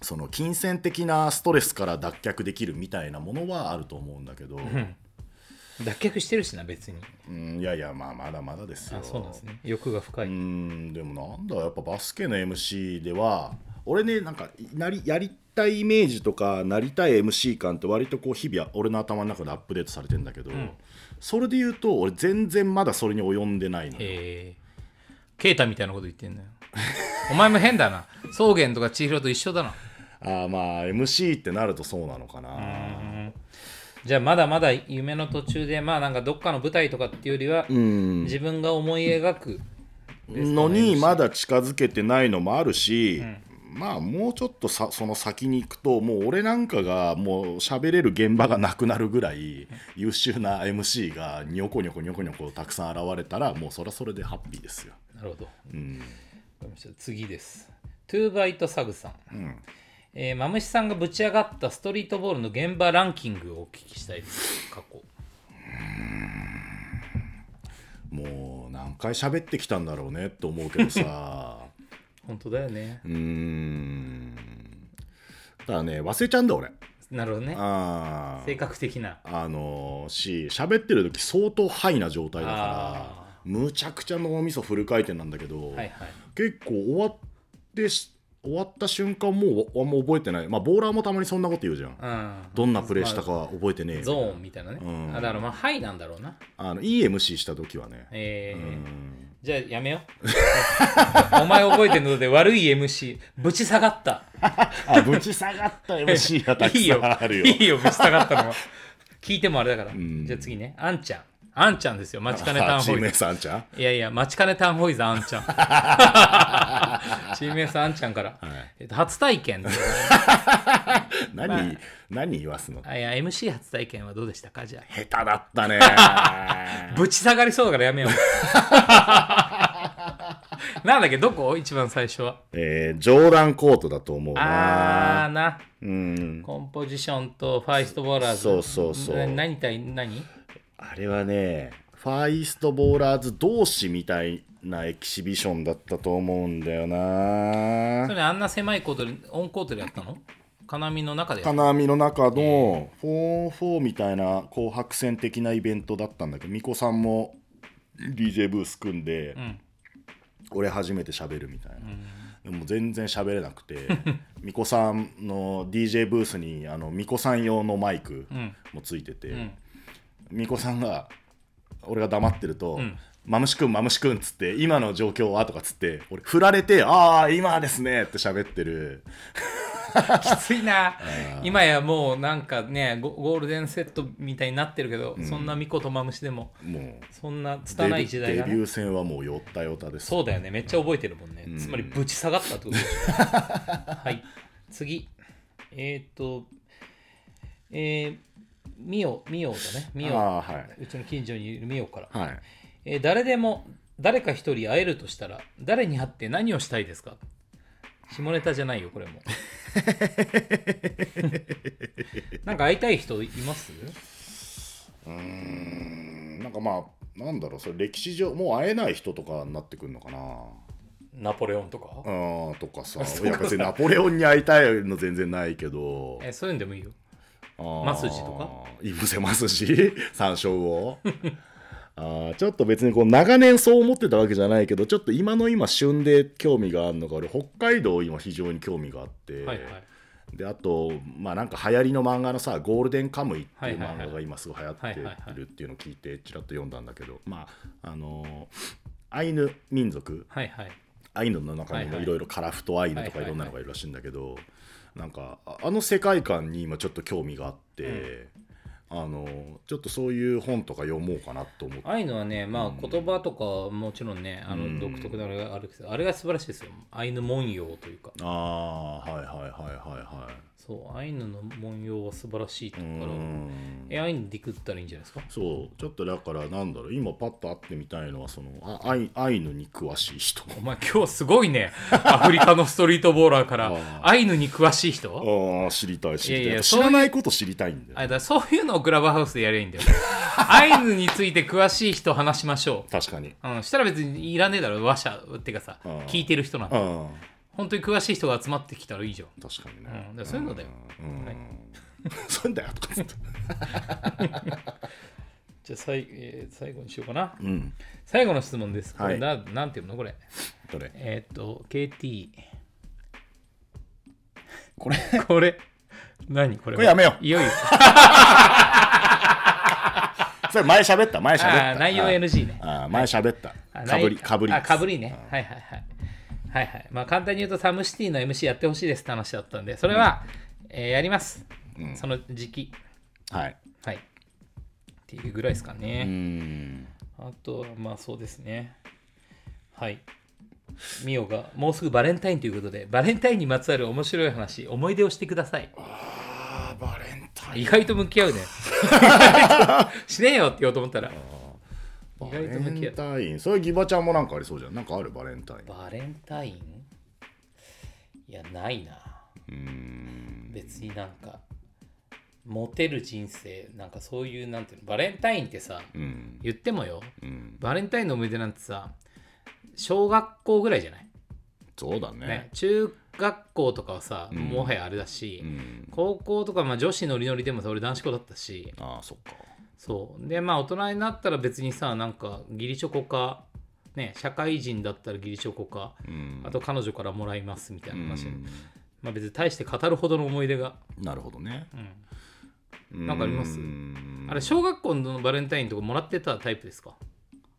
その金銭的なストレスから脱却できるみたいなものはあると思うんだけど、
脱却してるしな別に
うんいやいやまあまだまだですよ
あそうなんですね欲が深い、
うんでもなんだやっぱバスケの MC では俺ねなんかなりやりたいイメージとかなりたい MC 感って割とこう日々俺の頭の中でアップデートされてんだけど、それで言うと俺全然まだそれに及んでないのよ
えー、ケイタみたいなこと言ってんのよ お前も変だな草原とか千尋と一緒だな
あーまあ MC ってなるとそうなのかな、
じゃあまだまだ夢の途中でまあなんかどっかの舞台とかっていうよりは、自分が思い描く
のにまだ近づけてないのもあるし、まあもうちょっとさその先に行くともう俺なんかがもう喋れる現場がなくなるぐらい優秀な MC がニョコニョコニョコニョコたくさん現れたらもうそりゃそれでハッピーですよ。
なるほど、わかりました次ですトゥーバイトサグさん、えーマムシさんがぶち上がったストリートボールの現場ランキングをお聞きしたいです過去
もう何回喋ってきたんだろうねって思うけどさ
本当だよね
うーんただね忘れちゃうんだ俺。
なるほどね
あー
性格的な
あのし喋ってる時相当ハイな状態だから
あ
むちゃくちゃ脳みそフル回転なんだけど、
はいはい
結構終わってし終わった瞬間もうあんま覚えてないまあボーラーもたまにそんなこと言うじゃん、
うん
どんなプレーしたかは覚えてねえ
ゾーンみたいなね、
ん
あだからまあはいなんだろうな
あのいい MC した時はね
えーじゃあやめよう お前覚えてるので悪い MC ぶち下がった
あぶち下がった MC がたく
いい
さ
よ
んあるよ
いいよぶち下が ったのは聞いてもあれだから、じゃあ次ねあんちゃんあんちゃんですよ待ちかねタン
あチ
ホ
ーム
イ
S さんちゃん
いやいや、待ちかねタンホイズあ んちゃん。チーム S あんちゃんから。えっと、初体験で。
何、何言わ すの
あいや、MC 初体験はどうでしたかじゃ
下手だったね
あ。ぶち下がりそうだから やめよう。なんだっけ、どこ一番最初は。
えー、ジョーダンコートだと思うな
あーな。
うん
コンポジションとファイストボーラーズ。
そうそうそう
な何対何
あれはね、ファイストボーラーズ同士みたいなエキシビションだったと思うんだよ
そ
な。
れあんな狭いコートで、オンコートでやったの金網の中でやった
金網の中の 4on4 みたいな紅白戦的なイベントだったんだけど、巫女さんも DJ ブース組んで、俺初めて喋るみたいな。でも全然喋れなくて 巫女さんの DJ ブースにあの巫女さん用のマイクもついてて、巫女さんが俺が黙ってると「マムシくんマムシくん」っつって「今の状況は?」とかっつって俺振られて「ああ今ですね」って喋ってる
きついな今やもうなんかねゴゴールデンセットみたいになってるけど、そんなミコとマムシでも
もう
そんな
デビ
拙い時代
デ
が、
ビュ
ね、
ー戦はもうよったよたです
そうだよねめっちゃ覚えてるもんね、つまりぶち下がったってこと でしょはい次えっ、とえー、ミオミオだねミオ
ああはいう
ちの近所にいるミオから、
はい
えー誰でも誰か一人会えるとしたら誰に会って何をしたいですか下ネタじゃないよこれ もなんか会いたい人います
うんなんかまあなんだろうそれ歴史上もう会えない人とかになってくるのかな
ナポレオンとか、
あーとか さいや別にナポレオンに会いたいの全然ないけど
えーそういうんでもいいよ
マ
スジとか
いぶせます し山椒をあーちょっと別にこう長年そう思ってたわけじゃないけどちょっと今の今旬で興味があるのが俺北海道今非常に興味があって、
はいはい
であとまあなんか流行りの漫画のさ「ゴールデンカムイ」っていう
はい
漫
はいはい
画が今すごい流行
はいはいは
っ
い
てるっていうのを聞いてちらっと読んだんだけどまああのーアイヌ民族
はいはい
アイヌの中に
はいは
も
い
いろいろカラフトアイヌとかい
はいはいはい
ろんなのがいるらしいんだけど、なんかああの世界観に今ちょっと興味があって、あのちょっとそういう本とか読もうかなと思って
ああいうのはね、まあ、言葉とかもちろんね、あの独特なあれがあるけど、あれが素晴らしいですよ。アイヌ文様というか、
ああーはいはいはいはいはい
そう、アイヌの文様は素晴らしいとこ
う
ろ。
ん
え、アイヌで食ったらいいんじゃないですか
そうちょっとだからなんだろう今パッと会ってみたいのはそのあアイアイヌに詳しい人
お前今日すごいね。アフリカのストリートボーラーか
あ
ら、アイヌに詳しい人
ああ知りたい知りたい
いやいや
知らないこと知りたいんだよ
あれだそういうのをクラブハウスでやりゃいいんだよ。アイヌについて詳しい人話しましょ
確かに
う。うん、したら別にいらねえだろ、話者ってかさ、
ん
聞いてる人なん
う
て。
ん
本当に詳しい人が集まってきたらいいじゃん。
確かに
うん、だ
ね、
からそういうのだよ。はい
そうだよとか言って
じゃあ最、えー最後にしようかな。
うん
最後の質問です。こ
は
れ
い
な、なんていうのこれ。
どれ
えーっと、KT。
これ
これ。何これは。
これやめよう
いよいよ。
それ前喋った前喋っ
あ
た
あ、内容 NG ね。
ああ前喋った
あ
かぶり
ない
かぶり
あ、
です
かぶりね。はいはいはい。はいはい。まあ、簡単に言うと、サムシティの MC やってほしいですって話だったんで、それは、えーやります。その時期。
はい
はい。っていうぐらいですか
う
ね。
ん
あとは、まあそうですね。はい。ミオが、もうすぐバレンタインということで、バレンタインにまつわる面白い話、思い出をしてください。
あバレンタイン
意外と向き 合うね。しねえよって言おうと思ったら。意
バ
外と向き
レ
合
ン
う。
タインそれギバちゃんもなんかありそうじゃんなんかあるバレンタイン
バレンタインいや、ないな。別になんか、モテる人生、なんかそういう、なんていうの、バレンタインってさ、
うん
言ってもよ、
うん
バレンタインの思い出なんてさ、小学校ぐらいじゃない、
そうだね
ね、中学校とかはさ、もはやあれだし、
うん
高校とか、まあ、女子ノリノリでもさ、俺男子校だったし、
ああそっか
そう。で、まあ、大人になったら別にさ、なんか、義理チョコか、ね、社会人だったら義理チョコか、
うん
あと彼女からもらいますみたいな話、
うん
まあ別に大して語るほどの思い出が、
なるほどね
んなんかあります
うん
あれ小学校のバレンタインとかもらってたタイプですか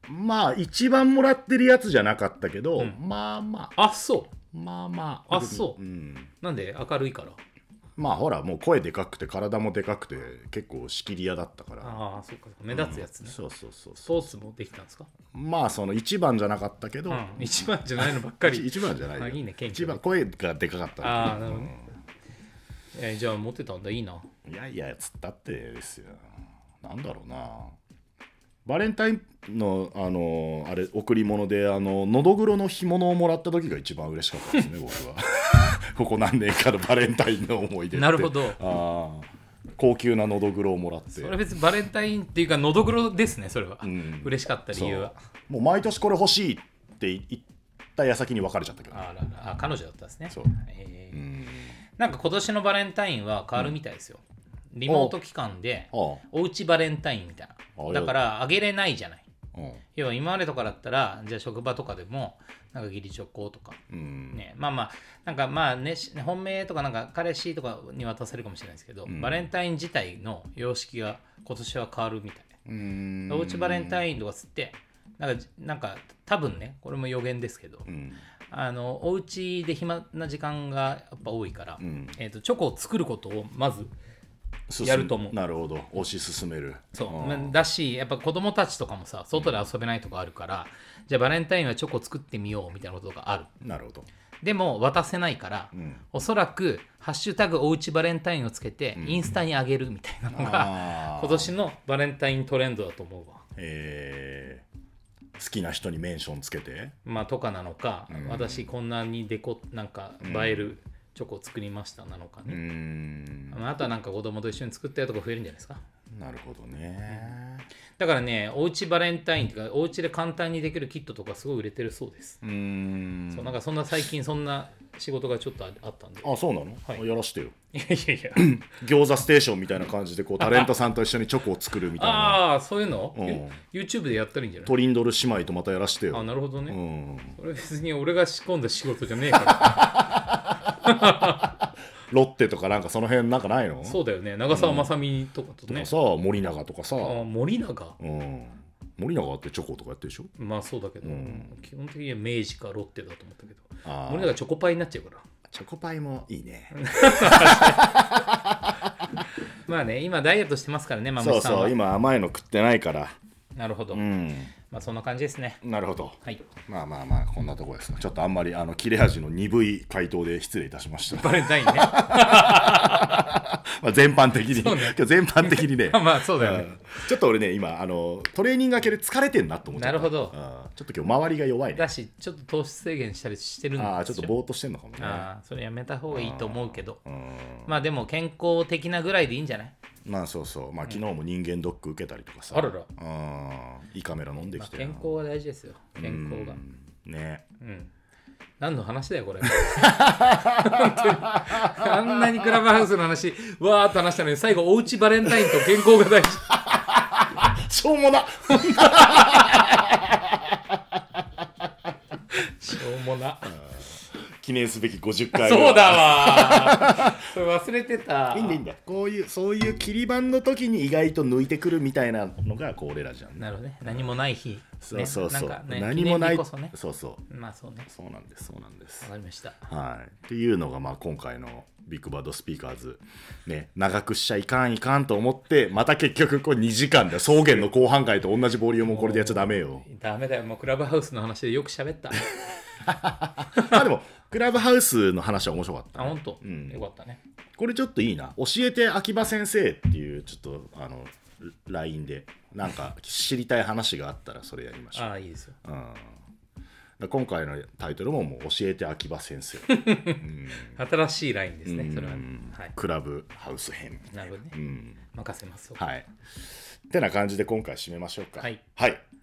まあ一番もらってるやつじゃなかったけど、まあまあ
あそう
まあまあ
あそう
うん、
なんで明るいから
まあほらもう声でかくて体もでかくて結構仕切り屋だったから
ああそうかそうか目立つやつね、
そうそうそうそ
スポーツもできたんですか、
うまあその一番じゃなかったけど、
うん、一番じゃないのばっ か
一
り
一番じゃないよ
あいいね謙
一
虚
番声がでかかった
ああなるほどね、えーじゃあ持ってたんだいいない
やいやつったってですよなんだろうなバレンタインのあのあれ贈り物であののどぐろの干物をもらった時が一番嬉しかったです ね僕は ここ何年かのバレンタインの思い出って
なるほど
ああ高級なのどぐろをもらって
それは別にバレンタインっていうかのどぐろですねそれは、
ん
嬉しかった理由は
そうもう毎年これ欲しいって言った矢先に別れちゃったけどね
あららあ彼女だったんですね
そう
え
う
ー
ん
なんか今年のバレンタインは変わるみたいですよ、リモート期間で
あ
おうちバレンタインみたい
あ
なだからあげれないじゃない
あ
要は今までとかだったらじゃあ職場とかでもなんか義理チョコとか、
うん
ね、まあまあなんかまあねし本命とかなんか彼氏とかに渡せるかもしれないですけど、バレンタイン自体の様式が今年は変わるみたい、
うん
おうちバレンタインとかつってなんかじなんか多分ねこれも予言ですけど、
うん
あのおうちで暇な時間がやっぱ多いから、
ん
えー、とチョコを作ることをまず
進む
やると思う
なるほど推し進める
そうまあだしやっぱ子供たちとかもさ外で遊べないとかあるから、じゃあバレンタインはチョコ作ってみようみたいなことがある
なるほど
でも渡せないから、おそらく「ハッシュタグおうちバレンタイン」をつけて、インスタにあげるみたいなの
あー
が 今年のバレンタイントレンドだと思うわ。
えー好きな人にメンションつけて
まあ、とかなのか、私こんなにデコなんか映えるチョコを作りましたなのか
うー
ね、
ん
まあ、あとはなんか子供と一緒に作ったやとか増えるんじゃないですか
なるほどね
だからねおうちバレンタインとかおうちで簡単にできるキットとかすごい売れてるそうです、
うーん
そうなんかそんな最近そんな仕事がちょっとああったんで
あそうなの、
はい
やらしてよ
いやいやいや
餃子ステーションみたいな感じでこうタレントさんと一緒にチョコを作るみたい な
ああそういうの、
ん
YouTube でやったらいいんじゃない
トリンドル姉妹とまたやらして
あ
よ
なるほどね、
うん
それ別に俺が仕込んだ仕事じゃねえから
ロッテとかなんかその辺なんかないの
そうだよね長澤まさみとかとね、
さ森永とかさ、
あ森永
うん、森永ってチョコとかやってるでしょ
まあそうだけど、基本的には明治かロッテだと思ったけど
あー
森永チョコパイになっちゃうから
チョコパイもいいね
まあね、今ダイエットしてますからね、ま
そ
む
う
さん
そう
は。
今甘いの食ってないから
なるほど。
うん
まあそんな感じですね。
なるほど
はい。
まあまあまあこんなとこですちょっとあんまりあの切れ味の鈍い回答で失礼いたしました
バレンタインね。
まあ全般的に、
そうね
今日全般的にね
まあそうだよね
んちょっと俺ね今あのトレーニング明けで疲れてんなと思って
なるほど
ちょっと今日周りが弱いね
だし、ちょっと糖質制限したりしてるんですよ。
ああちょっとぼーっとしてんのかもね
ああそれやめた方がいいと思うけど。
うん
まあでも健康的なぐらいでいいんじゃない
まあそうそうまあ昨日も人間ドック受けたりとかさ
あらら
うん胃カメラ飲んできて
健康は大事ですよ。健康が。
ね
何の話だよこれ本当にあんなにクラブハウスの話わーっと話したのに最後おうちバレンタインと健康が大事
しょうもな
しょうもな
記念すべ き50回
そうだわーそれ忘れてた
いいんだいいんだこういうそういう切り板の時に意外と抜いてくるみたいなのがこう俺らじゃんね
なるほどね何もない日、ね、
そうそうそう、
なんかね
何もない
記念日こそね
そうそう
まあそうね
そうなんですそうなんです
わかりました
はい、っていうのがまあ今回のビッグバードスピーカーズ、ね、長くしちゃいかんいかんと思ってまた結局これ2時間で草原の後半回と同じボリュームをこれでやっちゃダメよ
ダメだよもうクラブハウスの話でよく喋った
あでもクラブハウスの話は面白かった
あ本当、
ん
よかったね
これちょっといいな教えて秋葉先生っていうちょっとあの LINE でなんか知りたい話があったらそれやりましょう
ああいいですよ
うん今回のタイトルももう教えて秋葉先生
新しいラインですねそれは、はい
クラブハウス編
なるほどね、任せます
はい。てな感じで今回締めましょうか。
はい。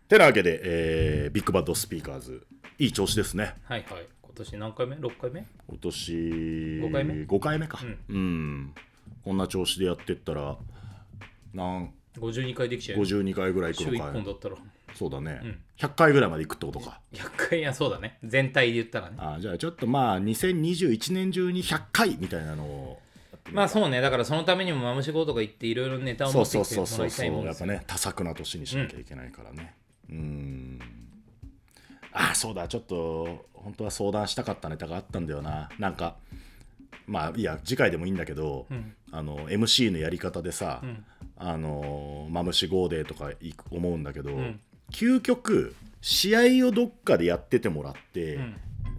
てなわけで、えービッグバッドスピーカーズ、いい調子ですね。
はいはい。今年何回目 ?6 回目
今年
五回目
5回目か、うん。こんな調子でやってったら、なん、
?52 回できちゃうよ。
52回ぐらい行
週
くの
1
か
本
い
だったら。
そうだね、100回ぐらいまで行くってことか。
100回いやそうだね。全体で言ったらね。
あーじゃあちょっとまあ、2021年中に100回みたいなのを。
まあそうね。だからそのためにもマムシゴとか行っていろいろネタ
そう
を持って
そう
きて
そう
も
そ
ら
う
い
そ
た
う
いもん
や
で
っ
す
ぱ
よ。
ね多作な年にしなきゃいけないからねうんあそうだちょっと本当は相談したかったネタがあったんだよななんかまあいや次回でもいいんだけど、あの MC のやり方でさ、あのマムシゴーデーとかいく思うんだけど、究極試合をどっかでやっててもらって、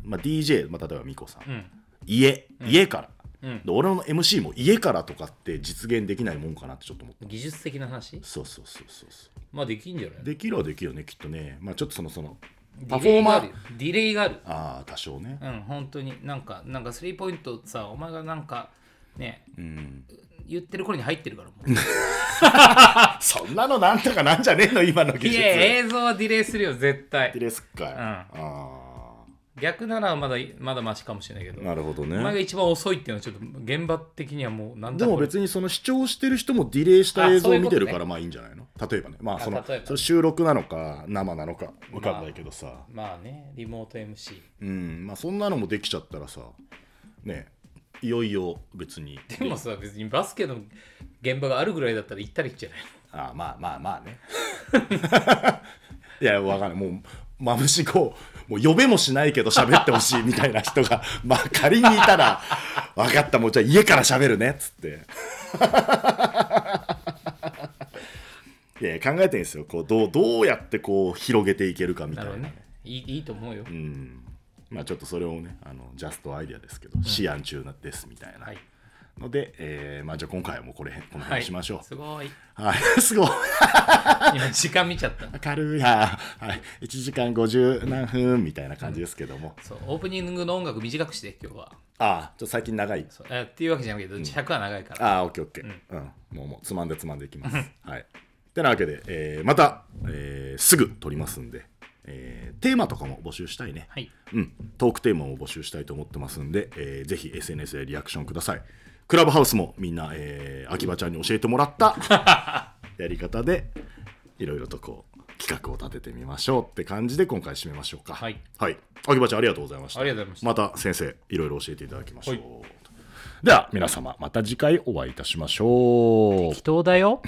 まあ、DJ、まあ、例えばミコさん、
ん
家家から、
うん
で俺の MC も家からとかって実現できないもんかなってちょっと思った
技術的な話
そうそうそうそうそ
まあできんじゃな
う
い
できるはできるよねきっとねまあちょっとそのその
デ
パ
ィ
フォ
レ
ー
イ
マ
がある
ー
よディレイがある。
ああ多少ね
うん、本当に。なんか、なんかスリーポイントさ、お前がなんか、ね、
うん
言ってる頃に入ってるからもう。
そんなのなんとかなんじゃねえの今の技
い
術
や、映像はディレイするよ、絶対。
ですかい、
ん
ああ
逆ならまだ、まだマシかもしれないけど。
なるほど
お前が
ね
一番遅いっていうのはちょっと現場的にはもうなん
で
だ
も
これ
別にその視聴してる人もディレイした映像
あそう
を
いう
見
こと
て
ね
るからまあいいんじゃないの例えばねまあその
あ例えば
それ収録なのか生なのか分かんないけどさ、
まあねリモート MC
うんまあそんなのもできちゃったらさねいよいよ別に
でもさ別にバスケの現場があるぐらいだったら行ったりじゃない
ああまあまあまあね いやわかんないもうまぶしこうもう呼べもしないけど喋ってほしいみたいな人が まあ仮にいたら分かったもうじゃあ家から喋るねっつって いやいや考えてるんですよこうどうどうやってこう広げていけるかみた
ないる
な
ほどねいいいいと思うよ、
うんまあちょっとそれをねあのジャストアイデアですけど、試案中ですみたいな、
はい
ので、えーまあ、じゃあ今回はもうこれこの
は
辺
い
にしましょ
すごい
う、はい、 すごい
今時間見ちゃった
明るいな、はい、1時間50何分みたいな感じですけども、
そうオープニングの音楽短くして今日は
ああちょっと最近長い
そうえーっていうわけじゃないけど尺は長いから、
ああオッケーオッケー、うんもうもうつまんでつまんでいきますはいてなわけで、えーまた、えーすぐ撮りますんで、えーテーマとかも募集したいね、
はい
うん、トークテーマも募集したいと思ってますんで、えーぜひ SNS でリアクションくださいクラブハウスもみんな、えー秋葉ちゃんに教えてもらった やり方でいろいろとこう企画を立ててみましょうって感じで今回締めましょうか
はい、
はい、秋葉ちゃんありがとうございました
ありがとうございました
また先生いろいろ教えていただきましょう、
はい
では皆様また次回お会いいたしましょう
人だよ